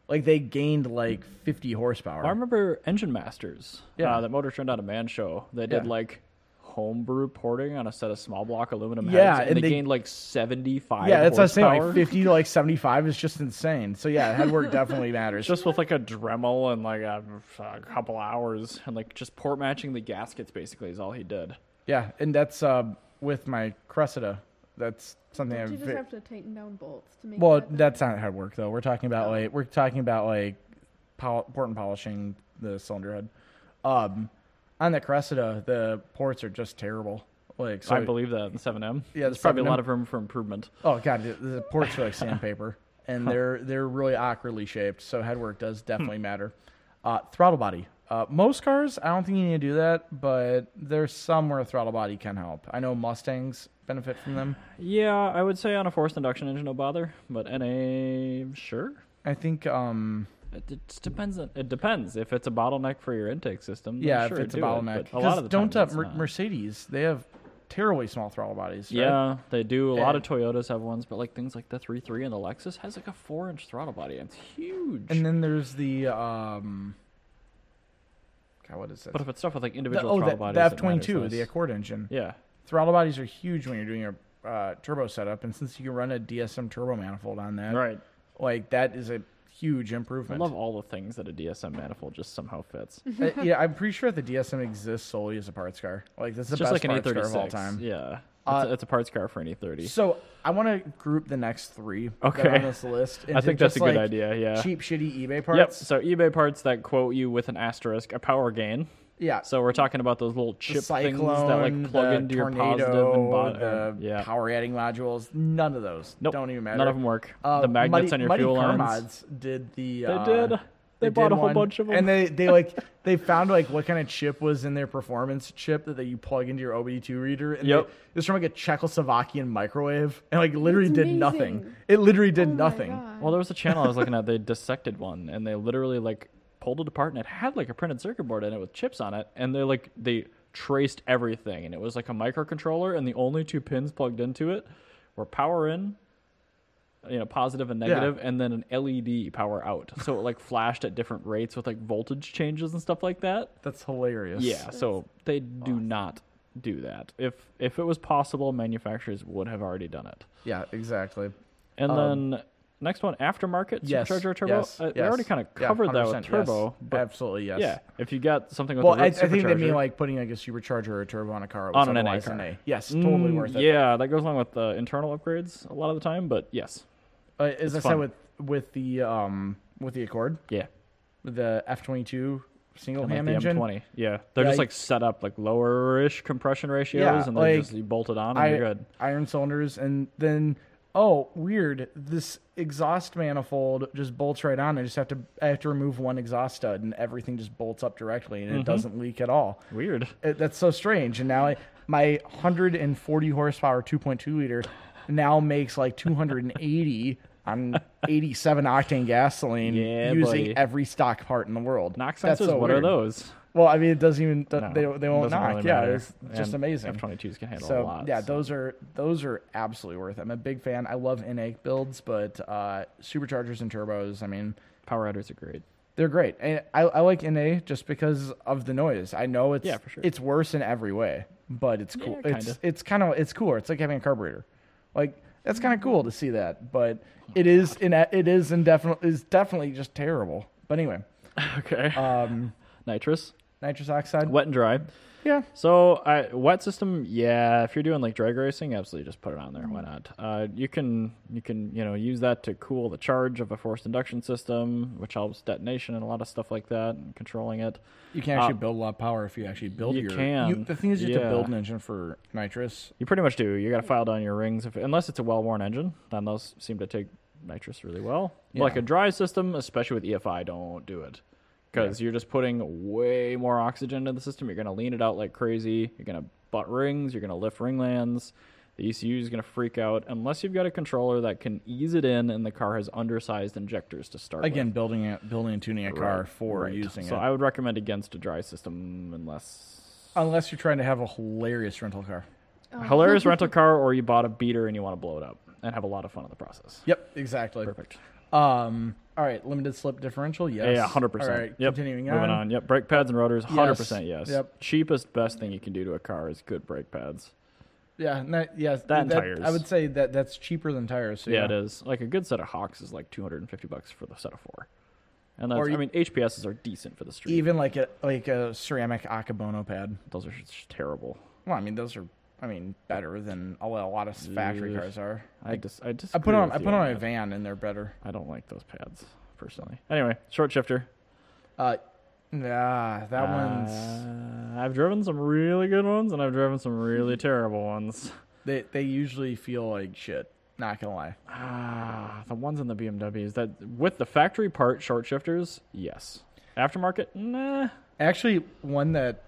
Speaker 2: Like they gained like 50 horsepower.
Speaker 1: I remember Engine Masters,
Speaker 2: Yeah.
Speaker 1: uh, that Motor Turned Out a Man show. They did
Speaker 2: Yeah.
Speaker 1: like homebrew porting on a set of small block aluminum
Speaker 2: Yeah,
Speaker 1: heads, and,
Speaker 2: and
Speaker 1: they,
Speaker 2: they-
Speaker 1: gained like seventy five.
Speaker 2: yeah, that's what I'm saying.
Speaker 1: horsepower.
Speaker 2: Like 50 to like 75 is just insane. So yeah, head work
Speaker 1: (laughs)
Speaker 2: definitely matters.
Speaker 1: just with like a Dremel and like a, a couple hours, and like just port matching the gaskets basically is all he did.
Speaker 2: yeah, and that's uh, with my Cressida. That's something
Speaker 3: Don't
Speaker 2: I've.
Speaker 3: you just
Speaker 2: ve-
Speaker 3: have to tighten down bolts to make
Speaker 2: well,
Speaker 3: that better?
Speaker 2: that's not head work though. We're talking about like we're talking about like pol- port and polishing the cylinder head. Um, on the Cressida, the ports are just terrible. Like so
Speaker 1: I believe that in the seven M.
Speaker 2: Yeah, the
Speaker 1: there's probably a
Speaker 2: 7M.
Speaker 1: lot of room for improvement.
Speaker 2: Oh god, the, the ports are like sandpaper, and they're they're really awkwardly shaped. So headwork does
Speaker 1: Hmm.
Speaker 2: definitely matter. Uh, throttle body. Uh, most cars, I don't think you need to do that, but there's some where a throttle body can help. I know Mustangs benefit from them.
Speaker 1: Yeah, I would say on a forced induction engine, no bother. But NA, sure.
Speaker 2: I think um,
Speaker 1: It, it just depends. On, it depends if it's a bottleneck for your intake system. then
Speaker 2: Yeah,
Speaker 1: sure,
Speaker 2: if it's a
Speaker 1: do it,
Speaker 2: bottleneck.
Speaker 1: but a lot
Speaker 2: 'Cause
Speaker 1: of the
Speaker 2: don't
Speaker 1: time
Speaker 2: uh,
Speaker 1: it's
Speaker 2: Mer-
Speaker 1: not.
Speaker 2: Mercedes. They have terribly small throttle bodies. right?
Speaker 1: Yeah, they do. A lot of
Speaker 2: And-
Speaker 1: Toyotas have ones, but like things like the three three and the Lexus has like a four inch throttle body. and It's huge.
Speaker 2: And then there's the um. God, what is that?
Speaker 1: but if it's stuff with like
Speaker 2: The,
Speaker 1: individual
Speaker 2: oh, the,
Speaker 1: throttle bodies,
Speaker 2: the F
Speaker 1: it matters
Speaker 2: twenty two,
Speaker 1: less.
Speaker 2: the Accord engine.
Speaker 1: Yeah,
Speaker 2: Throttle bodies are huge when you're doing a uh, turbo setup, and since you can run a DSM turbo manifold on that,
Speaker 1: right.
Speaker 2: Like that is a huge
Speaker 1: I
Speaker 2: improvement.
Speaker 1: love all the things that a DSM manifold just somehow fits. It's
Speaker 2: Uh, yeah, I'm pretty sure the DSM exists solely as a parts car. Like this is the
Speaker 1: just like
Speaker 2: best
Speaker 1: an
Speaker 2: parts car
Speaker 1: E36
Speaker 2: of all time.
Speaker 1: Yeah,
Speaker 2: Uh,
Speaker 1: it's, a, it's a parts car for an E E30.
Speaker 2: So I want to group the next three that
Speaker 1: Okay.
Speaker 2: are on this list.
Speaker 1: I think
Speaker 2: into
Speaker 1: that's
Speaker 2: just,
Speaker 1: a good
Speaker 2: like,
Speaker 1: idea. Yeah.
Speaker 2: Cheap, shitty eBay
Speaker 1: Yep.
Speaker 2: parts.
Speaker 1: So eBay parts that quote you with an asterisk, a power gain,
Speaker 2: Yeah.
Speaker 1: So we're talking about those little
Speaker 2: The
Speaker 1: chip things that
Speaker 2: cyclone,
Speaker 1: like plug
Speaker 2: the
Speaker 1: into your
Speaker 2: tornado,
Speaker 1: positive and bottom.
Speaker 2: the
Speaker 1: yeah.
Speaker 2: power adding modules. None of those.
Speaker 1: Nope.
Speaker 2: Don't even matter.
Speaker 1: None of them work.
Speaker 2: Uh,
Speaker 1: the magnets
Speaker 2: Muddy-
Speaker 1: on your
Speaker 2: Muddy
Speaker 1: fuel
Speaker 2: Car
Speaker 1: lines.
Speaker 2: Mods did the.
Speaker 1: They
Speaker 2: uh,
Speaker 1: did. They bought
Speaker 2: did
Speaker 1: a whole
Speaker 2: one,
Speaker 1: bunch of 'em.
Speaker 2: and they they
Speaker 1: (laughs)
Speaker 2: like they found like what kind of chip was in their performance chip that, that you plug into your OBD2 reader. And
Speaker 1: Yep.
Speaker 2: they- it was from like a Czechoslovakian microwave, and like literally
Speaker 3: That's
Speaker 2: did nothing.
Speaker 3: amazing.
Speaker 2: It literally did
Speaker 3: Oh my
Speaker 2: nothing.
Speaker 3: God.
Speaker 1: Well, there was a channel I was looking at. They dissected one, and they literally like pulled it apart, and it had like a printed circuit board in it with chips on it, and they like they traced everything, and it was like a microcontroller, and the only two pins plugged into it were power in, you know, positive and
Speaker 2: Yeah.
Speaker 1: negative, and then an LED power out. So it like flashed at different rates with like voltage changes and stuff like that.
Speaker 2: That's hilarious.
Speaker 1: Yeah, so they do not do that. If if it was possible, manufacturers would have already done it.
Speaker 2: Yeah. Exactly.
Speaker 1: And
Speaker 2: Um,
Speaker 1: then next one, aftermarket
Speaker 2: Yes.
Speaker 1: supercharger turbo.
Speaker 2: Yes.
Speaker 1: uh, we
Speaker 2: yes.
Speaker 1: already kind of
Speaker 2: Yeah,
Speaker 1: covered that with
Speaker 2: 100%,
Speaker 1: turbo,
Speaker 2: yes.
Speaker 1: but
Speaker 2: Absolutely. Yes.
Speaker 1: yeah, if you got something with
Speaker 2: Well,
Speaker 1: a
Speaker 2: I, I
Speaker 1: root
Speaker 2: think they mean
Speaker 1: supercharger-
Speaker 2: like putting like a supercharger or a turbo on a car with
Speaker 1: On an NA
Speaker 2: otherwise
Speaker 1: car.
Speaker 2: Yes, totally
Speaker 1: Mm,
Speaker 2: worth it.
Speaker 1: Yeah, that goes along with uh, internal upgrades a lot of the time, but yes,
Speaker 2: Uh, as I
Speaker 1: fun.
Speaker 2: said with with the um with the Accord,
Speaker 1: yeah,
Speaker 2: with the F twenty two single
Speaker 1: and like
Speaker 2: ham
Speaker 1: the
Speaker 2: engine.
Speaker 1: M20, yeah, they're
Speaker 2: Yeah,
Speaker 1: just
Speaker 2: you-
Speaker 1: like set up like lowerish compression ratios,
Speaker 2: Yeah,
Speaker 1: and they
Speaker 2: like,
Speaker 1: just you bolt it on and
Speaker 2: I-
Speaker 1: you're good.
Speaker 2: iron cylinders, and then oh weird, this exhaust manifold just bolts right on. I just have to I have to remove one exhaust stud, and everything just bolts up directly,
Speaker 1: Mm-hmm.
Speaker 2: and it doesn't leak at all.
Speaker 1: Weird.
Speaker 2: It, that's so strange. And now I, my 140 horsepower 2.2 liter now makes like 280 on 87 octane gasoline
Speaker 1: Yeah,
Speaker 2: using
Speaker 1: buddy.
Speaker 2: every stock part in the world.
Speaker 1: Knock sensors.
Speaker 2: That's so
Speaker 1: what are
Speaker 2: weird.
Speaker 1: those?
Speaker 2: Well, I mean, it doesn't even th-
Speaker 1: No,
Speaker 2: they they won't
Speaker 1: doesn't
Speaker 2: knock.
Speaker 1: really
Speaker 2: yeah,
Speaker 1: matter.
Speaker 2: it's just
Speaker 1: And
Speaker 2: amazing.
Speaker 1: F22s can handle a
Speaker 2: So
Speaker 1: lot.
Speaker 2: yeah,
Speaker 1: so-
Speaker 2: those are those are absolutely worth. It. I'm a big fan. I love NA builds, but uh, superchargers and turbos. I mean,
Speaker 1: power adders are great. (laughs)
Speaker 2: they're great. And I, I like NA just because of the noise. I know it's
Speaker 1: Yeah, for sure.
Speaker 2: it's worse in every way, but it's cool.
Speaker 1: Yeah,
Speaker 2: it's
Speaker 1: kinda.
Speaker 2: it's kind of it's cooler. It's like having a carburetor. Like that's kind of cool to see that, but
Speaker 1: Oh
Speaker 2: it is in it is indefinitely is definitely just terrible. But anyway,
Speaker 1: Okay.
Speaker 2: um,
Speaker 1: Nitrous,
Speaker 2: nitrous oxide.
Speaker 1: wet and dry.
Speaker 2: Yeah,
Speaker 1: So, I, wet system, yeah. If you're doing like drag racing, absolutely just put it on there. Why not? Uh, you can you can you know use that to cool the charge of a forced induction system, which helps detonation and a lot of stuff like that, and controlling it.
Speaker 2: you can actually build a lot of power if you actually build
Speaker 1: Uh, you
Speaker 2: your.
Speaker 1: can.
Speaker 2: the thing is, you have
Speaker 1: Yeah.
Speaker 2: to build an engine for nitrous.
Speaker 1: You pretty much do. You got to file down your rings, if, unless it's a well-worn engine. Then those seem to take nitrous really well. But Like
Speaker 2: Yeah.
Speaker 1: a dry system, especially with EFI, don't do it because you're just putting way more oxygen into the system. You're going to lean it out like crazy. You're going to butt rings. You're going to lift ring lands. The ECU is going to freak out unless you've got a controller that can ease it in, and the car has undersized injectors to start. with.
Speaker 2: Again, building a building and tuning a car for
Speaker 1: Right.
Speaker 2: using
Speaker 1: So
Speaker 2: it.
Speaker 1: I would recommend against a dry system unless
Speaker 2: Unless you're trying to have a hilarious rental car.
Speaker 1: hilarious rental car or you bought a beater and you want to blow it up and have a lot of fun in the process.
Speaker 2: Yep, exactly.
Speaker 1: Perfect.
Speaker 2: Um. All right. Limited slip differential. Yes.
Speaker 1: Yeah, hundred percent.
Speaker 2: All right.
Speaker 1: Yep.
Speaker 2: Continuing
Speaker 1: Moving on. Yep. Brake pads and rotors. Hundred percent. Yes.
Speaker 2: Yes. Yep.
Speaker 1: Cheapest, best thing you can do to a car is good brake pads.
Speaker 2: Yeah. and That, yes.
Speaker 1: That and
Speaker 2: I
Speaker 1: tires.
Speaker 2: would say that that's cheaper than tires. So
Speaker 1: Yeah, it is. Like a good set of Hawks is like two hundred and fifty bucks for the set of four. And that's,
Speaker 2: Or
Speaker 1: I
Speaker 2: you-
Speaker 1: mean, HPSs are decent for the street.
Speaker 2: Even like a like a ceramic Akabono pad.
Speaker 1: Those are just terrible.
Speaker 2: Well, I mean those are. I mean better than a lo- a lot of factory
Speaker 1: Ugh.
Speaker 2: cars are.
Speaker 1: I just, I just.
Speaker 2: I put on I put on a van and they're better.
Speaker 1: I don't like those pads personally. Anyway, short shifter.
Speaker 2: Uh. Nah. That one's.
Speaker 1: Uh, I've driven some really good ones, and I've driven some really
Speaker 2: (laughs)
Speaker 1: terrible ones.
Speaker 2: They they usually feel like shit. Not gonna lie.
Speaker 1: Ah, the ones in the BMWs that with the factory part short shifters, yes. Aftermarket, nah.
Speaker 2: Actually, one that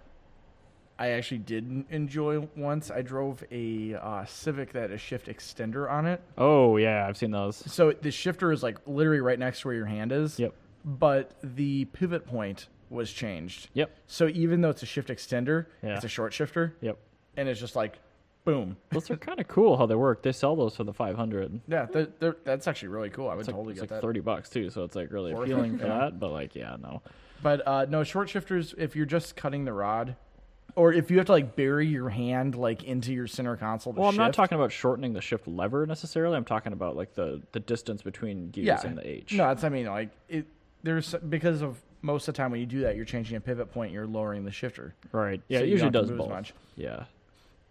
Speaker 2: I actually did enjoy once. I drove a uh, Civic that had a shift extender on it.
Speaker 1: Oh yeah, I've seen those.
Speaker 2: So the shifter is like literally right next to where your hand is.
Speaker 1: Yep.
Speaker 2: But the pivot point was changed.
Speaker 1: Yep.
Speaker 2: So even though it's a shift extender,
Speaker 1: Yeah.
Speaker 2: it's a short shifter,
Speaker 1: Yep.
Speaker 2: and it's just like, boom.
Speaker 1: Those are kind of cool how they work. They sell those for the 500.
Speaker 2: Yeah, they're, they're, that's actually really cool. I would
Speaker 1: It's like,
Speaker 2: totally
Speaker 1: it's
Speaker 2: get
Speaker 1: like
Speaker 2: that.
Speaker 1: 30 bucks too, so it's like really
Speaker 2: Worth it,
Speaker 1: appealing for
Speaker 2: yeah.
Speaker 1: that, but like yeah, no.
Speaker 2: But uh, no, short shifters. If you're just cutting the rod, or if you have to like bury your hand like into your center console. To
Speaker 1: Well, I'm not
Speaker 2: shift,
Speaker 1: talking about shortening the shift lever necessarily. I'm talking about like the the distance between gears and the H.
Speaker 2: No, that's I mean like it. There's because of most of the time when you do that, you're changing a pivot point, you're lowering the shifter.
Speaker 1: Right. Yeah,
Speaker 2: So
Speaker 1: it
Speaker 2: you
Speaker 1: usually
Speaker 2: don't have to
Speaker 1: does
Speaker 2: move as
Speaker 1: both.
Speaker 2: much.
Speaker 1: Yeah.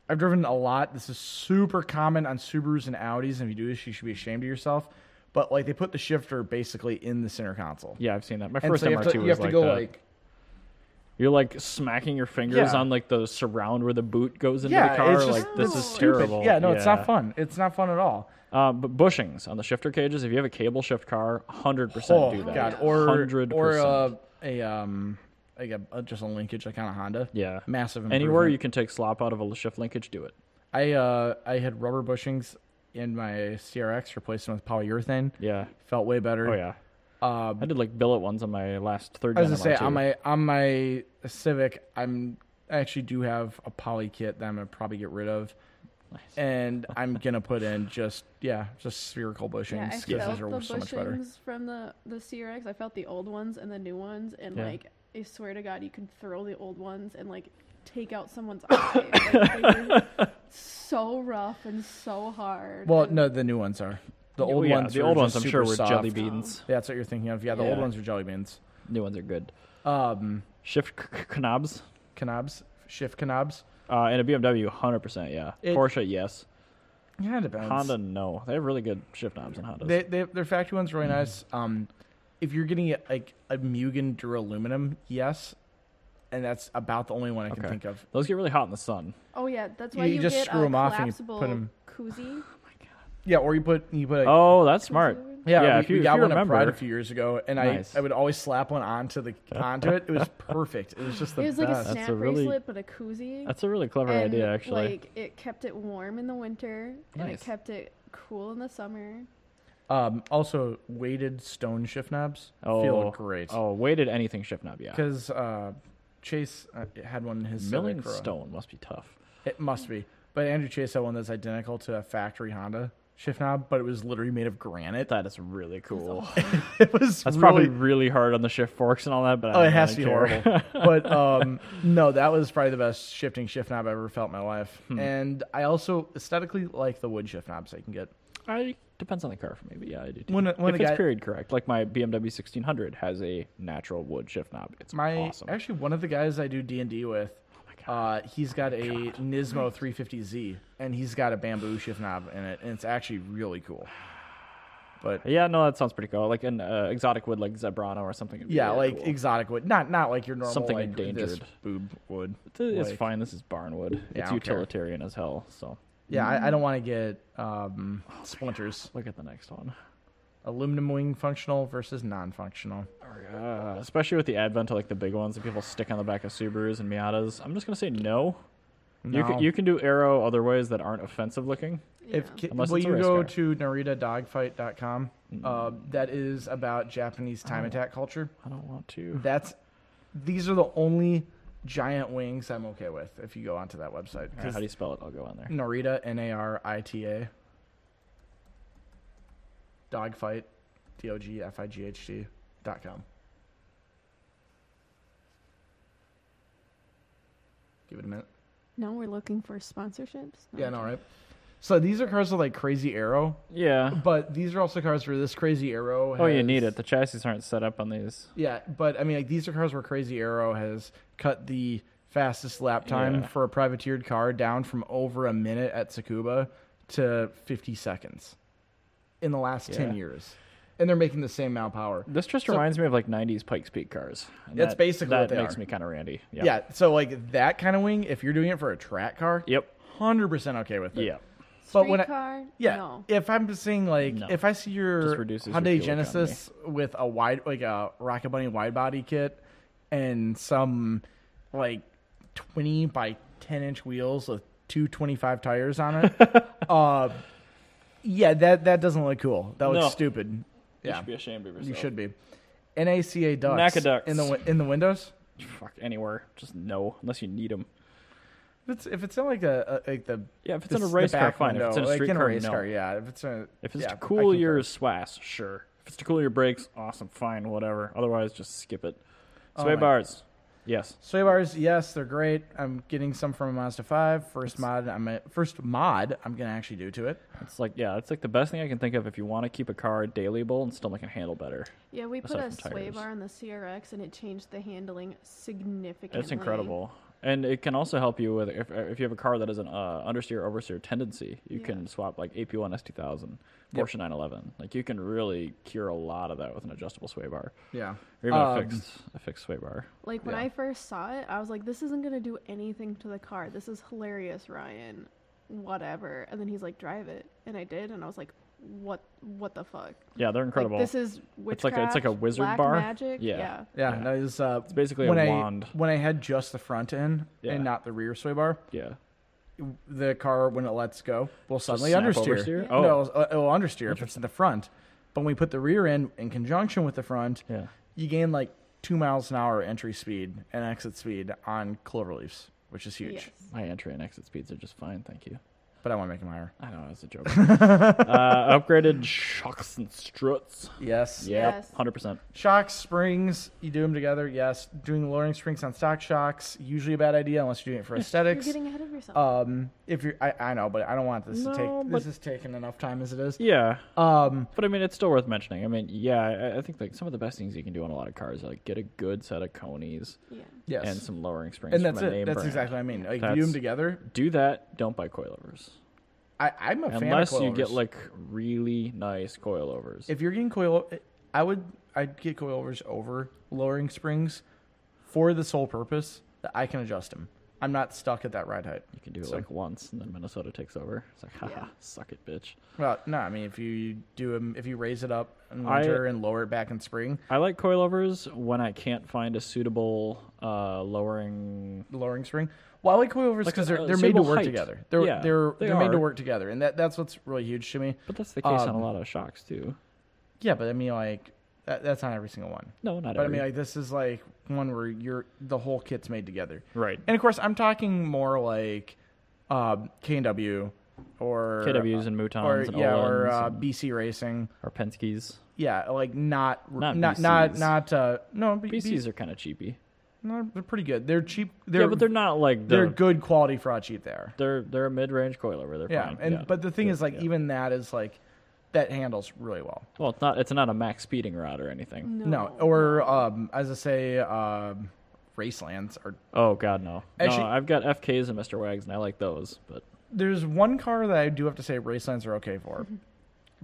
Speaker 2: I've driven a lot. This is super common on Subarus and Audis. And if you do this, you should be ashamed of yourself. But like they put the shifter basically in the center console.
Speaker 1: Yeah, I've seen that. My
Speaker 2: And
Speaker 1: first
Speaker 2: so you
Speaker 1: MR2
Speaker 2: have to, you
Speaker 1: was
Speaker 2: have to
Speaker 1: like
Speaker 2: go
Speaker 1: that.
Speaker 2: like
Speaker 1: You're like smacking your fingers
Speaker 2: Yeah.
Speaker 1: on like the surround where the boot goes into
Speaker 2: yeah,
Speaker 1: the car.
Speaker 2: it's just
Speaker 1: like this is
Speaker 2: stupid.
Speaker 1: terrible.
Speaker 2: Yeah, no, it's not fun. It's not fun at all.
Speaker 1: Uh, but bushings on the shifter cages. If you have a cable shift car, hundred
Speaker 2: Oh
Speaker 1: percent do that.
Speaker 2: god, or
Speaker 1: 100%.
Speaker 2: or uh, a, a um like a, a- just a linkage like on a Honda.
Speaker 1: yeah,
Speaker 2: massive.
Speaker 1: Anywhere
Speaker 2: improvement.
Speaker 1: you can take slop out of a shift linkage, do it.
Speaker 2: I uh I had rubber bushings in my CRX, replaced them with polyurethane.
Speaker 1: Yeah.
Speaker 2: Felt way better.
Speaker 1: Oh yeah.
Speaker 2: Uh,
Speaker 1: I did like billet ones on my last third.
Speaker 2: I was
Speaker 1: gen
Speaker 2: gonna say
Speaker 1: MR2.
Speaker 2: on my on my Civic, I'm I actually do have a poly kit that I'm gonna probably get rid of,
Speaker 1: (laughs)
Speaker 2: and I'm gonna put in just yeah just spherical
Speaker 3: Yeah, I
Speaker 2: bushings because
Speaker 3: felt
Speaker 2: those are
Speaker 3: the
Speaker 2: so much better.
Speaker 3: bushings from the the CRX. I felt the old ones and the new ones, and
Speaker 1: Yeah.
Speaker 3: like I swear to God, you could throw the old ones and like take out someone's eye. Like, they were
Speaker 2: (laughs)
Speaker 3: so rough and so hard.
Speaker 2: Well,
Speaker 3: and-
Speaker 2: no, the new ones are. The
Speaker 1: Oh,
Speaker 2: old
Speaker 1: yeah,
Speaker 2: ones.
Speaker 1: The
Speaker 2: are
Speaker 1: old ones,
Speaker 2: just
Speaker 1: I'm
Speaker 2: super
Speaker 1: sure, were
Speaker 2: soft.
Speaker 1: jelly
Speaker 3: Oh.
Speaker 1: beans.
Speaker 2: Yeah, that's what you're thinking of. Yeah, the old
Speaker 1: Yeah.
Speaker 2: ones were jelly beans.
Speaker 1: New ones are good.
Speaker 2: Um,
Speaker 1: Shift k- k- knobs.
Speaker 2: knobs, shift knobs.
Speaker 1: Uh, and a BMW, hundred percent, yeah.
Speaker 2: It-
Speaker 1: Porsche, yes.
Speaker 2: Yeah, it depends.
Speaker 1: Honda, no. They have really good shift knobs on Hondas.
Speaker 2: They, they, their factory one's really nice. Um, if you're getting like a Mugen Duraluminum, yes, and that's about the only one I can
Speaker 1: Okay.
Speaker 2: think of.
Speaker 1: Those get really hot in the sun.
Speaker 3: Oh yeah, that's why
Speaker 2: You
Speaker 3: you,
Speaker 2: just
Speaker 3: get
Speaker 2: screw
Speaker 3: a
Speaker 2: 'em off and you put
Speaker 3: collapsible
Speaker 2: 'em-
Speaker 3: koozie.
Speaker 2: Yeah, or you put you put a,
Speaker 1: Oh, that's smart.
Speaker 2: yeah,
Speaker 1: yeah,
Speaker 2: we,
Speaker 1: if you-
Speaker 2: we
Speaker 1: if
Speaker 2: got
Speaker 1: you
Speaker 2: one at Pride
Speaker 1: remember-
Speaker 2: a few years ago, and
Speaker 1: Nice.
Speaker 2: I I would always slap one onto the onto it.
Speaker 1: (laughs)
Speaker 2: It was perfect. It was just (sighs) the
Speaker 3: It was like a
Speaker 2: best.
Speaker 3: snap
Speaker 1: a really-
Speaker 3: bracelet, but a koozie.
Speaker 1: That's a really clever
Speaker 3: and,
Speaker 1: idea, actually.
Speaker 3: Like it kept it warm in the winter, and
Speaker 1: Nice.
Speaker 3: it kept it cool in the summer.
Speaker 2: um, also, weighted stone shift knobs
Speaker 1: oh,
Speaker 2: feel great.
Speaker 1: Oh, weighted anything shift knob, yeah.
Speaker 2: because uh, Chase uh, had one in his Civic
Speaker 1: Milling
Speaker 2: for a-
Speaker 1: stone must be tough.
Speaker 2: It must be. But Andrew Chase had one that's identical to a factory Honda shift knob, but it was literally made of granite.
Speaker 1: That is really cool.
Speaker 2: (laughs) It was
Speaker 1: That's
Speaker 2: really,
Speaker 1: probably really hard on the shift forks and all that, but I
Speaker 2: oh, it
Speaker 1: don't
Speaker 2: has to be
Speaker 1: really care.
Speaker 2: horrible.
Speaker 1: (laughs)
Speaker 2: but um, no, that was probably the best shifting shift knob I ever felt in my life.
Speaker 1: Hmm.
Speaker 2: And I also aesthetically like the wood shift knobs I can get.
Speaker 1: I depends on the car for me, but yeah, I do. Too.
Speaker 2: When a- when
Speaker 1: if
Speaker 2: a
Speaker 1: it's
Speaker 2: guy-
Speaker 1: period correct, like my BMW 1600 has a natural wood shift knob. It's
Speaker 2: My
Speaker 1: awesome. Oh
Speaker 2: actually one of the guys I do D and D with, uh, he's got a Nismo 350Z, and he's got a bamboo shift knob in it, and it's actually really cool.
Speaker 1: (sighs)
Speaker 2: But
Speaker 1: yeah, no, that sounds pretty cool. Like an uh, exotic wood, like Zebrano or something. would be
Speaker 2: Yeah,
Speaker 1: really
Speaker 2: like
Speaker 1: cool.
Speaker 2: exotic wood, not not like your normal
Speaker 1: Something
Speaker 2: like, this
Speaker 1: endangered.
Speaker 2: boob wood.
Speaker 1: Th- it's
Speaker 2: like-
Speaker 1: fine. This is barnwood.
Speaker 2: Yeah,
Speaker 1: it's
Speaker 2: I don't care.
Speaker 1: utilitarian as hell. So
Speaker 2: Yeah, I,
Speaker 1: Mm.
Speaker 2: I don't want to get um,
Speaker 1: Oh
Speaker 2: splinters.
Speaker 1: look at the next one.
Speaker 2: Aluminum wing functional versus non-functional.
Speaker 1: Uh, especially with the advent of like the big ones that people stick on the back of Subarus and Miatas. I'm just gonna say no. You
Speaker 2: No.
Speaker 1: can you can do arrow other ways that aren't offensive looking.
Speaker 2: If ki-
Speaker 1: Unless
Speaker 2: will
Speaker 1: it's a
Speaker 2: you
Speaker 1: race
Speaker 2: go
Speaker 1: car.
Speaker 2: to naritadogfight.com? Uh, that is about Japanese time attack culture.
Speaker 1: I don't want to.
Speaker 2: That's these are the only giant wings I'm okay with. If you go onto that website,
Speaker 1: All right,
Speaker 2: 'cause
Speaker 1: how do you spell it? I'll go on there.
Speaker 2: Narita N A R I T A. Dogfight, D O G F I G H T dot com. Give it a minute.
Speaker 3: No, we're looking for sponsorships. No,
Speaker 2: Yeah,
Speaker 3: I'm
Speaker 2: no,
Speaker 3: kidding.
Speaker 2: right. So these are cars with like crazy arrow,
Speaker 1: Yeah.
Speaker 2: but these are also cars where this crazy arrow. Has,
Speaker 1: Oh, you need it. The chassis aren't set up on these.
Speaker 2: Yeah, but I mean, like these are cars where crazy arrow has cut the fastest lap time
Speaker 1: Yeah.
Speaker 2: for a privateered car down from over a minute at Tsukuba to 50 seconds in the last 10
Speaker 1: Yeah.
Speaker 2: years, and they're making the same amount of power.
Speaker 1: This just
Speaker 2: So-
Speaker 1: reminds me of like '90s Pikes Peak cars. And
Speaker 2: That's
Speaker 1: that-
Speaker 2: basically
Speaker 1: that
Speaker 2: what they
Speaker 1: makes
Speaker 2: are.
Speaker 1: me kind of randy. Yeah.
Speaker 2: Yeah. so like that kind of wing, if you're doing it for a track car,
Speaker 1: Yep.
Speaker 2: hundred percent okay with it.
Speaker 1: Yeah.
Speaker 2: But when I-
Speaker 3: Streetcar?
Speaker 2: Yeah,
Speaker 3: No.
Speaker 2: if I'm just saying like
Speaker 1: No.
Speaker 2: if I see your
Speaker 1: Just reduces your
Speaker 2: Hyundai
Speaker 1: fuel
Speaker 2: Genesis with a wide like a Rocket Bunny wide body kit and some like twenty by ten inch wheels with two twenty five tires on
Speaker 1: (laughs)
Speaker 2: it, uh, yeah, that that doesn't look cool. That looks
Speaker 1: No.
Speaker 2: stupid.
Speaker 1: You
Speaker 2: Yeah,
Speaker 1: should be ashamed of yourself.
Speaker 2: you should be. NACA ducks
Speaker 1: Nacaducks.
Speaker 2: in the wi- in the windows.
Speaker 1: Fuck anywhere. Just no, unless you need them.
Speaker 2: If it's if it's in like a, a like the
Speaker 1: Yeah, if it's
Speaker 2: this-
Speaker 1: in a
Speaker 2: the
Speaker 1: race car,
Speaker 2: back
Speaker 1: fine. If it's in a
Speaker 2: window,
Speaker 1: street
Speaker 2: like in a
Speaker 1: car,
Speaker 2: race
Speaker 1: no.
Speaker 2: car, yeah. If it's a,
Speaker 1: If it's
Speaker 2: yeah,
Speaker 1: to
Speaker 2: I
Speaker 1: cool
Speaker 2: concur.
Speaker 1: your swass, sure. If it's to cool your brakes, awesome, fine, whatever. Otherwise, just skip it. Sway
Speaker 2: Oh my-
Speaker 1: bars, yes.
Speaker 2: Sway bars, yes, they're great. I'm getting some from a Mazda 5. First mod, I'm a, first mod I'm gonna actually do to it.
Speaker 1: It's like yeah, it's like the best thing I can think of if you want to keep a car dailyable and still make it handle better.
Speaker 3: Yeah, we put
Speaker 1: Aside
Speaker 3: a
Speaker 1: from
Speaker 3: sway
Speaker 1: tires.
Speaker 3: bar on the CRX and it changed the handling significantly.
Speaker 1: It's incredible. And it can also help you with if, if you have a car that has an uh, understeer oversteer tendency, you
Speaker 3: Yeah.
Speaker 1: can swap like AP1 S2000, Porsche 911. Like you can really cure a lot of that with an adjustable sway bar,
Speaker 2: Yeah.
Speaker 1: or even a
Speaker 2: Um,
Speaker 1: fixed a fixed sway bar.
Speaker 3: Like when
Speaker 2: Yeah.
Speaker 3: I first saw it, I was like, "This isn't gonna do anything to the car. This is hilarious, Ryan. Whatever." And then he's like, "Drive it," and I did, and I was like, "What? What the fuck?
Speaker 1: Yeah, they're incredible.
Speaker 3: Like this is witchcraft.
Speaker 1: It's like a- it's like a wizard
Speaker 3: black
Speaker 1: bar.
Speaker 3: Magic.
Speaker 1: Yeah.
Speaker 3: yeah.
Speaker 2: Yeah,
Speaker 1: Yeah.
Speaker 2: that is uh, it's
Speaker 1: basically a
Speaker 2: when I-
Speaker 1: wand.
Speaker 2: when I had just the front end
Speaker 1: Yeah.
Speaker 2: and not the rear sway bar,
Speaker 1: yeah.
Speaker 2: the car when it lets go will suddenly
Speaker 1: snap Oh.
Speaker 2: understeer.
Speaker 1: oversteer? Yeah.
Speaker 2: No, it'll- uh, it'll understeer if it's in the front. But when we put the rear end in conjunction with the front,
Speaker 1: Yeah.
Speaker 2: you gain like two miles an hour entry speed and exit speed on clover leaves, which is huge.
Speaker 3: Yes.
Speaker 1: My entry and exit speeds are just fine, thank you.
Speaker 2: But I want to make them higher.
Speaker 1: I know it's a joke. uh, upgraded shocks and struts.
Speaker 2: Yes.
Speaker 1: Yep,
Speaker 3: Yes.
Speaker 1: hundred percent.
Speaker 2: Shocks, springs, you do them together. Yes. Doing lowering springs on stock shocks, usually a bad idea unless you're doing it for
Speaker 3: You're
Speaker 2: aesthetics.
Speaker 3: getting ahead of yourself.
Speaker 2: um, if you're, I, I know, but I don't want this to
Speaker 1: No,
Speaker 2: take. This
Speaker 1: but-
Speaker 2: is taking enough time as it is.
Speaker 1: Yeah, Uh,
Speaker 2: Um,
Speaker 1: but I mean, it's still worth mentioning. I mean, yeah, I, I think like some of the best things you can do on a lot of cars are like get a good set of conies
Speaker 3: yeah.
Speaker 2: yes.
Speaker 1: and some lowering springs
Speaker 2: and that's
Speaker 1: from a
Speaker 2: it.
Speaker 1: name
Speaker 2: That's
Speaker 1: brand.
Speaker 2: exactly what I mean. Like, view
Speaker 1: That's-
Speaker 2: them together.
Speaker 1: Do that. Don't buy coilovers
Speaker 2: I, I'm a fan of
Speaker 1: unless you get
Speaker 2: coilovers.
Speaker 1: like really nice coilovers.
Speaker 2: if you're getting coil, I would I'd get coilovers over lowering springs for the sole purpose that I can adjust them. I'm not stuck at that ride height.
Speaker 1: you can do it
Speaker 2: So-
Speaker 1: like once, and then Minnesota takes over. It's like, haha,
Speaker 3: Yeah.
Speaker 1: suck it, bitch.
Speaker 2: Well, no, I mean if you do 'em- if you raise it up in
Speaker 1: I-
Speaker 2: winter and lower it back in spring,
Speaker 1: I like coilovers when I can't find a suitable uh, lowering.
Speaker 2: lowering spring. Well, I like coilovers
Speaker 1: Like
Speaker 2: because
Speaker 1: a-
Speaker 2: they're
Speaker 1: a
Speaker 2: they're made to
Speaker 1: suitable
Speaker 2: work
Speaker 1: height.
Speaker 2: together. They're
Speaker 1: Yeah,
Speaker 2: they're
Speaker 1: they
Speaker 2: they are made to
Speaker 1: are.
Speaker 2: work together, and that that's what's really huge to me.
Speaker 1: But that's the case on a
Speaker 2: Um,
Speaker 1: lot of shocks too.
Speaker 2: Yeah, but I mean like that, that's not every single one.
Speaker 1: No, not
Speaker 2: But I
Speaker 1: every.
Speaker 2: mean like this is like one where you're the whole kit's made together.
Speaker 1: right.
Speaker 2: And of course, I'm talking more like um, K&W or
Speaker 1: KWs and Moutons
Speaker 2: or
Speaker 1: and
Speaker 2: yeah,
Speaker 1: Olens
Speaker 2: or uh,
Speaker 1: and-
Speaker 2: BC Racing.
Speaker 1: or Penske's.
Speaker 2: Yeah, like not
Speaker 1: Not
Speaker 2: not not,
Speaker 1: BCs.
Speaker 2: not uh, no B-
Speaker 1: BCs are kind of cheapy.
Speaker 2: no, they're pretty good. They're cheap. They're,
Speaker 1: yeah, but they're not like the,
Speaker 2: they're
Speaker 1: they're
Speaker 2: good quality for how cheap they are.
Speaker 1: they're they're a mid range coilover. They're
Speaker 2: Yeah,
Speaker 1: fine.
Speaker 2: and but the thing
Speaker 1: They're-
Speaker 2: is, like
Speaker 1: yeah.
Speaker 2: even that is like that handles really well.
Speaker 1: well, it's not it's not a max speeding rod or anything.
Speaker 3: No.
Speaker 2: No, or um, as I say, um, Racelands are
Speaker 1: Oh God, no.
Speaker 2: Actually-
Speaker 1: no, I've got FKs and Mr. Wags, and I like those. But
Speaker 2: there's one car that I do have to say Racelands are okay for.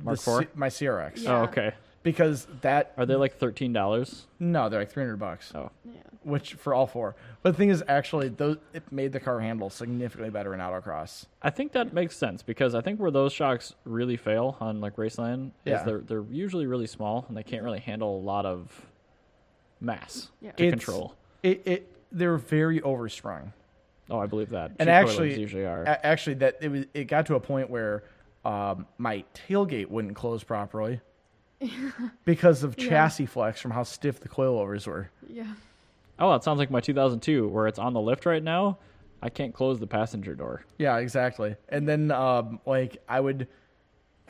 Speaker 1: Mark
Speaker 2: The
Speaker 1: four?
Speaker 2: C- my CRX,
Speaker 3: Mm-hmm. Yeah.
Speaker 1: oh, okay.
Speaker 2: because that
Speaker 1: Are they like thirteen dollars?
Speaker 2: No, they're like three hundred bucks,
Speaker 1: Oh,
Speaker 3: yeah.
Speaker 2: which for all four. But the thing is, actually, those it made the car handle significantly better in autocross.
Speaker 1: I think that makes sense because I think where those shocks really fail on like Raceland
Speaker 2: Yeah.
Speaker 1: is they're they're usually really small and they can't really handle a lot of mass
Speaker 3: Yeah.
Speaker 1: to
Speaker 2: It's-
Speaker 1: control.
Speaker 2: It it they're very oversprung.
Speaker 1: Oh, I believe that. Cheap
Speaker 2: And
Speaker 1: coilovers
Speaker 2: actually,
Speaker 1: usually are.
Speaker 2: a- actually, that it was it got to a point where um, my tailgate wouldn't close properly because of
Speaker 3: Yeah.
Speaker 2: chassis flex from how stiff the coilovers were.
Speaker 3: Yeah.
Speaker 1: Oh, it sounds like my 2002, where it's on the lift right now. I can't close the passenger door.
Speaker 2: Yeah, exactly. And then um, like I would.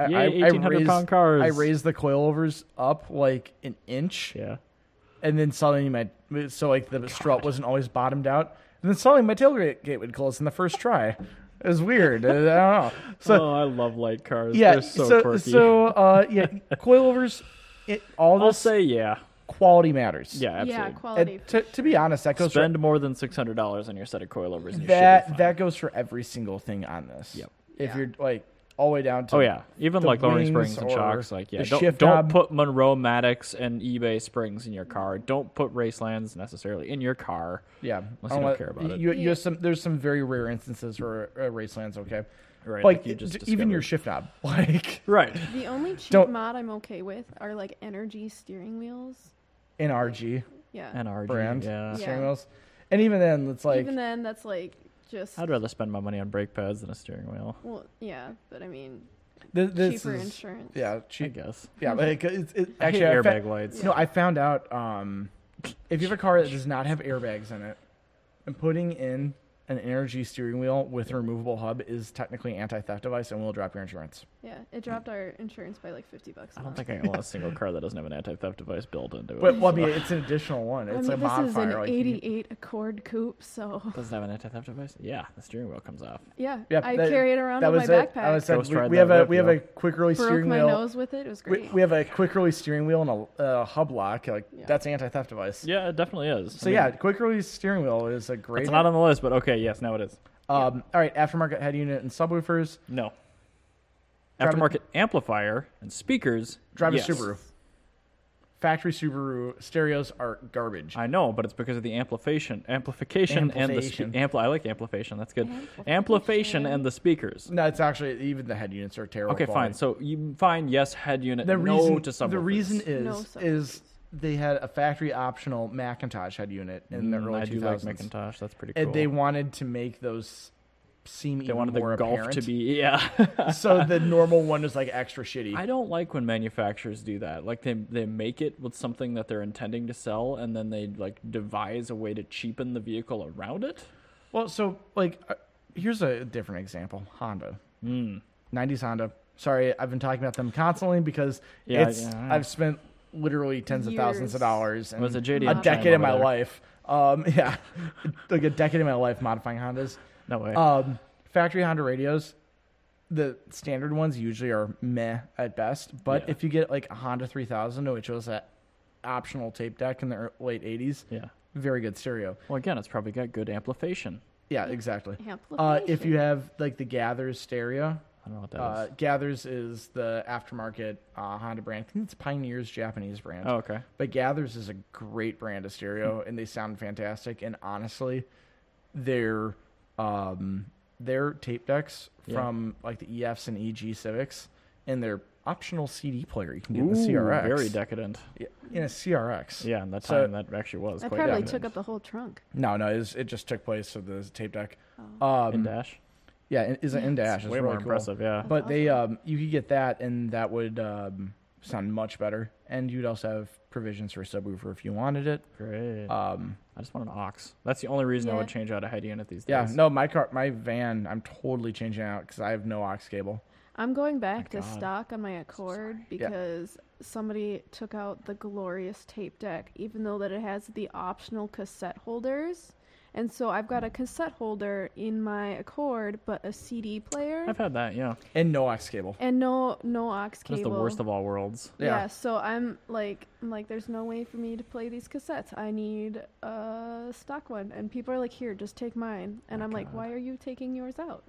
Speaker 2: I-
Speaker 1: Yay,
Speaker 2: I, I
Speaker 1: 1800
Speaker 2: raised-
Speaker 1: pound cars.
Speaker 2: I raised the coilovers up like an inch.
Speaker 1: Yeah.
Speaker 2: and then suddenly my so like the strut wasn't always bottomed out, and then suddenly my tailgate gate would close in the first try. It was weird. I don't know.
Speaker 1: (laughs)
Speaker 2: So
Speaker 1: oh, I love light cars.
Speaker 2: yeah,
Speaker 1: They're so,
Speaker 2: so
Speaker 1: quirky.
Speaker 2: so uh,
Speaker 1: (laughs)
Speaker 2: yeah, coilovers. It all
Speaker 1: I'll
Speaker 2: this
Speaker 1: say yeah.
Speaker 2: quality matters.
Speaker 1: Yeah,
Speaker 3: Yeah.
Speaker 1: absolutely.
Speaker 3: Quality.
Speaker 2: and to, to be honest, that goes
Speaker 1: Spend more than six hundred dollars on your set of coilovers. And
Speaker 2: for
Speaker 1: you should be
Speaker 2: that
Speaker 1: fine.
Speaker 2: that goes for every single thing on this.
Speaker 1: Yep.
Speaker 2: If
Speaker 3: Yeah.
Speaker 2: you're like all the way down to
Speaker 1: Oh yeah, even
Speaker 2: the
Speaker 1: like lowering
Speaker 2: wings
Speaker 1: springs and
Speaker 2: or
Speaker 1: shocks. Like yeah,
Speaker 2: the
Speaker 1: don't,
Speaker 2: shift
Speaker 1: don't
Speaker 2: knob.
Speaker 1: put Monroe Maddox and eBay springs in your car. Don't put Racelands necessarily in your car.
Speaker 2: Yeah,
Speaker 1: Unless
Speaker 2: I
Speaker 1: you don't
Speaker 2: let-
Speaker 1: care about it.
Speaker 2: You, you have some. There's some very rare instances where uh, Raceland's okay.
Speaker 1: Right,
Speaker 2: Like,
Speaker 1: like you just
Speaker 2: d- even your shift knob, (laughs) like
Speaker 1: Right.
Speaker 3: The only cheap
Speaker 2: Don't-
Speaker 3: mod I'm okay with are like energy steering wheels.
Speaker 2: in RG
Speaker 3: Yeah.
Speaker 1: NRG.
Speaker 2: brand
Speaker 1: Yeah.
Speaker 3: Yeah.
Speaker 2: steering wheels, and even then, it's like
Speaker 3: Even then, that's like just.
Speaker 1: I'd rather spend my money on brake pads than a steering wheel.
Speaker 3: well, yeah, but I mean,
Speaker 2: th- this
Speaker 3: cheaper
Speaker 2: is-
Speaker 3: insurance.
Speaker 2: Yeah,
Speaker 1: I
Speaker 2: cheap.
Speaker 1: guess.
Speaker 2: Yeah, but it, it's it,
Speaker 1: I hate
Speaker 2: actually I fa-
Speaker 1: airbag lights.
Speaker 2: No, I found out um, if you have a car that does not have airbags in it, and putting in an energy steering wheel with a removable hub is technically an anti-theft device and will drop your insurance.
Speaker 3: Yeah, it dropped our insurance by like 50 bucks. a
Speaker 1: I don't
Speaker 3: month.
Speaker 1: think I own a single car that doesn't have an anti-theft device built into it.
Speaker 2: But well, I
Speaker 1: so-
Speaker 2: mean, it's an additional one. It's
Speaker 3: I mean,
Speaker 2: a modifier.
Speaker 3: this is an
Speaker 2: like you-
Speaker 3: 88 Accord coupe, so (laughs)
Speaker 1: does it have an anti-theft device? Yeah, the steering wheel comes off.
Speaker 3: yeah,
Speaker 2: Yeah,
Speaker 3: I
Speaker 2: that-
Speaker 3: carry it around
Speaker 2: that
Speaker 3: in my
Speaker 2: was it. I
Speaker 3: backpack.
Speaker 2: was saying,
Speaker 1: Ghost
Speaker 2: we,
Speaker 1: ride
Speaker 2: we
Speaker 1: that
Speaker 2: have a
Speaker 1: whip,
Speaker 2: we have
Speaker 1: yeah.
Speaker 2: a quick release
Speaker 3: Broke
Speaker 2: steering
Speaker 3: my
Speaker 2: wheel.
Speaker 3: nose with it. It was
Speaker 2: We,
Speaker 3: great.
Speaker 2: we have a quick release steering wheel and a uh, hub lock. Like
Speaker 3: Yeah.
Speaker 2: that's anti theft device.
Speaker 1: Yeah, it definitely is.
Speaker 2: So yeah, quick release steering wheel is a great.
Speaker 1: it's not on the list, but okay, yes, now it is.
Speaker 2: um, All right, aftermarket head unit and subwoofers.
Speaker 1: No.
Speaker 2: Drive a-
Speaker 1: Aftermarket amplifier and speakers.
Speaker 2: Drive
Speaker 1: yes.
Speaker 2: a Subaru. Factory Subaru stereos are garbage.
Speaker 1: I know, but it's because of the amplification, amplification, and the
Speaker 2: Amplification.
Speaker 1: spe- ampli- I like amplification. That's good. Amplification,
Speaker 3: Amplification.
Speaker 1: and the speakers.
Speaker 2: no, it's actually even the head units are terrible.
Speaker 1: Okay,
Speaker 2: quality.
Speaker 1: fine. So you find yes head unit. no
Speaker 2: the reason
Speaker 1: to Mm, subwoofers.
Speaker 2: the reason is
Speaker 3: No subwoofers.
Speaker 2: is they had a factory optional Macintosh head unit in the
Speaker 1: Mm,
Speaker 2: early
Speaker 1: I
Speaker 2: 2000s,
Speaker 1: do like Macintosh. That's pretty cool.
Speaker 2: and they wanted to make those seem
Speaker 1: They
Speaker 2: even
Speaker 1: wanted the
Speaker 2: more
Speaker 1: golf
Speaker 2: apparent.
Speaker 1: to be yeah. (laughs)
Speaker 2: so the normal one is like extra shitty.
Speaker 1: I don't like when manufacturers do that. Like they they make it with something that they're intending to sell, and then they like devise a way to cheapen the vehicle around it.
Speaker 2: well, so like, uh, here's a different example: Honda,
Speaker 1: Hmm.
Speaker 2: '90s Honda. Sorry, I've been talking about them constantly because
Speaker 1: Yeah,
Speaker 2: it's
Speaker 1: yeah.
Speaker 2: I've spent literally tens of thousands of
Speaker 3: Years.
Speaker 2: dollars and
Speaker 1: was a JDM
Speaker 2: a
Speaker 1: time
Speaker 2: decade in
Speaker 1: over
Speaker 2: my
Speaker 1: there.
Speaker 2: life. Um, (laughs) yeah, like a decade in my life modifying Hondas.
Speaker 1: No way.
Speaker 2: Um, factory Honda radios, the standard ones usually are meh at best. But
Speaker 1: Yeah.
Speaker 2: if you get like a Honda 3000, which was that optional tape deck in the ear- late 80s,
Speaker 1: yeah.
Speaker 2: very good stereo.
Speaker 1: Well, again, it's probably got good amplification.
Speaker 2: Yeah, exactly. Uh,
Speaker 3: Amplification.
Speaker 2: if you have like the Gathers stereo,
Speaker 1: I don't know what that is.
Speaker 2: uh, Gathers is the aftermarket uh, Honda brand. I think it's Pioneer's Japanese brand.
Speaker 1: Oh, okay. Hmm.
Speaker 2: But Gathers is a great brand of stereo, and they sound fantastic. And honestly, their um, their tape decks
Speaker 1: Yeah.
Speaker 2: from like the EFs and EG Civics, and their optional CD player you can get in the
Speaker 1: Ooh,
Speaker 2: CRX,
Speaker 1: Very decadent.
Speaker 2: Yeah, in a CRX.
Speaker 1: Yeah, and that
Speaker 2: So-
Speaker 1: time that actually was
Speaker 3: I
Speaker 1: quite
Speaker 3: probably
Speaker 1: decadent.
Speaker 3: took up the whole trunk.
Speaker 2: No, no, it, was, it just took place of the tape deck.
Speaker 1: in
Speaker 2: Um,
Speaker 1: dash.
Speaker 2: yeah, it is an in dash. It's
Speaker 1: Way
Speaker 2: really
Speaker 1: more
Speaker 2: cool.
Speaker 1: impressive. Yeah.
Speaker 2: But they, um, you could get that, and that would um, sound much better. And you'd also have provisions for a subwoofer if you wanted it.
Speaker 1: Great.
Speaker 2: Um,
Speaker 1: I just want an aux. That's the only reason I
Speaker 3: Yeah.
Speaker 1: would change out a head unit these
Speaker 2: Yeah,
Speaker 1: days.
Speaker 2: no, my car, my van, I'm totally changing out because I have no aux cable.
Speaker 3: I'm going back to
Speaker 1: God.
Speaker 3: stock on my Accord because somebody took out the glorious tape deck, even though that it has the optional cassette holders. And so I've got a
Speaker 1: Mm.
Speaker 3: cassette holder in my Accord, but a CD player
Speaker 1: I've had that. Yeah.
Speaker 2: And no aux cable.
Speaker 3: and no no aux
Speaker 1: That's
Speaker 3: cable.
Speaker 1: the worst of all worlds.
Speaker 2: Yeah.
Speaker 3: yeah. so I'm like, I'm like, there's no way for me to play these cassettes. I need a stock one, and people are like, here, just take mine. And I'm like, why are you taking yours out?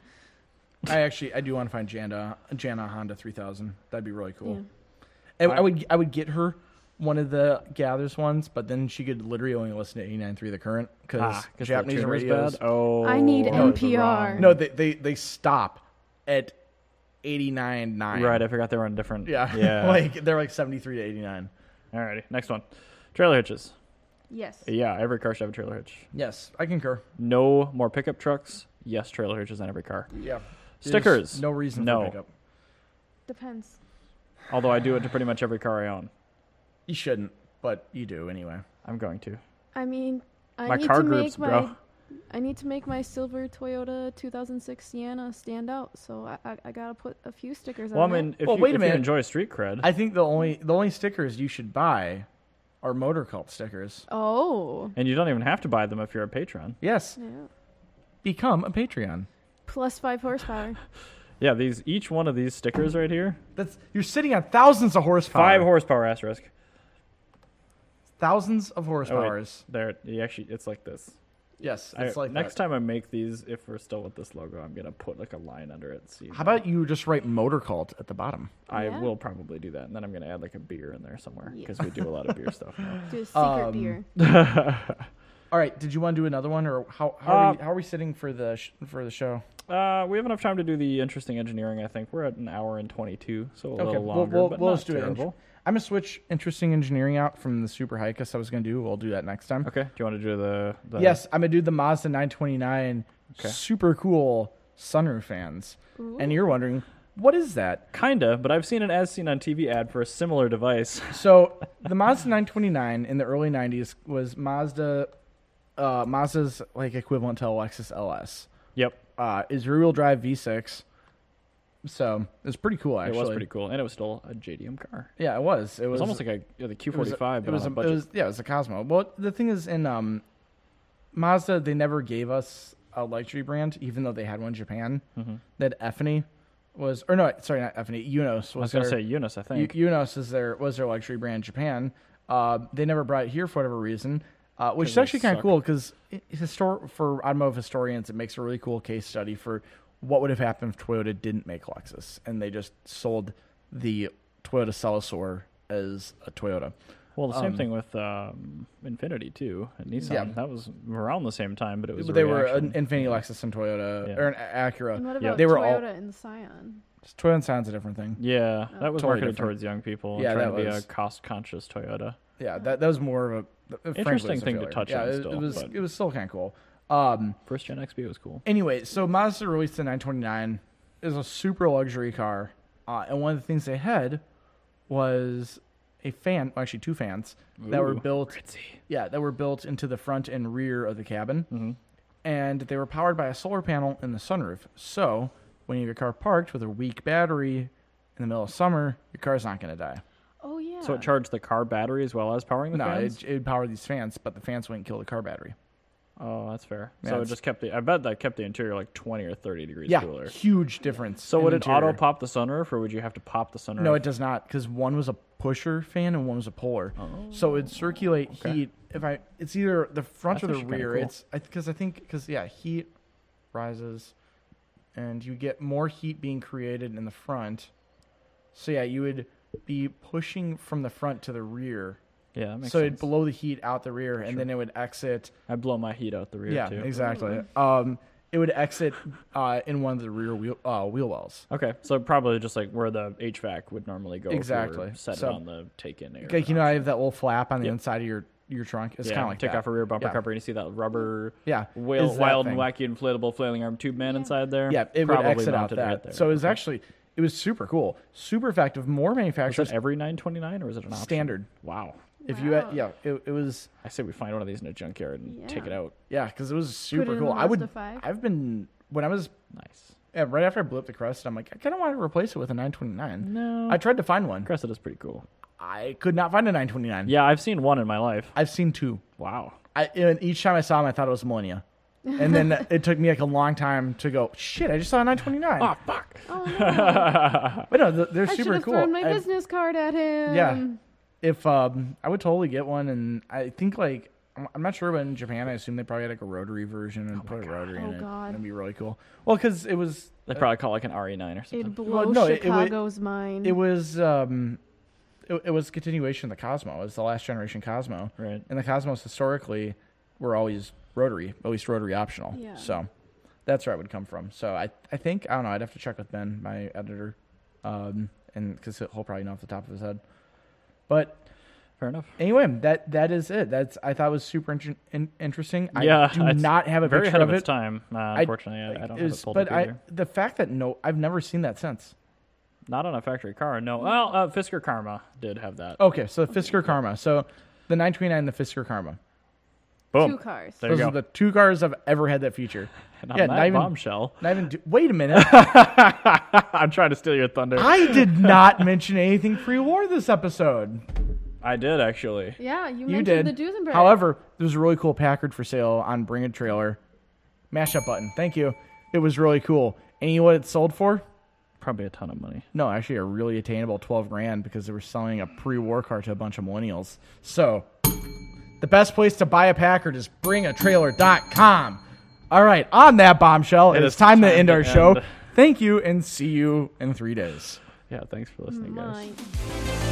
Speaker 2: I actually, I do want to find Janda, Jana Honda 3000. That'd be really cool.
Speaker 3: Yeah.
Speaker 2: And I, would, I would get her one of the Gathers ones, but then she could literally only listen to 89.3 The Current because
Speaker 1: Ah, 'cause the
Speaker 2: Japanese
Speaker 1: tuner's
Speaker 2: radios.
Speaker 1: bad. Oh.
Speaker 3: I need
Speaker 1: that was
Speaker 3: NPR.
Speaker 1: wrong.
Speaker 2: No, they, they they stop at 89.9.
Speaker 1: Right. I forgot they were on different.
Speaker 2: Yeah.
Speaker 1: (laughs) Yeah.
Speaker 2: (laughs) like they're like 73 to 89.
Speaker 1: Alrighty. Next one. Trailer hitches.
Speaker 3: Yes.
Speaker 1: Yeah. Every car should have a trailer hitch.
Speaker 2: Yes, I concur.
Speaker 1: No more pickup trucks. Yes, trailer hitches on every car.
Speaker 2: Yeah. There's
Speaker 1: Stickers.
Speaker 2: No reason
Speaker 1: No.
Speaker 2: for pickup.
Speaker 3: Depends.
Speaker 1: Although I do it to pretty much every car I own.
Speaker 2: You shouldn't, but you do anyway.
Speaker 1: I'm going to.
Speaker 3: I mean, I
Speaker 1: My
Speaker 3: need
Speaker 1: car
Speaker 3: to
Speaker 1: groups,
Speaker 3: make my
Speaker 1: bro.
Speaker 3: I need to make my silver Toyota 2006 Sienna stand out, so I I, I gotta put a few stickers
Speaker 1: Well, I
Speaker 3: on it.
Speaker 1: mean, if,
Speaker 2: Uh-huh. Well,
Speaker 1: you,
Speaker 2: wait a
Speaker 1: if you
Speaker 2: minute.
Speaker 1: enjoy street cred,
Speaker 2: I think the only the only stickers you should buy are motor cult stickers.
Speaker 3: Oh,
Speaker 1: and you don't even have to buy them if you're a patron.
Speaker 2: Yes,
Speaker 3: yeah.
Speaker 2: become a Patreon.
Speaker 3: Plus five horsepower.
Speaker 1: Yeah, these each one of these stickers right here,
Speaker 2: That's you're sitting on thousands of horsepower.
Speaker 1: five horsepower asterisk.
Speaker 2: thousands of
Speaker 1: Oh, wait,
Speaker 2: horsepowers.
Speaker 1: there, you actually, it's like this.
Speaker 2: yes,
Speaker 1: I-
Speaker 2: it's like
Speaker 1: next
Speaker 2: that.
Speaker 1: time I make these, if we're still with this logo, I'm gonna put like a line under it. So you
Speaker 2: How
Speaker 1: know.
Speaker 2: about you just write motor cult at the bottom?
Speaker 1: I
Speaker 3: Yeah.
Speaker 1: will probably do that, and then I'm gonna add like a beer in there somewhere
Speaker 3: Yeah.
Speaker 1: because we do a lot
Speaker 2: (laughs)
Speaker 1: of beer stuff. now.
Speaker 3: Do a secret
Speaker 2: Um,
Speaker 3: beer.
Speaker 2: (laughs) All right. Did you want to do another one, or how how, are,
Speaker 1: Uh,
Speaker 2: we, how are we sitting for the sh- for the show?
Speaker 1: Uh, we have enough time to do the interesting engineering. I think we're at an hour and twenty-two, so a little
Speaker 2: we'll-
Speaker 1: longer,
Speaker 2: we'll,
Speaker 1: but
Speaker 2: we'll
Speaker 1: not
Speaker 2: just do it.
Speaker 1: terrible.
Speaker 2: I'm gonna switch interesting engineering out from the super hikus I was gonna do. We'll do that next time.
Speaker 1: Okay, do you want to do the, the
Speaker 2: Yes, I'm gonna do the Mazda 929
Speaker 1: Okay.
Speaker 2: super cool sunroof fans. And you're wondering, what is that?
Speaker 1: Kinda, but I've seen an as seen on TV ad for a similar device. (laughs)
Speaker 2: So the Mazda 929 in the early 90s was Mazda uh, Mazda's like equivalent to a Lexus LS.
Speaker 1: yep.
Speaker 2: Uh, is rear wheel drive V6 So it's pretty cool,
Speaker 1: It
Speaker 2: actually.
Speaker 1: was pretty cool, and it was still a JDM car.
Speaker 2: Yeah, it was. It
Speaker 1: It
Speaker 2: was,
Speaker 1: was almost like a you know, the
Speaker 2: it was a-
Speaker 1: Q45,
Speaker 2: It
Speaker 1: but
Speaker 2: was,
Speaker 1: on a
Speaker 2: a, it
Speaker 1: budget.
Speaker 2: was yeah, it was a Cosmo. Well, the thing is, in um, Mazda, they never gave us a luxury brand, even though they had one in Japan. That Effany was, or no, sorry, not Effany. Unos was.
Speaker 1: Mm-hmm. I was gonna
Speaker 2: their-
Speaker 1: say Eunice, I
Speaker 2: U-
Speaker 1: think.
Speaker 2: Unos is their was their luxury brand in Japan. Uh, they never brought it here for whatever reason, uh, which
Speaker 1: 'Cause
Speaker 2: is
Speaker 1: they
Speaker 2: actually kind of
Speaker 1: suck.
Speaker 2: cool because histor- for automotive historians, it makes a really cool case study for what would have happened if Toyota didn't make Lexus and they just sold the Toyota Celisaur as a Toyota.
Speaker 1: well, the same
Speaker 2: um,
Speaker 1: thing with um, Infinity too at Nissan.
Speaker 2: Yeah.
Speaker 1: That was around the same time, but it was a
Speaker 2: they were an
Speaker 1: reaction.
Speaker 2: Infinity Lexus and Toyota
Speaker 1: Yeah.
Speaker 2: or an Acura.
Speaker 3: And what about
Speaker 1: Yeah.
Speaker 2: They were all-
Speaker 3: Toyota and Scion?
Speaker 2: Toyota sounds a different thing.
Speaker 1: yeah, that was marketed
Speaker 2: Totally different.
Speaker 1: towards young people. and
Speaker 2: Yeah,
Speaker 1: trying
Speaker 2: that
Speaker 1: to be
Speaker 2: was.
Speaker 1: a cost-conscious Toyota.
Speaker 2: Yeah, that that was more of a uh, frankly, it was
Speaker 1: Interesting
Speaker 2: a
Speaker 1: thing to
Speaker 2: failure.
Speaker 1: touch
Speaker 2: yeah,
Speaker 1: on
Speaker 2: It, it
Speaker 1: still,
Speaker 2: was
Speaker 1: but-
Speaker 2: it was still kind of cool. Um,
Speaker 1: First Gen XB was cool.
Speaker 2: Anyway, so Mazda released the 929 is a super luxury car, uh, and one of the things they had was a fan, well, actually two fans that were
Speaker 1: Ooh,
Speaker 2: built, yeah, that were built into the front and rear of the cabin,
Speaker 1: Mm-hmm.
Speaker 2: and they were powered by a solar panel in the sunroof. So when you have your car parked with a weak battery in the middle of summer, your car's not going to die.
Speaker 3: Oh yeah.
Speaker 1: So it charged the car battery as well as powering the
Speaker 2: No,
Speaker 1: fans.
Speaker 2: it, it would power these fans, but the fans wouldn't kill the car battery.
Speaker 1: oh, that's fair.
Speaker 2: Yeah,
Speaker 1: so it
Speaker 2: it's-
Speaker 1: just kept the. I bet that kept the interior like twenty or thirty degrees
Speaker 2: Yeah,
Speaker 1: cooler.
Speaker 2: huge difference.
Speaker 1: So
Speaker 2: in
Speaker 1: would it
Speaker 2: interior.
Speaker 1: auto pop the sunroof, or would you have to pop the sunroof?
Speaker 2: No, it does not, because one was a pusher fan and one was a puller. So it'd circulate
Speaker 1: Oh, okay.
Speaker 2: heat. If I, it's either the front
Speaker 1: That's
Speaker 2: or the
Speaker 1: actually kinda
Speaker 2: rear.
Speaker 1: cool.
Speaker 2: It's because I, think because yeah, heat rises, and you get more heat being created in the front. So yeah, you would be pushing from the front to the rear.
Speaker 1: Yeah, that makes
Speaker 2: so
Speaker 1: sense.
Speaker 2: it'd blow the heat out the rear, and then it would exit.
Speaker 1: I blow my heat out the rear
Speaker 2: yeah,
Speaker 1: too.
Speaker 2: exactly. Um, it would exit uh, in one of the rear wheel uh, wheel wells.
Speaker 1: Okay, so probably just like where the HVAC would normally go. if you were
Speaker 2: Exactly.
Speaker 1: set
Speaker 2: So-
Speaker 1: it on the take in area.
Speaker 2: Like you know, I have that little flap on the
Speaker 1: Yep.
Speaker 2: inside of your your trunk. It's
Speaker 1: yeah,
Speaker 2: kind of like
Speaker 1: take
Speaker 2: that.
Speaker 1: off a rear bumper
Speaker 2: Yeah.
Speaker 1: cover, and you see that rubber,
Speaker 2: Yeah,
Speaker 1: whale,
Speaker 2: is that
Speaker 1: wild
Speaker 2: thing.
Speaker 1: and wacky inflatable flailing arm tube man inside there.
Speaker 2: Yeah, it would
Speaker 1: probably
Speaker 2: exit out
Speaker 1: mounted
Speaker 2: that.
Speaker 1: right there.
Speaker 2: So it was actually it was super cool, super effective. More
Speaker 1: is that
Speaker 2: manufacturers
Speaker 1: every 929 or is it an option?
Speaker 2: standard.
Speaker 1: Wow,
Speaker 2: If you had,
Speaker 3: Wow.
Speaker 2: yeah, it, it was
Speaker 1: I say we find one of these in a junkyard and take it
Speaker 3: Yeah.
Speaker 1: out.
Speaker 2: yeah because it was
Speaker 3: it
Speaker 2: super
Speaker 3: in
Speaker 2: cool.
Speaker 3: the
Speaker 2: I would
Speaker 3: Mazda five.
Speaker 2: I've been when I was
Speaker 1: Nice.
Speaker 2: yeah, right after I blew up the crust, I'm like I kind of want to replace it with a 929.
Speaker 1: No.
Speaker 2: I tried to find one.
Speaker 1: Cressida's pretty cool.
Speaker 2: I could not find a 929.
Speaker 1: Yeah, I've seen one in my life.
Speaker 2: I've seen two.
Speaker 1: Wow.
Speaker 2: I, and each time I saw them, I thought it was a Millennia. And
Speaker 3: (laughs)
Speaker 2: then it took me like a long time to go. Shit! I just saw a 929.
Speaker 1: Ah, fuck.
Speaker 3: Oh no!
Speaker 2: But no, th- they're
Speaker 3: I should
Speaker 2: super
Speaker 3: have
Speaker 2: cool.
Speaker 3: thrown my
Speaker 2: I-
Speaker 3: business card at him.
Speaker 2: yeah, if um, I would totally get one, and I think like I'm- I'm not sure, but in Japan, I assume they probably had like a rotary version and put a rotary in
Speaker 3: Oh,
Speaker 2: it.
Speaker 3: God.
Speaker 2: That'd be really cool. Well, because it was
Speaker 1: They probably call it like an RE9 or something.
Speaker 3: It'd blow
Speaker 2: Well, no, it- it would-
Speaker 3: Chicago's mind.
Speaker 2: it was um, it, it was a continuation of the Cosmo. It was the last generation Cosmo,
Speaker 1: Right.
Speaker 2: and the Cosmos historically were always rotary, at least rotary optional.
Speaker 3: Yeah.
Speaker 2: So that's where I would come from. So I I think I don't know. I'd have to check with Ben, my editor, um, and because he'll probably know off the top of his head, but.
Speaker 1: Fair enough.
Speaker 2: Anyway, that that is it. That's I thought it was super inter- in- interesting. I
Speaker 1: yeah,
Speaker 2: do
Speaker 1: it's
Speaker 2: not have a
Speaker 1: very
Speaker 2: picture
Speaker 1: ahead
Speaker 2: of
Speaker 1: of its
Speaker 2: it.
Speaker 1: time. Uh, unfortunately, I, I don't
Speaker 2: it
Speaker 1: have
Speaker 2: was-
Speaker 1: it pulled
Speaker 2: but
Speaker 1: up
Speaker 2: I-
Speaker 1: either.
Speaker 2: the fact that no, I've never seen that since.
Speaker 1: Not on a factory car. No. Well, uh, Fisker Karma did have that.
Speaker 2: Okay, so Fisker Karma. So the 929, and the Fisker Karma.
Speaker 1: Boom.
Speaker 3: Two cars.
Speaker 1: There you
Speaker 2: Those
Speaker 1: go.
Speaker 2: are the two cars I've ever had
Speaker 1: (laughs)
Speaker 2: that feature.
Speaker 1: And on
Speaker 2: yeah,
Speaker 1: that
Speaker 2: not even-
Speaker 1: bombshell. (laughs)
Speaker 2: Not even. Do- Wait a minute,
Speaker 1: I'm trying to steal your thunder. I, (laughs)
Speaker 2: I did not mention anything pre-war this episode.
Speaker 1: did actually.
Speaker 3: Yeah,
Speaker 2: You
Speaker 3: you, mentioned
Speaker 2: did.
Speaker 3: the Duesenberg.
Speaker 2: However, there was a really cool Packard for sale on Bring a Trailer. Mashup button. Thank you. It was really cool. And you know what it sold for?
Speaker 1: Probably a ton of money.
Speaker 2: No, actually, a really attainable 12 grand because they were selling a pre war car to a bunch of millennials. So, the best place to buy a Packard is bringatrailer.com. All right, on that bombshell, it is
Speaker 1: is
Speaker 2: time, to
Speaker 1: time
Speaker 2: end
Speaker 1: to
Speaker 2: our show.
Speaker 1: end.
Speaker 2: Thank you and see you in three days.
Speaker 1: Yeah. Thanks for listening, guys.
Speaker 3: Mine.